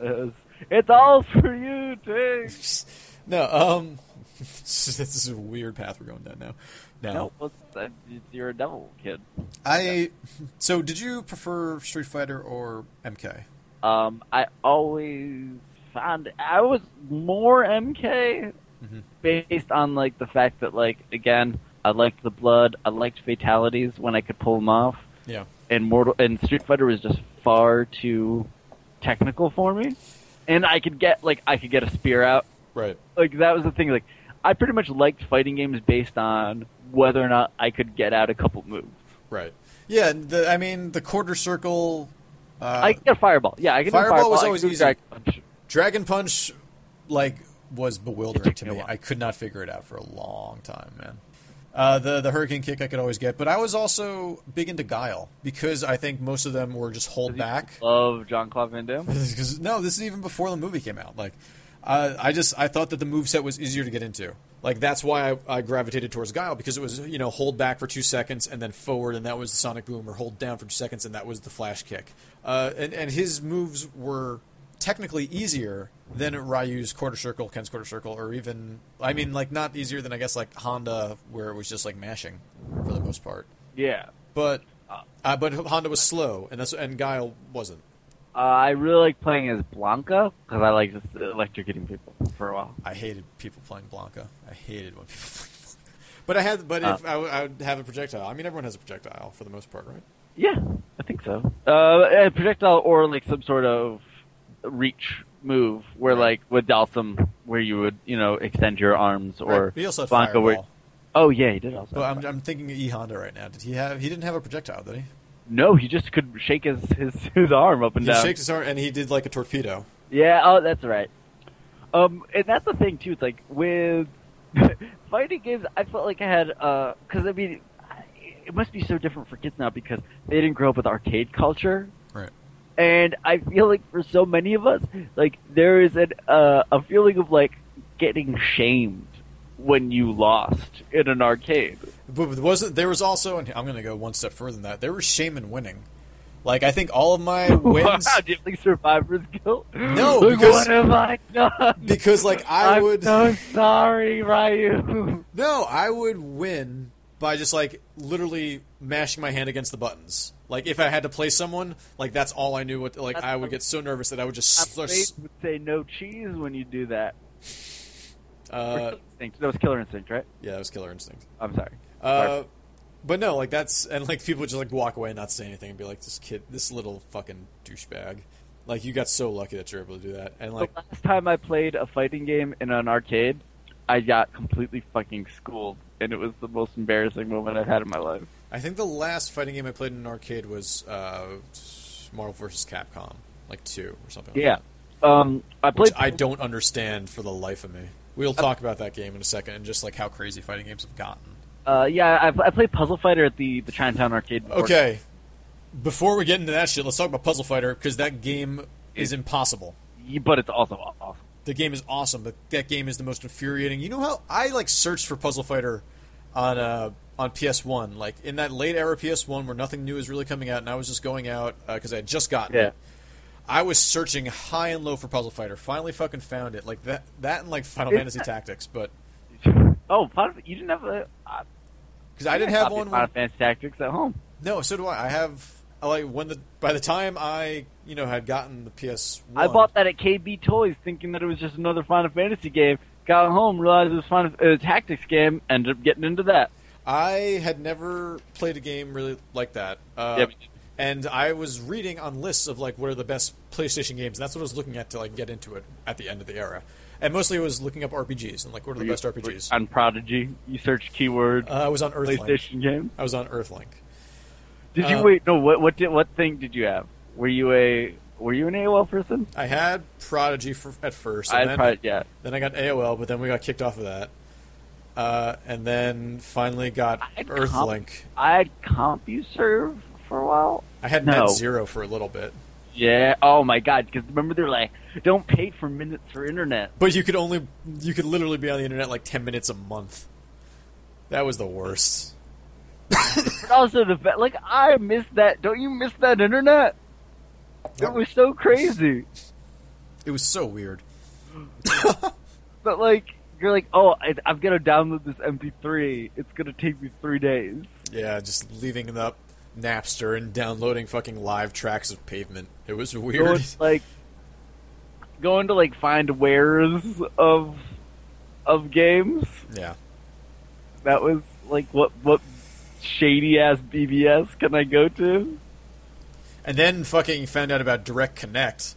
That was- It's all for you, Tiggs.
No, um, this is a weird path we're going down now. Now,
No, well, that- you're a devil kid.
I. So, did you prefer Street Fighter or MK?
Um, I always found I was more MK
Mhm.
based on like the fact that like again I liked the blood, I liked fatalities when I could pull them off,
Yeah.
and Mortal and Street Fighter was just far too technical for me, and I could get like I could get a spear out,
Right.
like that was the thing. Like I pretty much liked fighting games based on whether or not I could get out a couple moves.
Right. Yeah. The, I mean, the quarter circle. Uh,
I could get a fireball. Yeah, I could do a
Fireball was
I could
always
do a
easy.
dragon punch.
Dragon Punch, like, was bewildering
took
to
me a
me.
while.
I could not figure it out for a long time, man. Uh, the the Hurricane Kick I could always get, but I was also big into Guile because I think most of them were just hold back.
Love John Claude Van Damme.
because no, this is even before the movie came out. Like, uh, I just I thought that the moveset was easier to get into. Like that's why I, I gravitated towards Guile because it was you know hold back for two seconds and then forward and that was the Sonic Boom or hold down for two seconds and that was the Flash Kick. Uh, and and his moves were technically easier than Ryu's quarter circle, Ken's quarter circle, or even I mean like not easier than I guess like Honda where it was just like mashing for the most part.
Yeah.
But uh, but Honda was slow and that's and Guile wasn't.
Uh, I really like playing as Blanca because I like just electrocuting people for a while.
I hated people playing Blanca. I hated when people played Blanca. But I had, but
Uh,
if I, w- I would have a projectile. I mean, everyone has a projectile for the most part, right?
Yeah, I think so. Uh, a projectile or like some sort of reach move where
Right.
like with Dalsum where you would you know extend your arms or
right. He also had
Blanca
fireball.
where oh yeah he did also
But I'm, I'm thinking of E Honda right now. Did he have? He didn't have a projectile, did he?
no he just could shake his his, his arm up and
He
down
shakes his arm and he did like a torpedo.
Yeah, oh, that's right. Um, and that's the thing too. It's like with fighting games, I felt like I had because I mean, I- it must be so different for kids now because they didn't grow up with arcade culture,
Right.
and I feel like for so many of us, like there is an uh, a feeling of like getting shamed when you lost in an arcade.
But but wasn't there was also? And I'm going to go one step further than that. There was shame in winning. Like I think all of my wins
Wow, do you think survivor's guilt?
No,
Like,
because-
what have I done?
because like I
am
would.
so sorry, Ryu.
No, I would win by just like literally mashing my hand against the buttons. Like if I had to play someone, like that's all I knew. What like I would get so nervous that I would just
Wade
slurs,
would say no cheese when you do that. Or
uh,
Killer Instinct. That was Killer Instinct, right?
yeah, that was killer instinct.
I'm sorry.
Uh, but no, like that's and like people would just like walk away and not say anything and be like, this kid, this little fucking douchebag. Like you got so lucky that you're able to do that. And like
the last time I played a fighting game in an arcade, I got completely fucking schooled, and it was the most embarrassing moment I've had in my life.
I think the last fighting game I played in an arcade was uh, Marvel vs. Capcom, like two or something. like
Yeah. Um, I
which
played.
I don't understand for the life of me. We'll talk about that game in a second and just like how crazy fighting games have gotten.
Uh, yeah, I, I played Puzzle Fighter at the the Chinatown arcade. before.
Okay, before we get into that shit, let's talk about Puzzle Fighter because that game is impossible.
Yeah, But it's also awesome.
The game is awesome, but that game is the most infuriating. You know how I like searched for Puzzle Fighter on uh, on PS1, like in that late era PS1 where nothing new is really coming out, and I was just going out because I had just gotten
Yeah.
it. I was searching high and low for Puzzle Fighter. Finally, fucking found it. Like that, that and like Final
It's-
Fantasy Tactics, but
Oh, Final, you didn't have a. I,
because I didn't have
copied
one.
Final
When,
Fantasy Tactics at home.
no, so do I. I have I, like when the by the time I you know had gotten the PS1,
I bought that at KB Toys, thinking that it was just another Final Fantasy game. Got home, realized it was Final it was a Tactics game. Ended up getting into that.
I had never played a game really like that. Uh,
Yep.
And I was reading on lists of like what are the best PlayStation games. And that's what I was looking at to like get into it at the end of the era. And mostly I was looking up RPGs and like what are the best RPGs.
on Prodigy. You search keyword
Uh, I was on Earthlink.
PlayStation game.
I was on Earthlink.
Did you
Uh,
wait? No. What what did, what thing did you have? Were you a were you an AOL person?
I had Prodigy for, at first. And
I
then,
had Prodigy. Yeah.
then I got AOL, but then we got kicked off of that. Uh, and then finally got
I had
Earthlink.
I had CompuServe for a while.
I had
No.
Net Zero for a little bit.
Yeah. Oh my God. Because remember they're like, don't pay for minutes for internet.
But you could only you could literally be on the internet like ten minutes a month. That was the worst.
But also the fact, like I miss that. Don't you miss that internet? It was so crazy.
It was so weird.
But like you're like, oh, I, I'm gonna download this MP3. It's gonna take me three days.
Yeah, just leaving it up Napster and downloading fucking live tracks of pavement. It was
Going
weird.
to, like going to like find wares of of games.
yeah.
That was like what what shady ass BBS can I go to?
And then fucking found out about Direct Connect.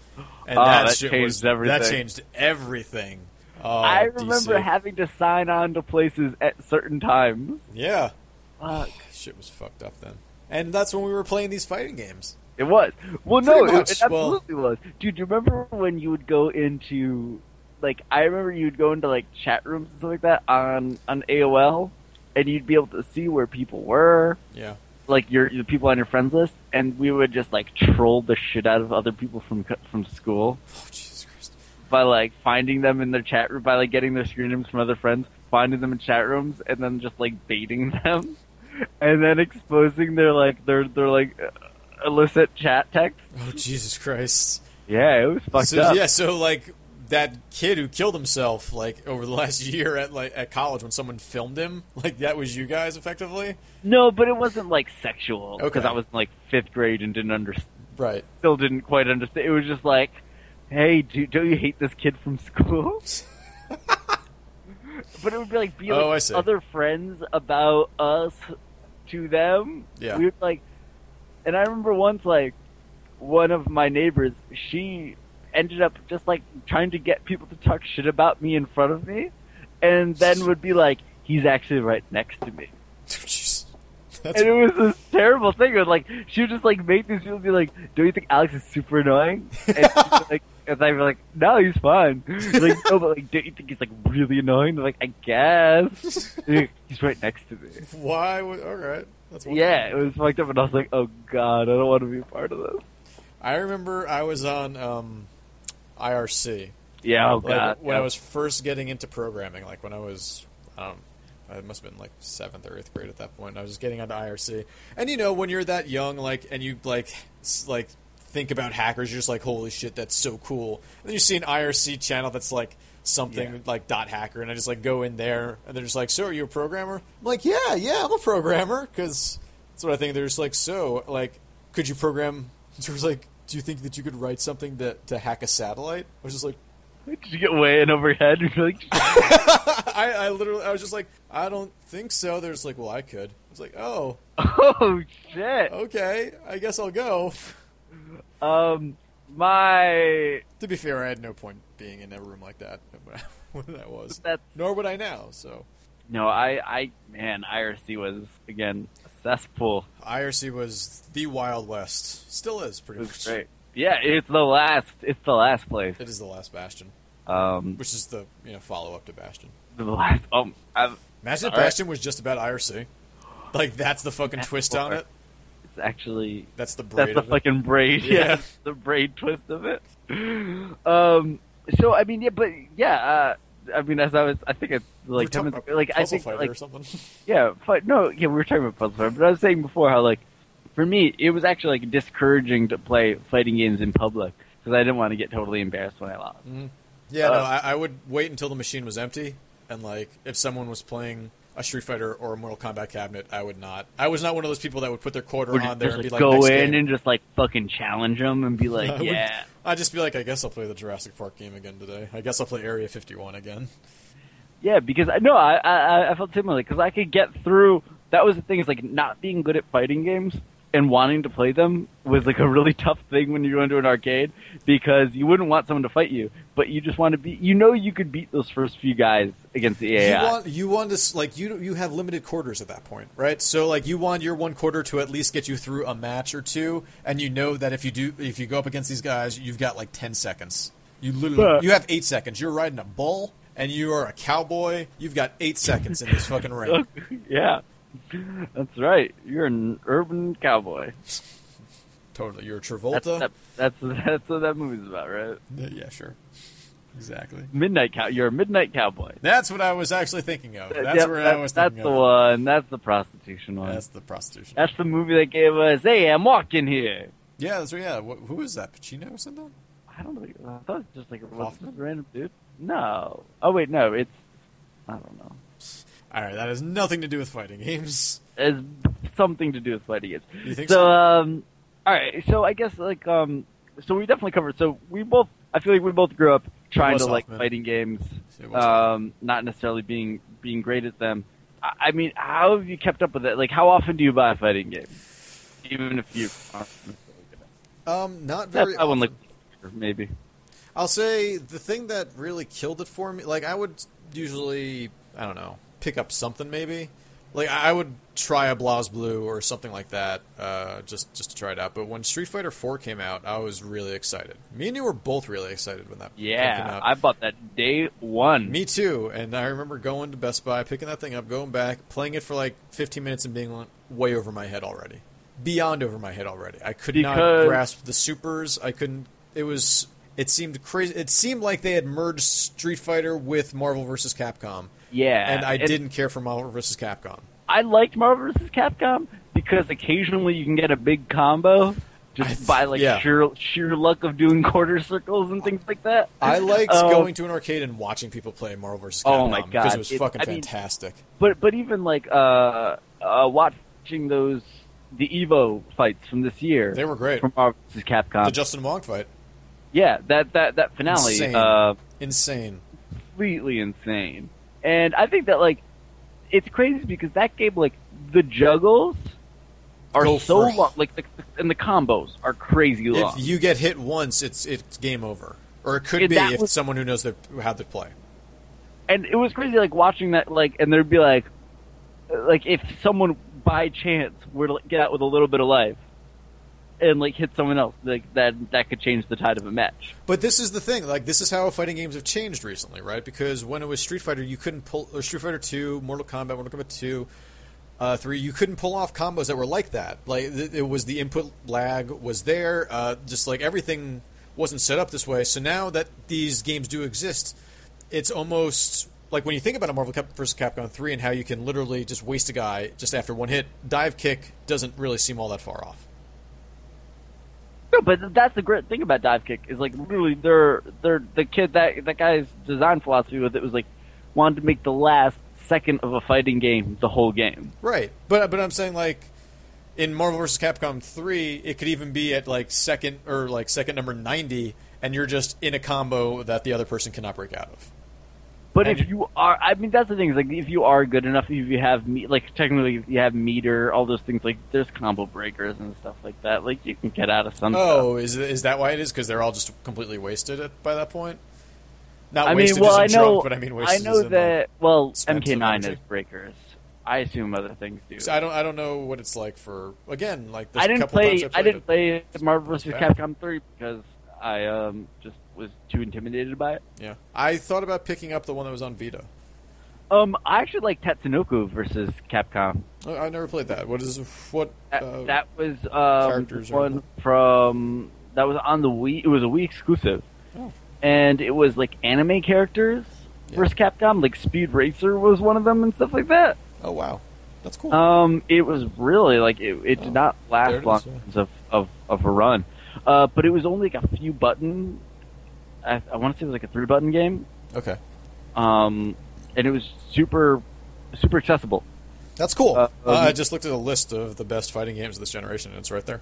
And
Oh,
that,
that
shit
changed
was that
everything.
changed everything. Oh,
I remember
DC.
having to sign on to places at certain times.
Yeah.
Fuck.
Shit was fucked up then. And that's when we were playing these fighting games.
It was. Well,
Pretty
no, it,
much,
it absolutely was. Dude, do you remember when you would go into, like, I remember you'd go into like chat rooms and stuff like that on on AOL, and you'd be able to see where people were,
Yeah.
like your the people on your friends list, and we would just like troll the shit out of other people from co- from school
Oh Jesus Christ.
by like finding them in their chat room by like getting their screen names from other friends, finding them in chat rooms, and then just like baiting them, and then exposing their like their their like illicit chat text.
Oh Jesus Christ.
Yeah, it was fucked
so,
up.
Yeah, so like that kid who killed himself like over the last year at like at college when someone filmed him, like that was you guys effectively,
No, but it wasn't like sexual because
Okay.
I was in, like fifth grade and didn't under
right?
still didn't quite understand. It was just like, hey, do, don't you hate this kid from school? but it would be like be
Oh, I
like
see.
other friends about us to them.
Yeah.
we would like, and I remember once like one of my neighbors, she ended up just like trying to get people to talk shit about me in front of me, and then would be like, he's actually right next to me.
Jeez. That's
And it was this terrible thing. It was like she would just like make these people be like, "Don't you think Alex is super annoying?" And she'd be like, and I'd be like, "No, he's fine." She's like, no, but like, don't you think he's like really annoying? They're like, I guess And like, he's right next to me.
why. Would, all right, that's one
Yeah, it was fucked up, and I was like, "Oh God, I don't want to be a part of this."
I remember I was on um, IRC
Yeah, oh
like,
God.
when
yeah.
I was first getting into programming, like when I was, I don't, I must have been like seventh or eighth grade at that point. I was just getting onto IRC, and you know when you're that young, like, and you like, s- like think about hackers, you're just like, holy shit, that's so cool. And then you see an IRC channel that's like something like dot hacker, and I just like go in there, and they're just like, so are you a programmer? I'm like, yeah, yeah, I'm a programmer, because that's what I think. They're just like, so like, could you program? It was like. Do you think that you could write something that to hack a satellite? I was just like,
Did you get way in over your head? You're like,
I, I literally, I was just like, I don't think so. They're just like, well, I could. I was like, oh,
"Oh shit."
okay, I guess I'll go.
Um, my
to be fair, I had no point being in a room like that when that was,
that's
nor would I now. So
no, I I man, IRC was again a cesspool.
IRC was the Wild West, still is pretty
It's
much.
great. Yeah, it's the last. It's the last place.
It is the last Bastion,
Um,
which is the you know follow up to Bastion.
the last. Um, I've,
Imagine if
All right.
Bastion was just about IRC. Like that's the fucking
That's
twist
more.
on it.
it's actually
That's the braid
that's the
of it.
fucking braid. Yeah,
Yeah.
the braid twist of it. Um, so I mean, yeah, but yeah, uh, I mean, as I was, I think it's like,
We're talking
Demon's-
about
like I
Puzzle
think
Fighter
like
or something.
yeah, but no, yeah, we were talking about puzzle fighter, but I was saying before how like for me it was actually like discouraging to play fighting games in public because I didn't want to get totally embarrassed when I lost.
Yeah, no,
Uh,
I, I would wait until the machine was empty, and like if someone was playing a Street Fighter or a Mortal Kombat cabinet, I would not. I was not one of those people that would put their quarter
Or
on
just,
there
just
and be
like,
like,
go
"Next
in
game."
and just like fucking challenge them and be like,
I would-
yeah.
I'd just be like, I guess I'll play the Jurassic Park game again today. I guess I'll play Area 51 again.
Yeah, because I no, I I, I felt similarly because I could get through. That was the thing is like not being good at fighting games and wanting to play them was like a really tough thing when you go into an arcade because you wouldn't want someone to fight you, but you just want to be. You know, you could beat those first few guys against the AI.
You want you want to s- like you you have limited quarters at that point, right? So like you want your one quarter to at least get you through a match or two, and you know that if you do if you go up against these guys, you've got like ten seconds. You literally
But-
you have eight seconds. You're riding a bull and you are a cowboy. You've got eight seconds in this fucking ring.
yeah, that's right. You're an urban cowboy.
totally, you're a
That's
Travolta.
that, that's that's what that movie's about, right?
Yeah, sure, exactly.
Midnight cow. You're a midnight cowboy.
That's what I was actually thinking of. That's
Yep,
where I
that-
was
That's
thinking
the
of.
one. That's the prostitution one.
That's the prostitution.
That's the movie that gave us, hey, I'm walking here.
yeah, that's right. Yeah, Wh- who was that? Pacino or something?
I don't think, I thought it was just like, was
Hoffman?
a random dude? No. Oh, wait, no, it's, I don't know.
All right, that has nothing to do with fighting games.
It's something to do with fighting games.
You think
so,
so?
um, alright, so I guess, like, um, so we definitely covered, so we both, I feel like we both grew up trying
was
to like
Hoffman.
fighting games,
It was
um, not necessarily being, being great at them. I, I mean, how have you kept up with it? Like, how often do you buy a fighting game? Even if you,
Um, not
that's
very.
that one,
often.
like, maybe.
I'll say the thing that really killed it for me. Like I would usually, I don't know, pick up something maybe. Like I I would try a Blouse Blue or something like that, uh, just just to try it out. But when Street Fighter Four came out, I was really excited. Me and you were both really excited when that that came
Yeah,
out.
I bought that day one.
Me too. And I remember going to Best Buy, picking that thing up, going back, playing it for like 15 minutes and being like, way over my head already. Beyond over my head already. I could not
Because-
grasp the supers. I couldn't. It was. It seemed crazy. It seemed like they had merged Street Fighter with Marvel vs. Capcom.
yeah,
And I didn't care for Marvel vs. Capcom.
I liked Marvel vs. Capcom because occasionally you can get a big combo just
I-
by like
yeah.
sheer sheer luck of doing quarter circles and things like that.
I liked
Um,
going to an arcade and watching people play Marvel vs. Capcom
Oh my
because
God.
it was
It-
fucking
I mean-
fantastic.
but but even like uh, uh watching those the Evo fights from this year
they were great.
from uh, Marvel vs.
the
Capcom.
Justin Wong fight,
yeah, that that that finale.
Insane.
Uh,
insane.
completely insane. And I think that like it's crazy because that game like the juggles are
Go
so
for-
long, like the, and the combos are crazy long.
if you get hit once, it's it's game over, or it could
If
be
that
if
was-
someone who knows their, how to play.
and it was crazy like watching that like and there'd be like like if someone by chance were to like, get out with a little bit of life and like hit someone else like that that could change the tide of a match.
But this is the thing, like this is how fighting games have changed recently, right? Because when it was Street Fighter, you couldn't pull or Street Fighter Two, Mortal Kombat, Mortal Kombat Two, uh, Three, you couldn't pull off combos that were like that. Like th- it was the input lag was there, uh, just like everything wasn't set up this way. So now that these games do exist, it's almost like when you think about a Marvel Cap- vs. Capcom Three and how you can literally just waste a guy just after one hit, dive kick doesn't really seem all that far off.
No, but that's the great thing about dive kick is like literally their their the kid that that guy's design philosophy with it was like wanted to make the last second of a fighting game the whole game.
Right, but but I'm saying like in Marvel vs. Capcom three, it could even be at like second or like second number ninety, and you're just in a combo that the other person cannot break out of.
But
And-
if you are, I mean, that's the thing is like if you are good enough, if you have me, like technically if you have meter, all those things like there's combo breakers and stuff like that. Like you can get out of some.
Oh, is is that why it is? Because they're all just completely wasted at, by that point. Not
stuff. I mean,
wasted
well,
as in
I know,
drunk, but I mean
I
wasted. as
know
in,
that. well,
spent some
MK9 has
energy.
breakers. I assume other things do.
like- I don't I don't know what it's like for again like. The
I didn't
couple
play.
Times I,
I
played
didn't
it.
play Marvel vs.
bad.
Capcom three because I um just was too intimidated by it.
Yeah, I thought about picking up the one that was on Vita.
Um, I actually like Tatsunoko versus Capcom.
I, I never played that. What is what?
That,
uh,
that was um
characters are-
one from that was on the Wii. It was a Wii exclusive,
Oh.
and it was like anime characters First Capcom, like Speed Racer was one of them and stuff like that.
Oh wow, that's cool.
Um, it was really like it, it
Oh,
did not last
there it is,
long
yeah.
in terms of, of, of a run, uh, but it was only like a few button. I, I want to say it was like a three button game,
okay,
um, and it was super super accessible.
that's cool.
Uh,
Uh, I
um,
just looked at a list of the best fighting games of this generation, and it's right there.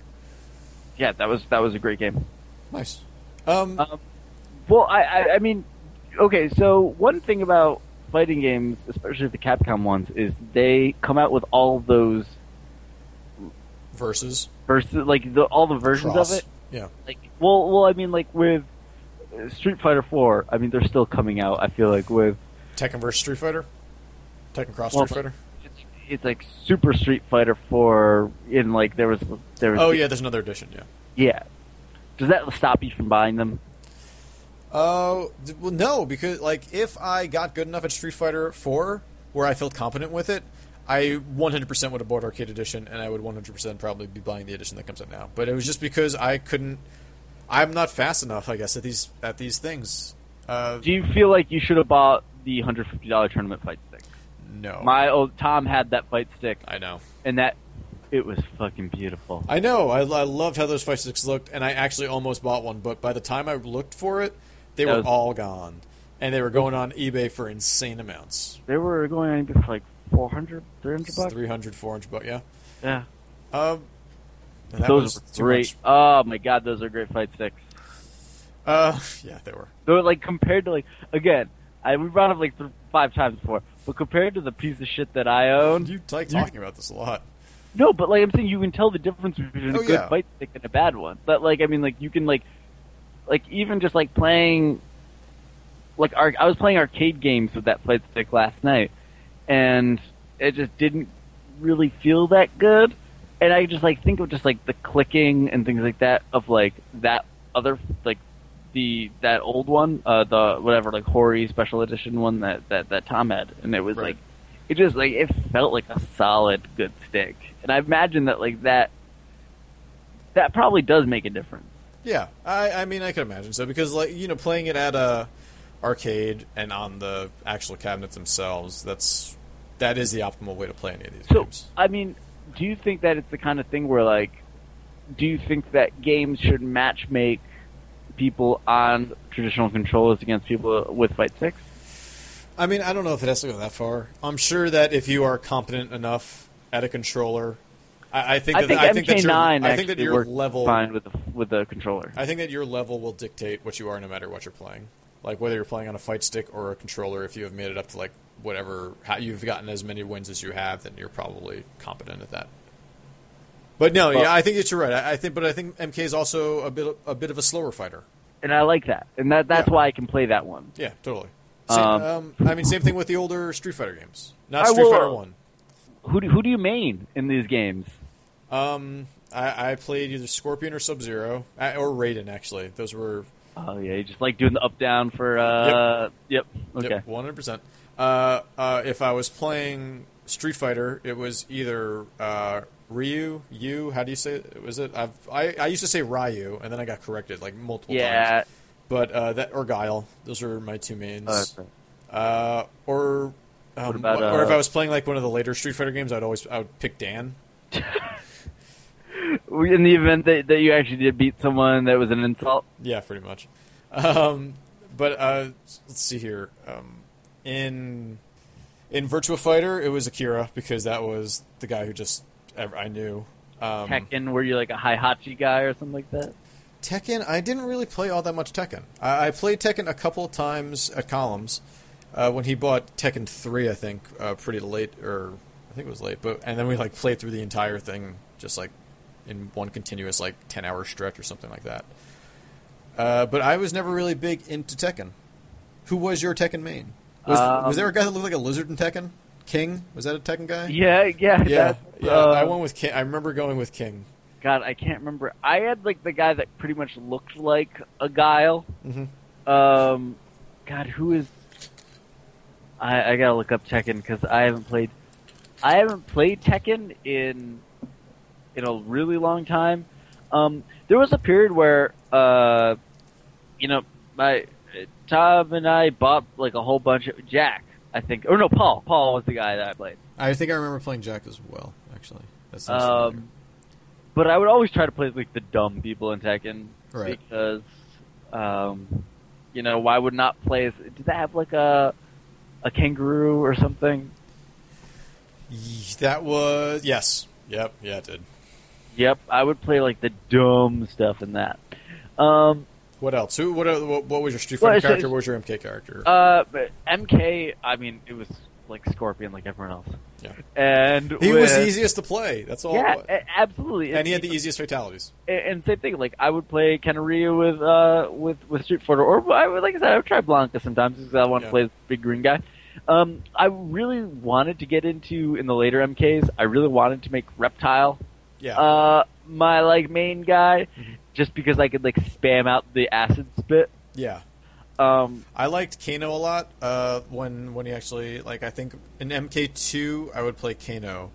Yeah, that was that was a great game.
Nice. Um,
Um, well, I, I I mean, okay. So one thing about fighting games, especially the Capcom ones, is they come out with all those
versus
versus like the, all the versions
cross.
of it.
Yeah.
like well well i mean like with uh, street fighter 4 i mean they're still coming out i feel like with
Tekken versus Street Fighter. Tekken Cross
Well,
Street Fighter.
it's, it's like super street fighter 4 in like there was there was
Oh yeah, there's another edition. Yeah.
yeah does that stop you from buying them
Uh, d- well, no, because like if I got good enough at Street Fighter Four, where I felt competent with it, I 100% would have bought Arcade Edition, and I would 100% probably be buying the edition that comes out now. But it was just because I couldn't. I'm not fast enough, I guess, at these at these things. Uh,
do you feel like you should have bought the $150 tournament fight stick
no,
my old tom had that fight stick
I know,
and that it was fucking beautiful
I know. I, I loved how those fight sticks looked, and I actually almost bought one. But by the time I looked for it, they
That
were
was-
all gone, and they were going on eBay for insane amounts.
they were going on eBay for like 400 300 bucks
300, 400 bucks, yeah.
yeah
Um, and that
those
was
were
too
great
much.
oh my god those are great fight sticks
Uh, yeah, they were.
So like compared to like again, I we brought up like th- five times before, but compared to the piece of shit that I own,
You like talking about this a lot.
no, but like I'm saying, you can tell the difference between a
Oh,
good
yeah.
fight stick and a bad one. But like I mean, like you can like like even just like playing like ar- I was playing arcade games with that fight stick last night, and it just didn't really feel that good. And I just like think of just like the clicking and things like that of like that other like the that old one, uh, the whatever like Hori special edition one that that that Tom had, and it was
Right.
like it just like it felt like a solid good stick. And I imagine that like that that probably does make a difference.
Yeah, I, I mean, I could imagine so because, like, you know, playing it at a arcade and on the actual cabinets themselves, that's that is the optimal way to play any of these
So,
games.
I mean, do you think that it's the kind of thing where, like, do you think that games should match make people on traditional controllers against people with Fight Six?
I mean, I don't know if it has to go that far. I'm sure that if you are competent enough at a controller, I, I think
I
that
think
I think that your,
MK9
I
actually
think that your
works
level
fine with the with the controller.
I think that your level will dictate what you are no matter what you're playing. Like whether you're playing on a fight stick or a controller, if you have made it up to like whatever how you've gotten as many wins as you have, then you're probably competent at that. But no,
Well-
yeah, I think that you're right. I, I think, but I think MK is also a bit a bit of a slower fighter.
and I like that, and that that's
Yeah.
why I can play that one.
Yeah, totally. Same,
Um,
um, I mean, same thing with the older Street Fighter games, not
I
Street
will-
Fighter One.
Who do, who do you main in these games?
Um, I, I played either Scorpion or Sub Zero or Raiden. Actually, those were
Oh yeah, you just like doing the up down for uh. Yep. Okay.
One hundred percent. Uh, If I was playing Street Fighter, it was either uh, Ryu, you. How do you say? It? Was it? I've, I I used to say Ryu, and then I got corrected like multiple
Yeah.
times. But uh, that or Guile. Those are my two mains.
Oh, that's right.
Uh, or. Um,
about,
or if
uh,
I was playing like one of the later Street Fighter games, I'd always I would pick Dan.
In the event that, that you actually did beat someone that was an insult,
Yeah, pretty much. Um, but uh, let's see here. Um, in in Virtua Fighter, it was Akira because that was the guy who just ev- I knew. Um,
Tekken, were you like a Hihachi guy or something like that?
Tekken, I didn't really play all that much Tekken. I, I played Tekken a couple of times at Columns uh, when he bought Tekken three, I think, uh, pretty late, or I think it was late. But and then we like played through the entire thing just like in one continuous like ten hour stretch or something like that. Uh, but I was never really big into Tekken. Who was your Tekken main? Was, was there a guy that looked like a lizard in Tekken? King was that a Tekken guy?
Yeah,
yeah.
yeah, that-
yeah,
uh,
I went with King. I remember going with King.
God, I can't remember. I had like the guy that pretty much looked like a Guile.
Mhm.
Um, God, who is? I, I gotta look up Tekken because I haven't played. I haven't played Tekken in in a really long time. Um, there was a period where, uh, you know, my Tom and I bought like a whole bunch of Jack, I think, or no, Paul. Paul was the guy that I played.
I think I remember playing Jack as well. Actually, that sounds familiar.
Um, but I would always try to play like the dumb people in Tekken
Right.
because, um, you know, why would not play? as- Did they have like a a kangaroo or something?
Ye- That was yes. Yep. Yeah, it did.
Yep, I would play like the dumb stuff in that. Um,
What else? Who? What? uh, What, what was your Street
Well,
Fighter
it's-
character?
it's-
What was your MK character?
uh, but MK, I mean, it was like Scorpion, like everyone else.
Yeah.
And
he was
with-
the easiest to play. That's all.
Yeah,
it was.
a- absolutely.
and he had the easiest fatalities.
and, and same thing. Like I would play Kenryu with uh with with Street Fighter, or I would like I said I would try Blanca sometimes because I want to
Yeah.
play the big green guy. Um, I really wanted to get into in the later MKs. I really wanted to make Reptile
Yeah. Mm-hmm.
uh my like main guy, just because I could like spam out the acid spit.
yeah.
Um,
I liked Kano a lot. Uh, when when he actually like I think in MK two I would play Kano.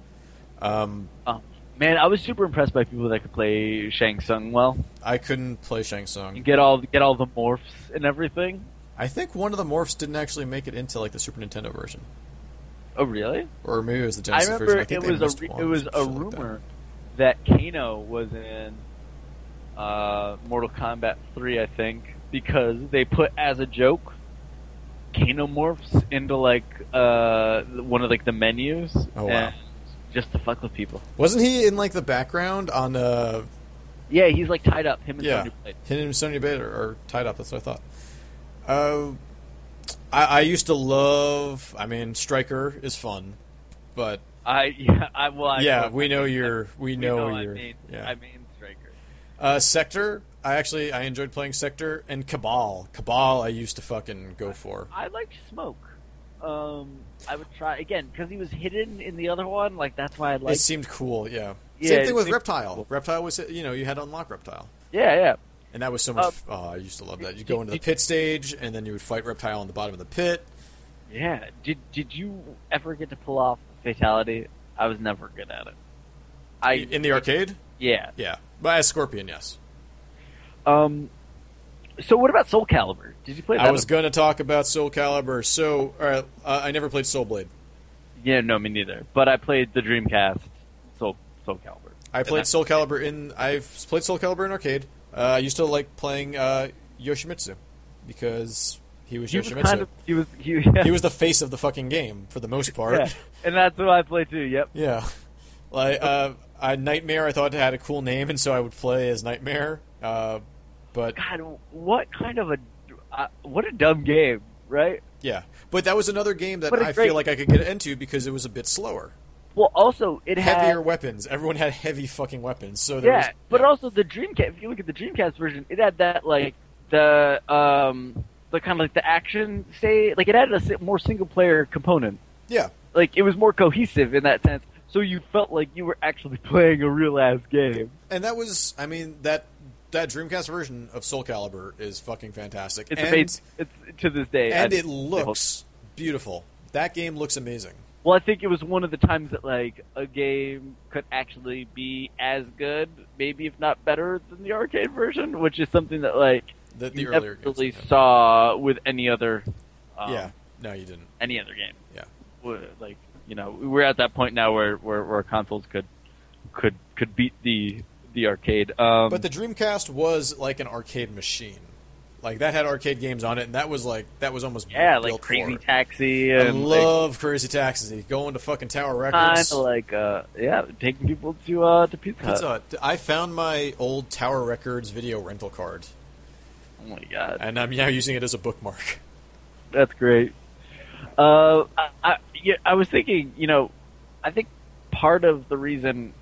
Um,
oh, man, I was super impressed by people that could play Shang Tsung well
I couldn't play Shang
and
Tsung.
get all get all the morphs and everything.
I think one of the morphs didn't actually make it into like the Super Nintendo version,
Oh, really?
or maybe it was the
I
Genesis
remember
version. I think
it
they
was
missed
a re-
one
it
or
was
some
a
shit like that.
rumor that. Kano was in uh, Mortal Kombat 3, I think, because they put as a joke Kano morphs into like uh, one of like the menus.
Oh, wow.
and Just to fuck with people.
Wasn't he in like the background on uh
Yeah, he's like tied up. Him and
yeah
Sonya Blade.
him and Sonya Blade are, are tied up? That's what I thought. Uh, I, I used to love. I mean, Striker is fun, but
I yeah I well I
yeah, we know you're. We
we
know,
I
you're.
mean
yeah.
I mean Striker.
Uh, Sector. I actually I enjoyed playing Sector and Cabal. Cabal, I used to fucking go for.
I liked Smoke. Um, I would try again because he was hidden in the other one. Like that's why I
it
liked
seemed cool, yeah.
Yeah,
Same
it
thing with
seemed
Reptile.
cool.
Reptile was you know you had to unlock Reptile,
Yeah, yeah.
and that was so much.
Uh,
f- oh, I used to love that. You go into the pit stage, and then you would fight Reptile in the bottom of the pit.
Yeah. Did did you ever get to pull off fatality? I was never good at it. I
in the arcade.
yeah.
Yeah, but as Scorpion, yes.
Um so what about Soul Calibur? Did you play that?
I was going to talk about Soul Calibur. So, all right, uh, I never played Soul Blade.
Yeah, no me neither. But I played the Dreamcast Soul Soul Calibur.
I
And
played Soul Calibur in. I've played Soul Calibur in arcade. Uh, I used to like playing uh, Yoshimitsu because he was
he was
Yoshimitsu.
kind of he was he, yeah,
He was the face of the fucking game for the most part.
yeah. And that's what I played too. Yep.
Yeah. Like uh, I, Nightmare, I thought had a cool name, and so I would play as Nightmare. Uh, but
God, what kind of a uh, what a dumb game, right?
yeah, but that was another game that
What a
I
great-
feel like I could get into because it was a bit slower.
Well, also it had
Heavier weapons. Everyone had heavy fucking weapons. So there
yeah,
was,
but
yeah.
also the Dreamcast. If you look at the Dreamcast version, it had that like the um the kind of like the action say like it had a si- more single player component.
yeah,
Like it was more cohesive in that sense, so you felt like you were actually playing a real ass game.
and that was I mean that that Dreamcast version of Soul Calibur is fucking fantastic.
It's
and,
amazing. It's to this day,
and
I-
it looks beautiful. That game looks amazing.
well. I think it was one of the times that like a game could actually be as good, maybe if not better than the arcade version, which is something that like
The, the
you
earlier
never
games.
really
yeah.
saw with any other um,
yeah, no, you didn't.
any other game.
Yeah.
We're- Like you know, we're at that point now where where, where consoles could could could beat the the arcade. Um,
But the Dreamcast was like an arcade machine. Like that had arcade games on it, and that was like that was almost
yeah, like
built
Crazy
for it.
Taxi
I
and
love Crazy Taxi. Going to fucking Tower
like, kind
Records.
of like uh, yeah, taking people to uh to Pizza Hut.
Pizza Hut. I found my old Tower Records video rental card,
Oh my god.
and I'm now using it as a bookmark.
That's great. Uh, I, I, yeah, I was thinking, you know, I think part of the reason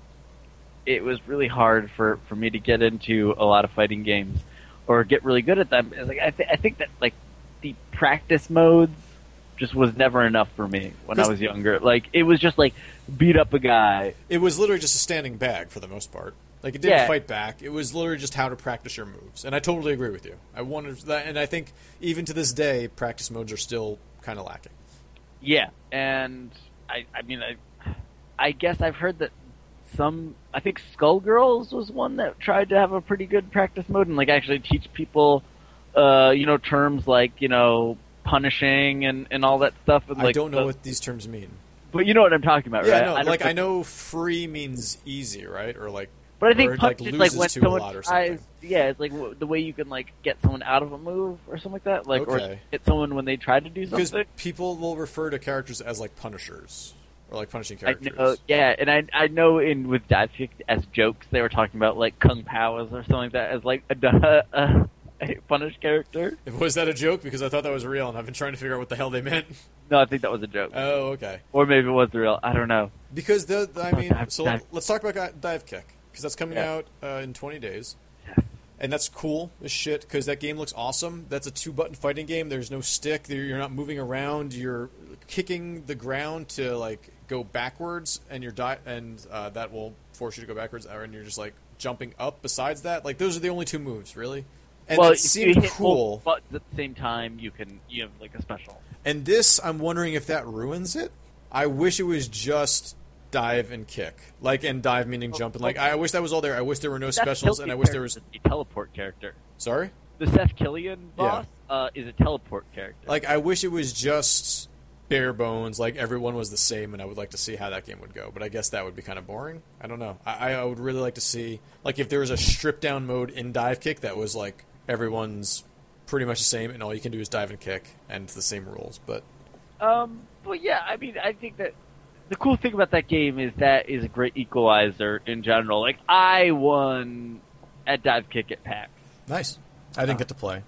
it was really hard for, for me to get into a lot of fighting games or get really good at them is like I, th- I think that like the practice modes just was never enough for me when I
Cause-
was younger. Like it was just like beat up a guy.
It was literally just a standing bag for the most part. Like it didn't
Yeah.
fight back. It was literally just how to practice your moves, and I totally agree with you. I wanted that, and I think even to this day, practice modes are still kind of lacking.
Yeah, and I I mean I I guess I've heard that some I think Skullgirls was one that tried to have a pretty good practice mode and like actually teach people uh, you know, terms like you know punishing and, and all that stuff. And, like,
I don't know
the-
what these terms mean.
but you know what I'm talking about,
Yeah,
right?
no,
don't
like
know-
I know free means easy, right? Or like,
But I think
or, like
punch is
loses
like when
to a
someone
lot or something.
tries. Yeah, it's like w- the way you can like get someone out of a move or something like that, like or
Okay.
hit someone when they try to do
Because
something.
people will refer to characters as like punishers or like punishing
I
characters.
know, yeah, and I I know in with Datsuk as jokes they were talking about like Kung Powers or something like that as like a, a, a, a punish character.
If- Was that a joke? Because I thought that was real, and I've been trying to figure out what the hell they meant.
No, I think that was a joke,
Oh, okay.
or maybe it was real. I don't know.
Because the, the- I
Oh,
mean,
dive-
so
dive-
let's talk about Gi- Dive Kick because that's coming
Yeah.
out uh, in 20 days,
Yeah.
and that's cool as shit because that game looks awesome. That's a two-button fighting game. There's no stick. There- You're not moving around. You're kicking the ground to like go backwards, and you're di- and uh, that will force you to go backwards. Or and you're just like jumping up. Besides that, like those are the only two moves really. And
well,
it
if you
seemed
hit
cool.
multiple buttons at the same time, you can you have like a special.
And this, I'm wondering if that ruins it. I wish it was just dive and kick, like and dive meaning jump, and like I wish that was all there. I wish there were no
Seth
specials, and
Killian
I wish there was
character is a teleport character.
sorry,
The Seth Killian
Yeah.
boss uh, is a teleport character.
like I wish it was just bare bones, like everyone was the same, and I would like to see how that game would go. But I guess that would be kind of boring. I don't know. I, I would really like to see like if there was a stripped down mode in dive kick that was like everyone's pretty much the same, and all you can do is dive and kick, and it's the same rules. But
Um, but yeah, I mean, I think that the cool thing about that game is that is a great equalizer in general. Like I won at dive kick at PAX.
nice. I didn't get to play.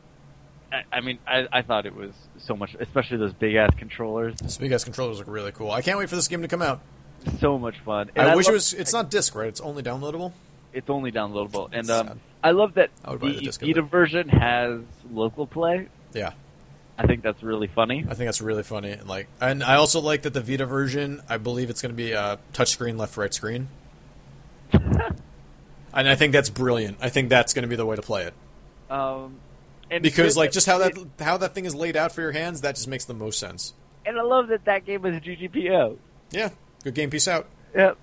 I, I mean, I, I thought it was so much, especially those big ass controllers.
This big ass controllers look really cool. I can't wait for this game to come out.
So much fun. And
I, wish it
love-
was. It's not disc, right? It's only downloadable.
It's only downloadable, and
That's
um,
sad.
I love that
I would buy the
the
disc of
Vita
it.
version has local play.
Yeah,
I think that's really funny.
I think that's really funny. And like, and I also like that the Vita version. I believe it's going to be a touchscreen, left, right screen. and I think that's brilliant. I think that's going to be the way to play it
Um, and
because,
it-
like, just how that
it-
how that thing is laid out for your hands, that just makes the most sense.
and I love that that game is GGPO.
Yeah, good game. Peace out.
Yep.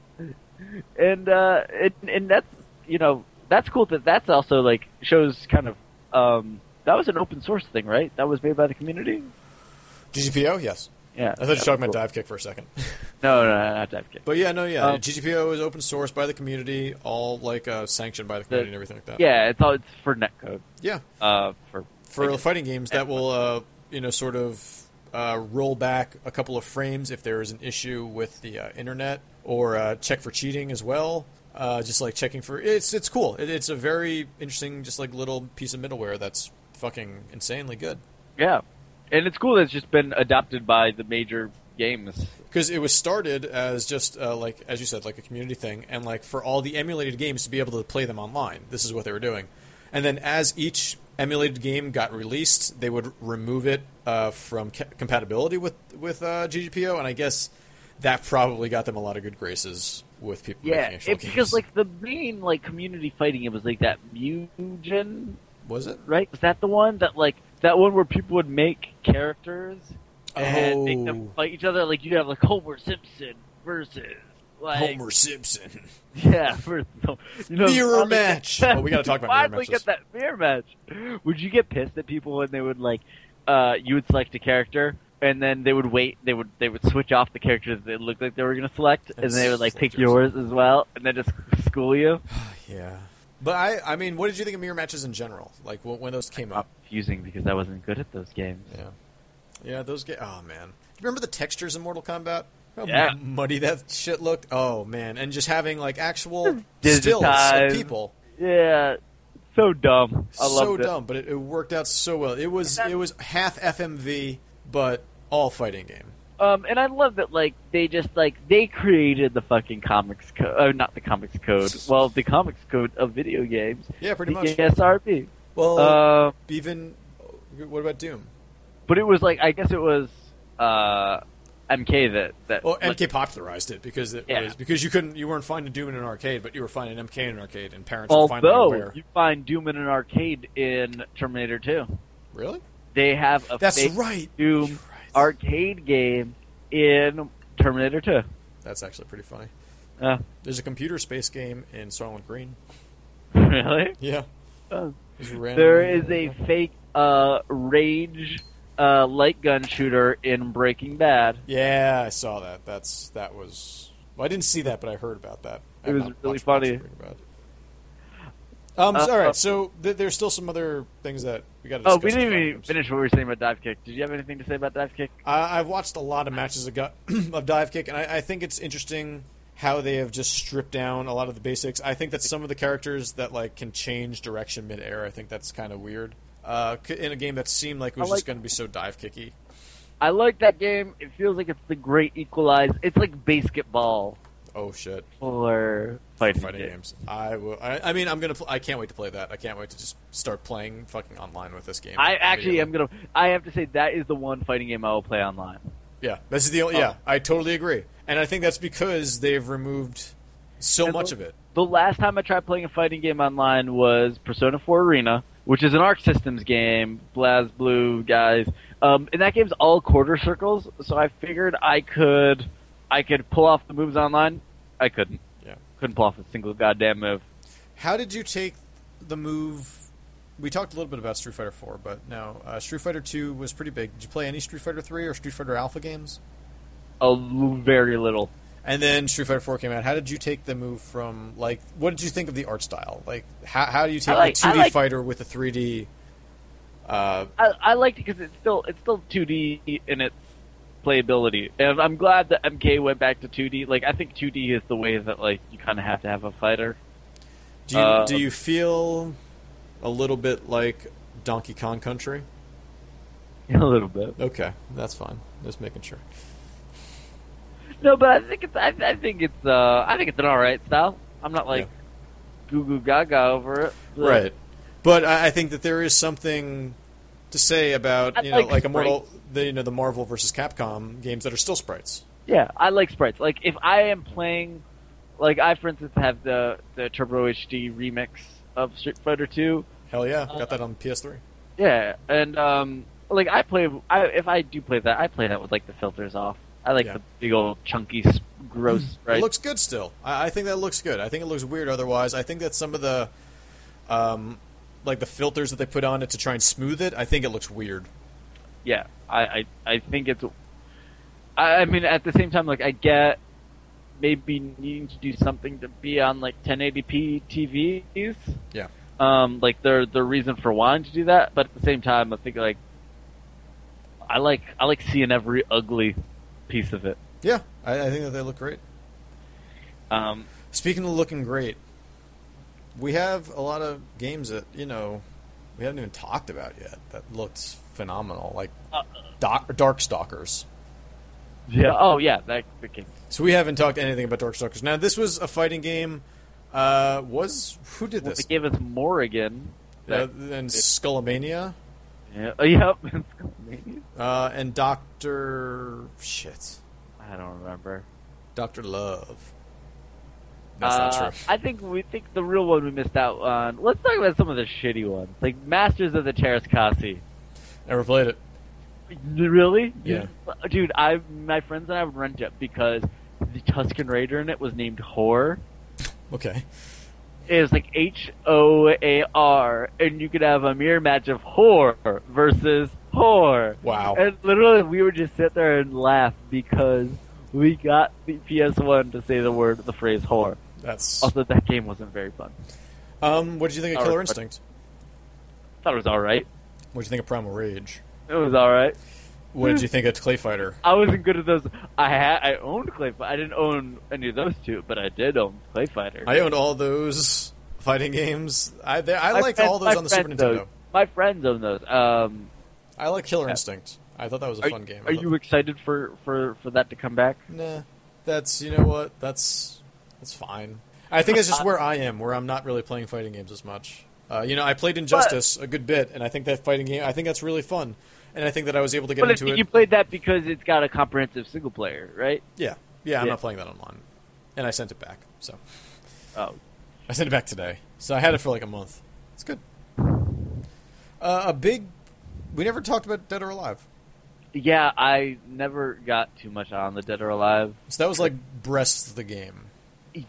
And uh, and and that's you know that's cool that that's also like shows kind of um that was an open source thing, right? That was made by the community.
GGPO, yes.
Yeah.
I thought you were
yeah,
talking about
cool.
dive kick for a second.
No, no, no, not DiveKick.
But yeah, no, yeah.
Um,
GGPO is open source by the community, all like uh, sanctioned by the community and everything like that.
Yeah, it's all it's for netcode.
yeah.
Uh, for
for
like,
fighting games that will uh, you know sort of uh, roll back a couple of frames if there is an issue with the uh, internet or uh, check for cheating as well. Uh, just like checking for it's it's cool. It, it's a very interesting, just like little piece of middleware that's fucking insanely good.
yeah, and it's cool that it's just been adopted by the major games.
because it was started as just uh, like as you said like a community thing and like for all the emulated games to be able to play them online this is what they were doing and then as each emulated game got released they would remove it uh, from ca- compatibility with with uh, ggpo and i guess that probably got them a lot of good graces with people
Yeah,
making actual
it's
games.
because like the main like community fighting it was like that Mugen
was it
right? Was that the one that like that one where people would make characters and make them
Oh.
fight each other? Like you'd have like Homer Simpson versus like
homer simpson
yeah, versus you know
Mirror
why we get-
match. Oh, we gotta talk about
why
mirror
we get
matches.
that mirror match? Would you get pissed at people when they would like uh you would select a character? And then they would wait. They would they would switch off the characters they looked like they were gonna select, and,
And
they would like
select
pick yours
yours.
as well, and then just school you.
yeah but i i mean what did you think of mirror matches in general like when, when those came
Uh,
up
Confusing because I wasn't good at those games.
Yeah. Yeah, those get. Oh, man. Do you remember the textures in Mortal Kombat? How
Yeah.
muddy that shit looked? Oh, man. And just having, like, actual
Digitized.
stills of people.
Yeah, so dumb. I
so
loved it.
dumb, but it, it worked out so well. It was
And that-
it was half FMV, but all fighting game.
Um, and I love that, like, they just, like, they created the fucking comics code. Uh, not the comics code. Well, the comics code of video games.
Yeah, pretty
the E
much.
ASRP.
Well,
Um,
even. What about Doom?
but it was, like, I guess it was, uh, MK that, that.
Well,
like,
MK popularized it because it
Yeah.
was because you couldn't you weren't finding Doom in an arcade, but you were finding MK in an arcade, and parents were finally
Although,
aware.
you find Doom in an arcade in Terminator 2.
Really?
They have a
That's
fake
right.
Doom
You're right.
arcade game in Terminator 2.
That's actually pretty funny.
Uh,
There's a computer space game in Silent Green.
really?
Yeah.
Oh.
It's random.
There is a fake uh, rage uh, light gun shooter in Breaking Bad.
Yeah, I saw that. That's that was. Well, I didn't see that, but I heard about that.
It
I'm
was
not
really
much watching
funny.
Breaking Bad. Um,
Uh,
all right,
uh,
so th- there's still some other things that we got to.
Oh, we didn't even finish what we were saying about dive kick. Did you have anything to say about dive kick?
I, I've watched a lot of matches of, gut, of dive kick, and I, I think it's interesting how they have just stripped down a lot of the basics. I think that some of the characters that like can change direction midair. I think that's kind of weird. Uh, c- in a game that seemed like it was
I like-
just going to be so dive kicky.
I like that game. It feels like it's the great equalize. It's like basketball
Oh shit!
for fighting,
Fighting
games.
games. I will. I, I mean, I'm gonna. Pl- I can't wait to play that. I can't wait to just start playing fucking online with this game.
I actually am
immediately.
gonna. I have to say that is the one fighting game I will play online.
Yeah, this is the.
Oh.
only Yeah, I totally agree, and I think that's because they've removed so
And
much
the-
of it.
The last time I tried playing a fighting game online was Persona 4 Arena, which is an Arc Systems game, BlazBlue guys. Um, and that game's all quarter circles, so I figured I could, I could pull off the moves online. I couldn't.
Yeah.
Couldn't pull off a single goddamn move.
How did you take the move? We talked a little bit about Street Fighter Four, but no, uh, Street Fighter Two was pretty big. Did you play any Street Fighter Three or Street Fighter Alpha games?
A l- very little.
And then Street Fighter Four came out. How did you take the move from like? What did you think of the art style? Like, how, how do you take
like-
a
I
two D
like-
fighter with a three D? Uh,
I, I liked it because it's still it's still 2D in its playability, and I'm glad that MK went back to 2D. Like I think 2D is the way that like you kind of have to have a fighter.
do you
Uh,
do you feel a little bit like Donkey Kong Country?
A little bit.
Okay, that's fine. Just making sure.
No, but I think it's I, I think it's uh I think it's an all right style. I'm not like goo goo gaga over it. but
Right. But I, I think that there is something to say about
I
you know
like
like a Mortal the you know the Marvel versus Capcom games that are still sprites.
Yeah, I like sprites. Like if I am playing, like I for instance have the the Turbo HD remix of Street Fighter Two.
Hell yeah, got that on PS3.
Yeah, and um, like I play, I if I do play that, I play that with like the filters off. I like
Yeah.
the big old chunky, s- gross
It
sprites.
looks good still. I, I think that looks good. I think it looks weird otherwise. I think that some of the um like the filters that they put on it to try and smooth it, I think it looks weird.
yeah, I, I I think it's. I, I mean, at the same time, like I get maybe needing to do something to be on like 1080p TVs.
Yeah.
Um, like the the reason for wanting to do that, but at the same time, I think like I like I like seeing every ugly piece of it.
Yeah, I, I think that they look great.
Um,
Speaking of looking great, we have a lot of games that you know we haven't even talked about yet that looked phenomenal, like Dark Darkstalkers.
yeah. Oh yeah, that the game.
So we haven't talked anything about Darkstalkers. Now this was a fighting game. Uh, was who did
Well,
this?
they gave us Morrigan.
Uh,
That-
and Skullomania
yeah. Oh, yep.
uh, and Doctor shit,
I don't remember.
Doctor Love. That's
Uh,
not true.
I think we think the real one we missed out on. Let's talk about some of the shitty ones, like Masters of the Terrascasi.
Never played it.
Really?
Yeah.
Dude, I my friends and I would rent it because the Tuscan Raider in it was named Whore.
Okay.
It was like H O A R, and you could have a mirror match of Whore versus Whore.
Wow.
And literally, we would just sit there and laugh because we got the PS1 to say the word, the phrase whore.
That's
Also, that game wasn't very fun.
um. What did you think of
Sorry,
Killer
but-
Instinct?
Thought it was alright.
What did you think of Primal Rage?
It was alright.
What did you think of Clay Fighter?
I wasn't good at those. I had, I owned Clay Fighter. I didn't own any of those two, but I did own Clay Fighter.
I owned all those fighting games. I they, I
My
liked
friend-
all
my
those on the Super
friend
Nintendo.
owned- my friends own those. Um,
I like Killer Instinct. I thought that was a
are,
fun game. I
are
thought-
you excited for, for, for that to come back?
Nah, that's you know what? That's that's fine. I think that's
Uh,
just where I am, where I'm not really playing fighting games as much. Uh, you know, I played Injustice a good bit, and I think that fighting game. I think that's really fun, and I think that I was able to get
But
into it.
you played that because it's got a comprehensive single player, right?
Yeah, yeah. I'm
Yeah.
not playing that online, and I sent it back. So
Oh,
I sent it back today. So I had it for like a month. It's good. Uh, a big. We never talked about Dead or Alive.
Yeah, I never got too much on the Dead or Alive.
So that was like breast of the game.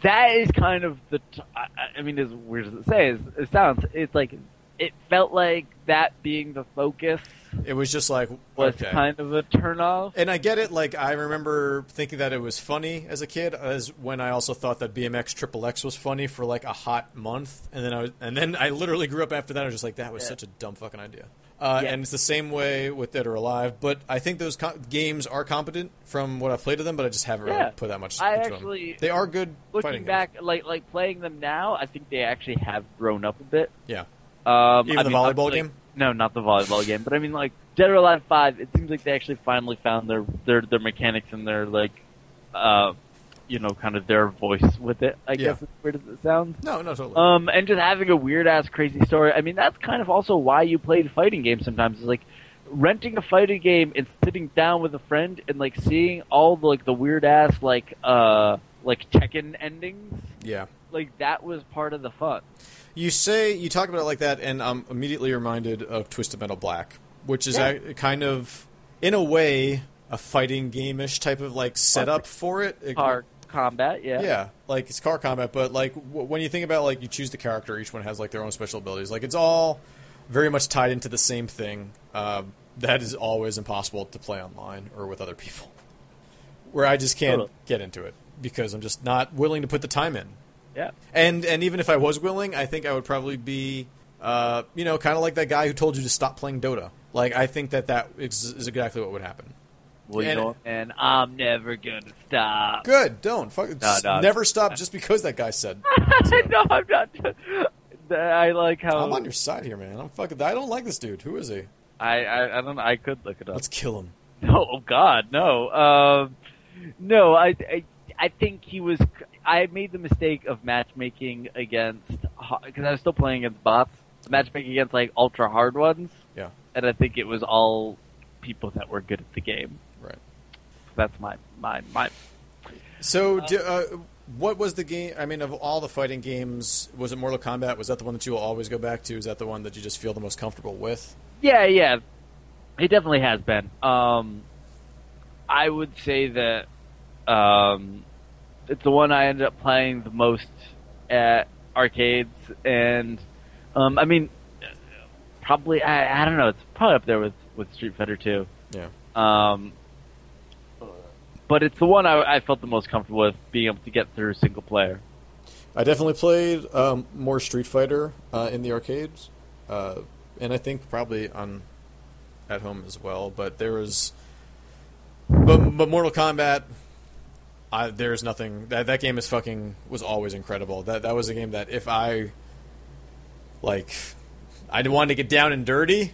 That is kind of the. T- I, I- I mean, as weird as it says, it sounds. It's like it felt like that being the focus
It was just like
was
okay.
kind of a turnoff.
and I get it. Like I remember thinking that it was funny as a kid, as when I also thought that BMX Triple X was funny for like a hot month, and then I was, and then I literally grew up after that. I was just like, that was
Yeah.
such a dumb fucking idea. Uh,
Yeah.
And it's the same way with Dead or Alive, but I think those co- games are competent from what I've played of them, but I just haven't
Yeah.
really put that much
I
into
actually-
them. They are good fighting
Looking back, like like playing them now, I think they actually have grown up a bit.
games.
Um,
Even
I
the
mean,
volleyball
like-
game?
No, not the volleyball game. But I mean, like Dead or Alive Five, it seems like they actually finally found their their their mechanics and their like, uh, you know, kind of their voice with it. I
Yeah.
guess is weird as it sounds.
Yeah. No, no, totally.
Um, and just having a weird ass crazy story. I mean, that's kind of also why you play the fighting game sometimes. Is like renting a fighting game and sitting down with a friend and like seeing all the like the weird ass like uh like Tekken endings.
yeah.
Like that was part of the fun.
You say you talk about it like that, and I'm immediately reminded of Twisted Metal Black, which is
Yeah.
a, kind of, in a way, a fighting game-ish type of like setup for it. It-
Car combat, yeah.
yeah, like it's car combat, but like w- when you think about like you choose the character, each one has like their own special abilities. Like it's all very much tied into the same thing. Um that is always impossible to play online or with other people, where I just can't
Totally.
get into it because I'm just not willing to put the time in.
yeah.
And and even if I was willing, I think I would probably be, uh, you know, kind of like that guy who told you to stop playing Dota. Like I think that that is, is exactly what would happen.
Well,
And-
you know, and I'm never gonna stop.
Good, don't fuck, just
no.
never stop just because that guy said. So,
no, I'm not. That- I like how
I'm on your side here, man. I'm fucking. I don't like this dude. Who is he?
I, I I don't know. I could look it up.
Let's kill him.
No, oh God, no. Um, no, I, I, I think he was. I made the mistake of matchmaking against because I was still playing against bots. Matchmaking against like ultra hard ones,
Yeah,
and I think it was all people that were good at the game.
right.
That's my my my.
So, do, uh, what was the game? I mean, of all the fighting games, was it Mortal Kombat? Was that the one that you will always go back to? Is that the one that you just feel the most comfortable with?
Yeah, yeah. It definitely has been. Um, I would say that um, it's the one I ended up playing the most at arcades, and um, I mean, probably I, I don't know. It's probably up there with with Street Fighter Two.
Yeah.
Um, but it's the one I, I felt the most comfortable with being able to get through single player.
I definitely played um, more Street Fighter uh, in the arcades, uh, and I think probably on at home as well. But there was, but, but Mortal Kombat, I, there's nothing that that game is fucking was always incredible. That that was a game that if I like, I wanted to get down and dirty.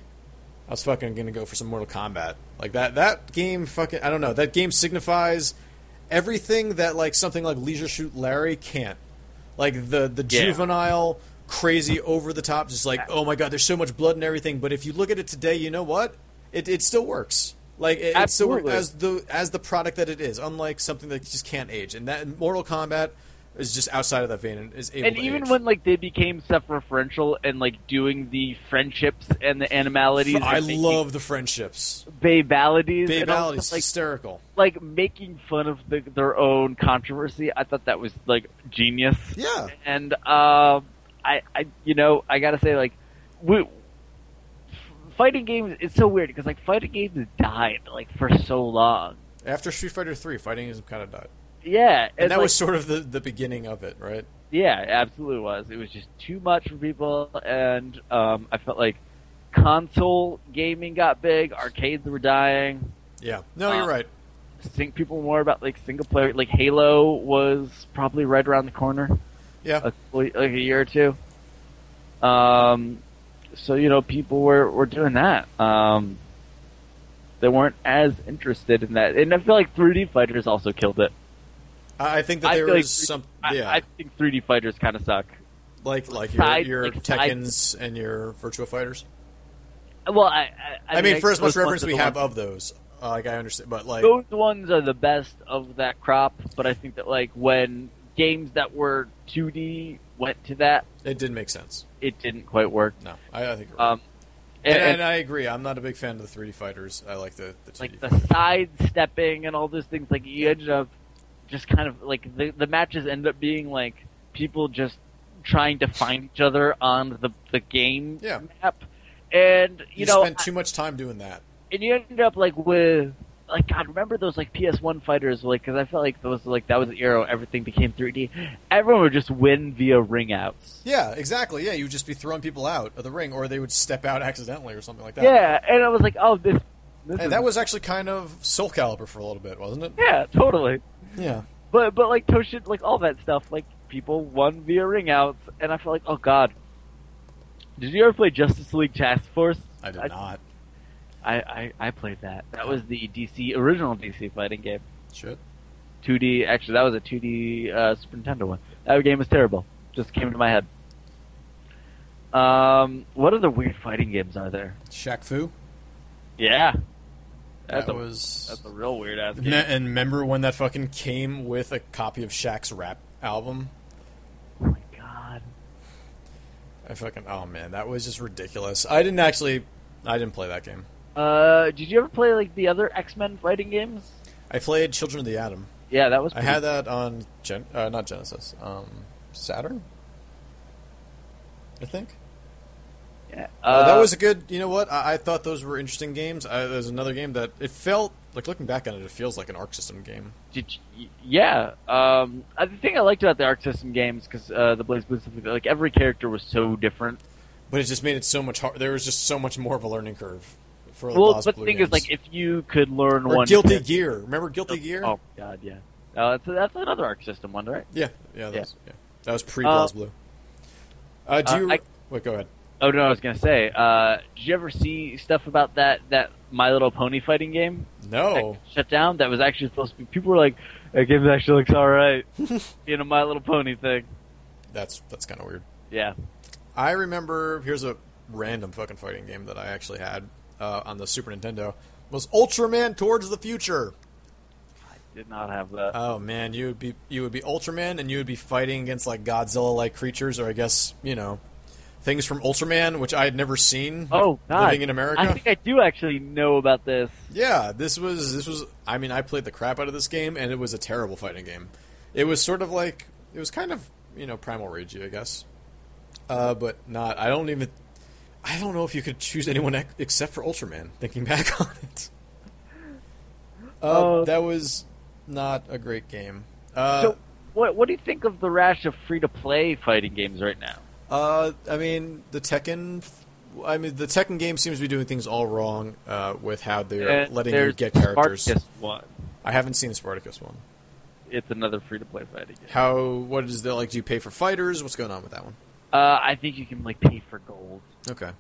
I was fucking gonna go for some Mortal Kombat. Like that that game fucking I don't know. That game signifies everything that like something like Leisure Shoot Larry can't. Like the the
Yeah.
juvenile, crazy, over the top, just like oh my god, there's so much blood and everything. But if you look at it today, you know what? It it still works. Like it, it still works
Absolutely.
as the as the product that it is. Unlike something that just can't age. And that Mortal Kombat is just outside of that vein and is able
and
to
even
age.
when like they became self-referential and like doing the friendships and the animalities,
I
and making
love the friendships.
babalities, and all
Babality's
stuff, like
hysterical.
like making fun of the, their own controversy. I thought that was like genius.
Yeah.
And um, I, I, you know, I gotta say, like, we, fighting games. It's so weird because like fighting games died like for so long.
After Street Fighter Three, fighting is kind of died,
Yeah,
and
it's
that
like-
was sort of the, the beginning of it, right?
Yeah, it absolutely was. It was just too much for people, and um, I felt like console gaming got big, arcades were dying.
Yeah. No,
Uh,
you're right.
Think people more about like single player. Like Halo was probably right around the corner,
Yeah.
a, like a year or two. Um, so you know, people were were doing that. Um, they weren't as interested in that, and I feel like 3D fighters also killed it.
I I think that
I
there
feel like
was
we-
some.
I,
Yeah.
I think 3D fighters kind of suck.
like like
side-
your, your
like side-
Tekkens and your Virtua Fighters.
Well, I I,
I, mean, for as much
those ones
reference
are
we
the
have
ones-
of those, uh, like I understand, but like
those ones are the best of that crop. But I think that like when games that were 2D went to that,
it didn't make sense.
it didn't quite work.
No, I, I think. You're right.
Um,
and,
and,
and,
and,
I agree. I'm not a big fan of the 3D fighters. I like the the 2D.
like the sidestepping and all those things, like you ended up just kind of like the the matches end up being like people just trying to find each other on the the game
Yeah.
map, and you,
You,
know,
spent too much time doing that.
and you ended up like with like God. Remember those like PS1 fighters? Like because I felt like those like that was the era when everything became 3D. Everyone would just win via ring outs.
Yeah, exactly. Yeah, you would just be throwing people out of the ring, or they would step out accidentally or something like that.
Yeah, and I was like, oh, this. this
And
is-
that was actually kind of Soul Calibur for a little bit, wasn't it?
yeah, totally.
Yeah.
But but like Toshin, like all that stuff, like people won via ring outs, and I felt like, oh God. Did you ever play Justice League Task Force?
I did
I-
not.
I, I, I played that. That was the DC original DC fighting game.
Shit.
2D. Actually, that was a 2D uh, Super Nintendo one. That game was terrible. Just came to my head. Um, what other weird fighting games are there?
Shaq Fu.
Yeah,
That
that's a
was.
that's a real weird ass
Me-
game.
and remember when that fucking came with a copy of Shaq's rap album?
Oh my god.
I fucking. Oh man, that was just ridiculous. I didn't actually. I didn't play that game.
Uh, did you ever play like the other X Men fighting games?
I played Children of the Atom.
Yeah, that was.
I had that on Gen, uh, not Genesis, um, Saturn. I think
Yeah.
Uh, that
Uh,
was a good. You know what? I, I thought those were interesting games. I, there's another game that it felt like looking back on it, it feels like an Arc System game.
Did you, yeah. Um, uh, the thing I liked about the Arc System games because uh, the Blaze Blue stuff, like every character was so different.
But it just made it so much hard. There was just so much more of a learning curve for the
Well,
Blaze
but the
Blue
thing is,
games.
like, if you could learn
or
one
Guilty
character-
Gear. Remember Guilty Gear?
Oh God, yeah. Uh, that's, that's another Arc System one, right?
Yeah, yeah, that
Yeah.
was yeah. That was pre
Uh,
Blaze Blue. Uh, do
uh,
you?
I-
wait, go ahead.
Oh no, I was gonna say. Uh, did you ever see stuff about that that My Little Pony fighting game that
No,
got shut down? That was actually supposed to be. People were like, "That game actually looks all right." being a My Little Pony thing.
that's that's kind of weird.
Yeah.
I remember here's a random fucking fighting game that I actually had uh, on the Super Nintendo was Ultraman Towards the Future.
Did not have that.
Oh man, you would be you would be Ultraman and you would be fighting against like Godzilla like creatures or I guess, you know, things from Ultraman which I had never seen
oh God!
living in America.
I think I do actually know about this.
Yeah, this was this was. I mean, I played the crap out of this game, and it was a terrible fighting game. It was sort of like it was kind of you know Primal Rage, I guess, uh, but not. I don't even. I don't know if you could choose anyone ex- except for Ultraman. Thinking back on it, uh,
Oh.
that was not a great game. Uh,
so, what what do you think of the rash of free to play fighting games right now?
Uh, I mean, the Tekken. f- I mean, the Tekken game seems to be doing things all wrong uh, with how they're
And
letting you
there's
get
the
characters.
Spartacus one.
I haven't seen the Spartacus one.
It's another free to play fighting game.
How? What is that like? Do you pay for fighters? What's going on with that one?
Uh, I think you can like pay for gold.
Okay,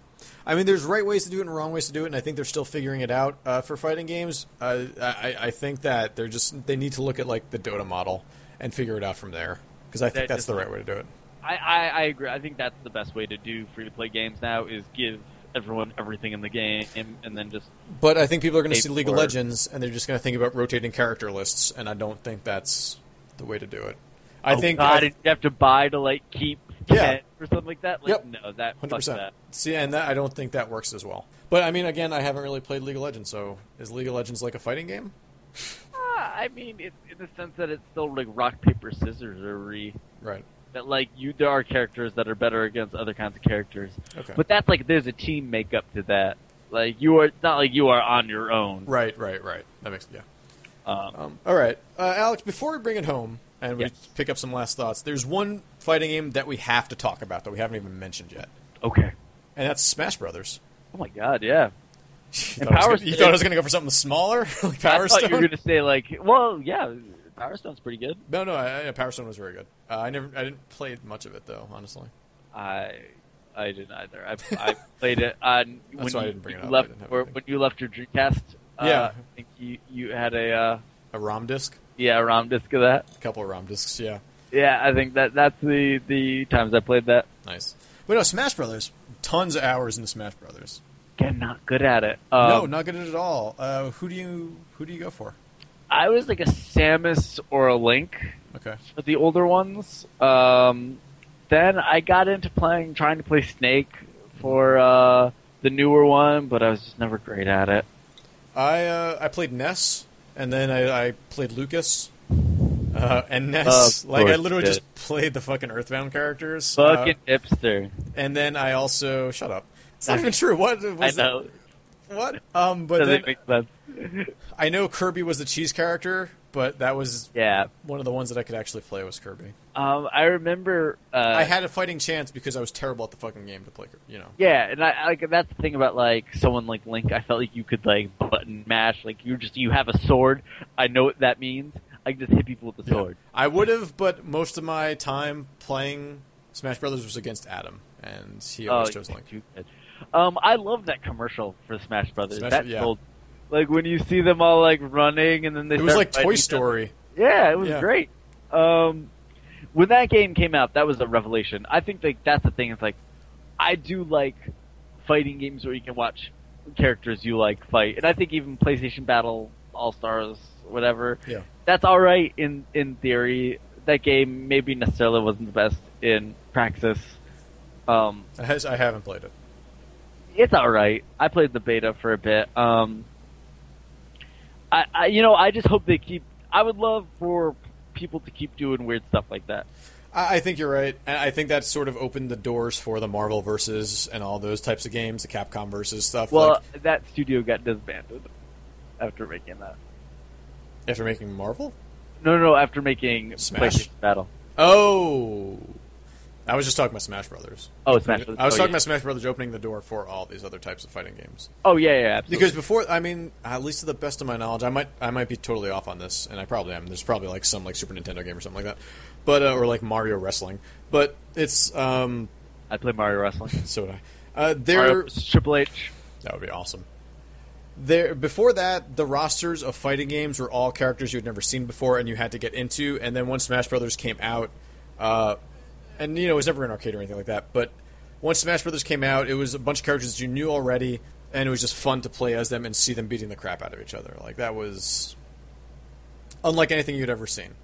I mean, there's right ways to do it and wrong ways to do it, and I think they're still figuring it out uh, for fighting games. Uh, I, I think that they're just they need to look at like the Dota model and figure it out from there because I think
That
that's
just-
the right way to do it.
I, I, I agree. I think that's the best way to do free to play games now is give everyone everything in the game and, and then just
But I think people are going to
Pay
see League of
for-
Legends and they're just going to think about rotating character lists, and I don't think that's the way to do it. I
oh,
think
God,
I-
and you have to buy to like keep
Yeah.
10 or something like that. Like,
Yep.
No, that
Hundred
fuck
percent.
that.
See, and that, I don't think that works as well. But I mean, again, I haven't really played League of Legends, so is League of Legends like a fighting game?
Ah, I mean, it, in the sense that it's still like rock paper scissors or re
Right.
that like you there are characters that are better against other kinds of characters,
Okay.
but that's like there's a team makeup to that. Like you are it's not like you are on your own.
right, right, right. That makes yeah.
Um,
Um, all right, uh, Alex. Before we bring it home and we
Yes.
pick up some last thoughts, there's one fighting game that we have to talk about that we haven't even mentioned yet,
okay.
and that's Smash Brothers.
Oh my God! Yeah.
You
And
thought, I was
Power
gonna- you
Stone-
thought I was going to go for something smaller, like Power
I thought
Stone?
you were gonna say like, well, yeah, Power Stone's pretty good.
No, no. I, I- Power Stone was very good. Uh, I never, I didn't play much of it though, honestly.
I I didn't either. I, I played it on when
why I
you,
didn't bring it
you
up. I
left
didn't have
or
anything.
when you left your Dreamcast. Uh,
Yeah.
I think you you had a uh,
A ROM disc,
yeah ROM disc of that.
a couple of ROM discs, yeah.
Yeah, I think that that's the the times I played that.
Nice. But no, Smash Brothers. Tons of hours into Smash Brothers.
Again, not good at it. Um,
no, not good at all. Uh, who do you who do you go for?
I was like a Samus or a Link
Okay.
for the older ones. Um, then I got into playing trying to play Snake for uh, the newer one, but I was just never great at it.
I uh, I played Ness, and then I, I played Lucas, Uh, and NES,
Of
like I
course
literally
it
just played the fucking Earthbound characters. uh,
Fucking hipster.
and then I also shut up. It's not even true. What?
I
Was
know.
What? Um, but then
Doesn't make sense.
I know Kirby was the cheese character, but that was
Yeah.
one of the ones that I could actually play was Kirby.
Um, I remember. Uh,
I had a fighting chance because I was terrible at the fucking game to play. Kirby, You know.
Yeah, and I like that's the thing about like someone like Link. I felt like you could like button mash. Like you just you have a sword. I know what that means. I can just hit people with the sword.
I would have, but most of my time playing Smash Brothers was against Adam, and he always
Oh,
chose Link.
stupid. Um, I love that commercial for Smash Brothers.
Smash-
that
yeah.
sold. Like when you see them all like running and then they
It was
start
like
fighting
Toy
each
Story.
other. Yeah, it was
Yeah.
great. Um, when that game came out, that was a revelation. I think like that's the thing. It's like I do like fighting games where you can watch characters you like fight, and I think even PlayStation Battle All Stars, whatever,
Yeah.
that's all right in in theory. That game maybe necessarily wasn't the best in practice. Um,
I has- I haven't played it.
it's all right. I played the beta for a bit. Um, I, I, you know, I just hope they keep. I would love for people to keep doing weird stuff like that.
I, I think you're right, and I think that sort of opened the doors for the Marvel versus and all those types of games, the Capcom versus stuff.
Well, uh,
like,
that studio got disbanded after making that.
after making Marvel,
No, no, no after making
Smash.
PlayStation Battle.
oh, I was just talking about Smash Brothers.
Oh, Smash.
I was
oh,
talking
yeah.
about Smash Brothers opening the door for all these other types of fighting games.
Oh yeah, yeah, absolutely.
Because before, I mean, at least to the best of my knowledge, I might I might be totally off on this, and I probably am. There's probably like some like Super Nintendo game or something like that, but uh, or like Mario Wrestling. But it's um,
I play Mario Wrestling.
so would I. Uh, there,
Mario, Triple H.
that would be awesome. There, before that, the rosters of fighting games were all characters you had never seen before, and you had to get into. And then once Smash Brothers came out, uh, and you know it was never an arcade or anything like that, but once Smash Brothers came out, it was a bunch of characters that you knew already, and it was just fun to play as them and see them beating the crap out of each other. Like that was unlike anything you'd ever seen.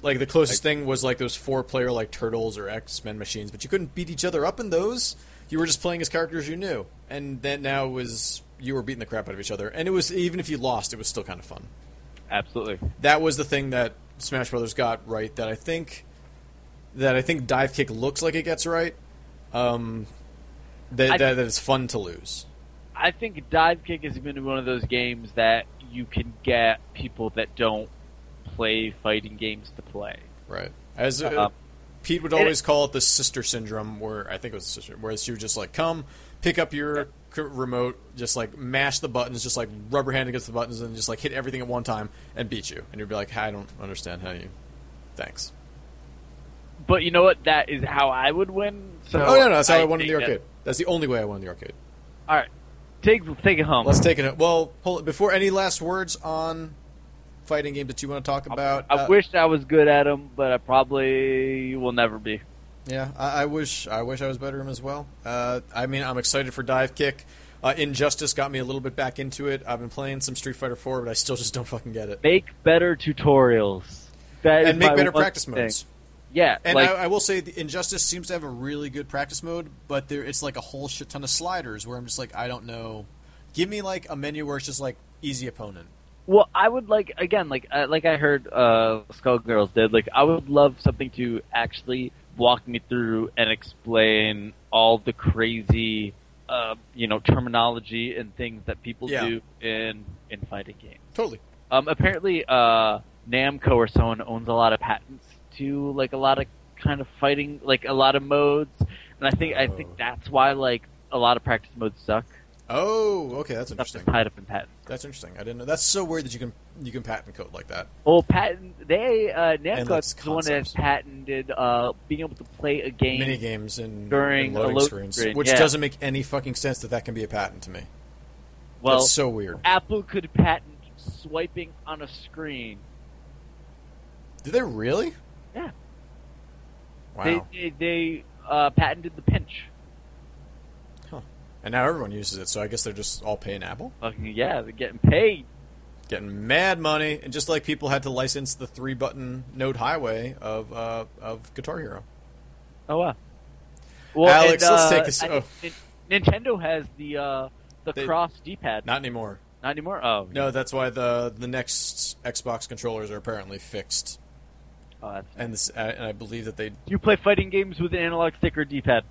Like the closest thing was like those four player like turtles or X Men machines, but you couldn't beat each other up in those. You were just playing as characters you knew, and then now it was you were beating the crap out of each other, and it was even if you lost, it was still kind of fun.
Absolutely.
That was the thing that Smash Brothers got right. That I think that I think Dive Kick looks like it gets right. Um, that,
I-
that that it's fun to lose.
I think Dive Kick has been one of those games that you can get people that don't play fighting games to play.
Right. As uh,
Uh-huh.
Pete would
And it-
always call it the sister syndrome, where I think it was sister, where she would just like come, pick up your c remote, just like mash the buttons, just like rubber hand against the buttons, and just like hit everything at one time and beat you. And you'd be like, I don't understand how you. Thanks.
But you know what? That is how I would win. So
oh no, no, that's how I, won in the
take that.
arcade. That's the only way I won in the arcade.
All right, take take it home.
Let's take it. Well, hold, before any last words on fighting games that you want to talk about,
Um, I
uh,
wish I was good at them, but I probably will never be.
Yeah, I, I wish I wish I was better at him as well. Uh, I mean, I'm excited for Dive Kick. Uh, Injustice got me a little bit back into it. I've been playing some Street Fighter 4, but I still just don't fucking get it.
Make better tutorials. That is
and make
my
better
one
practice
thing.
modes.
Yeah,
And
like
I, I will say, the Injustice seems to have a really good practice mode, but there it's like a whole shit ton of sliders where I'm just like, I don't know. Give me like a menu where it's just like easy opponent.
Well, I would like again, like uh, like I heard uh, Skullgirls did. Like I would love something to actually walk me through and explain all the crazy, uh, you know, terminology and things that people
Yeah.
do in in fighting games.
Totally.
Um, apparently, uh, Namco or someone owns a lot of patents to like a lot of kind of fighting, like a lot of modes, and I think I
Oh.
think that's why like a lot of practice modes suck.
Oh, okay, that's
Stuff is
interesting.
tied up in patents.
That's interesting. I didn't know. That's so weird that you can you can patent code like that.
Well, patent they uh,
And,
Namco
like,
is the one that
concepts.
patented uh, being able to play a game.
mini games and and
during a
loading
load
screens,
screen,
which
yeah.
doesn't make any fucking sense that that can be a patent to me.
well,
That's so weird.
Apple could patent swiping on a screen.
Did they really?
Yeah.
Wow.
They they, they uh, patented the pinch.
and now everyone uses it, so I guess they're just all paying Apple,
Fucking yeah, they're getting paid.
getting mad money, and just like people had to license the three-button Node Highway of uh, of Guitar Hero.
Oh wow. Well,
Alex,
and,
let's
uh,
take this-
I
oh.
think Nin- Nintendo has the uh, the
They-
cross D pad.
Not anymore.
Not anymore. Oh,
No, that's why the the next Xbox controllers are apparently fixed,
oh, that's-
and this I- and I believe that they
Do you play fighting games with an analog stick or D-pad?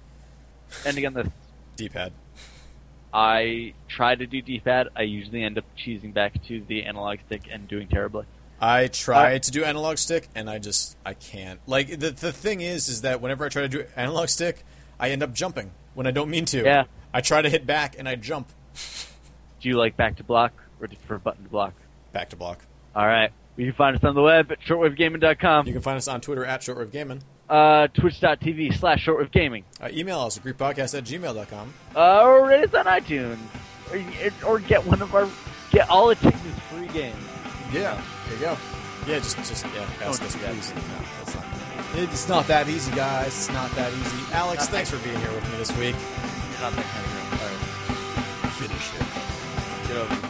Ending on this.
D-pad.
I try to do D-pad. I usually end up choosing back to the analog stick and doing terribly.
I try to do analog stick, and I just I can't. Like the the thing is, is that whenever I try to do analog stick, I end up jumping when I don't mean to.
Yeah.
I try to hit back, and I jump
Do you like back to block or do you prefer button to block?
back to block.
All right. You can find us on the web at
You
shortwavegaming.com,
can find us on Twitter at shortwavegaming.
uh, twitch.tv slash shortwavegaming,
Uh, email us at greetpodcast at gmail.com.
uh, or rate us on iTunes, or, you- or get one of our, get all it takes is free games.
Yeah, there you go. Yeah, just just yeah, ask
Don't
us
do that.
please. No, that's not. It's not that easy, guys. It's not that easy. Alex, thanks for being here with me this week.
You're not that kind of girl.
Finish it.
All right. Get over it.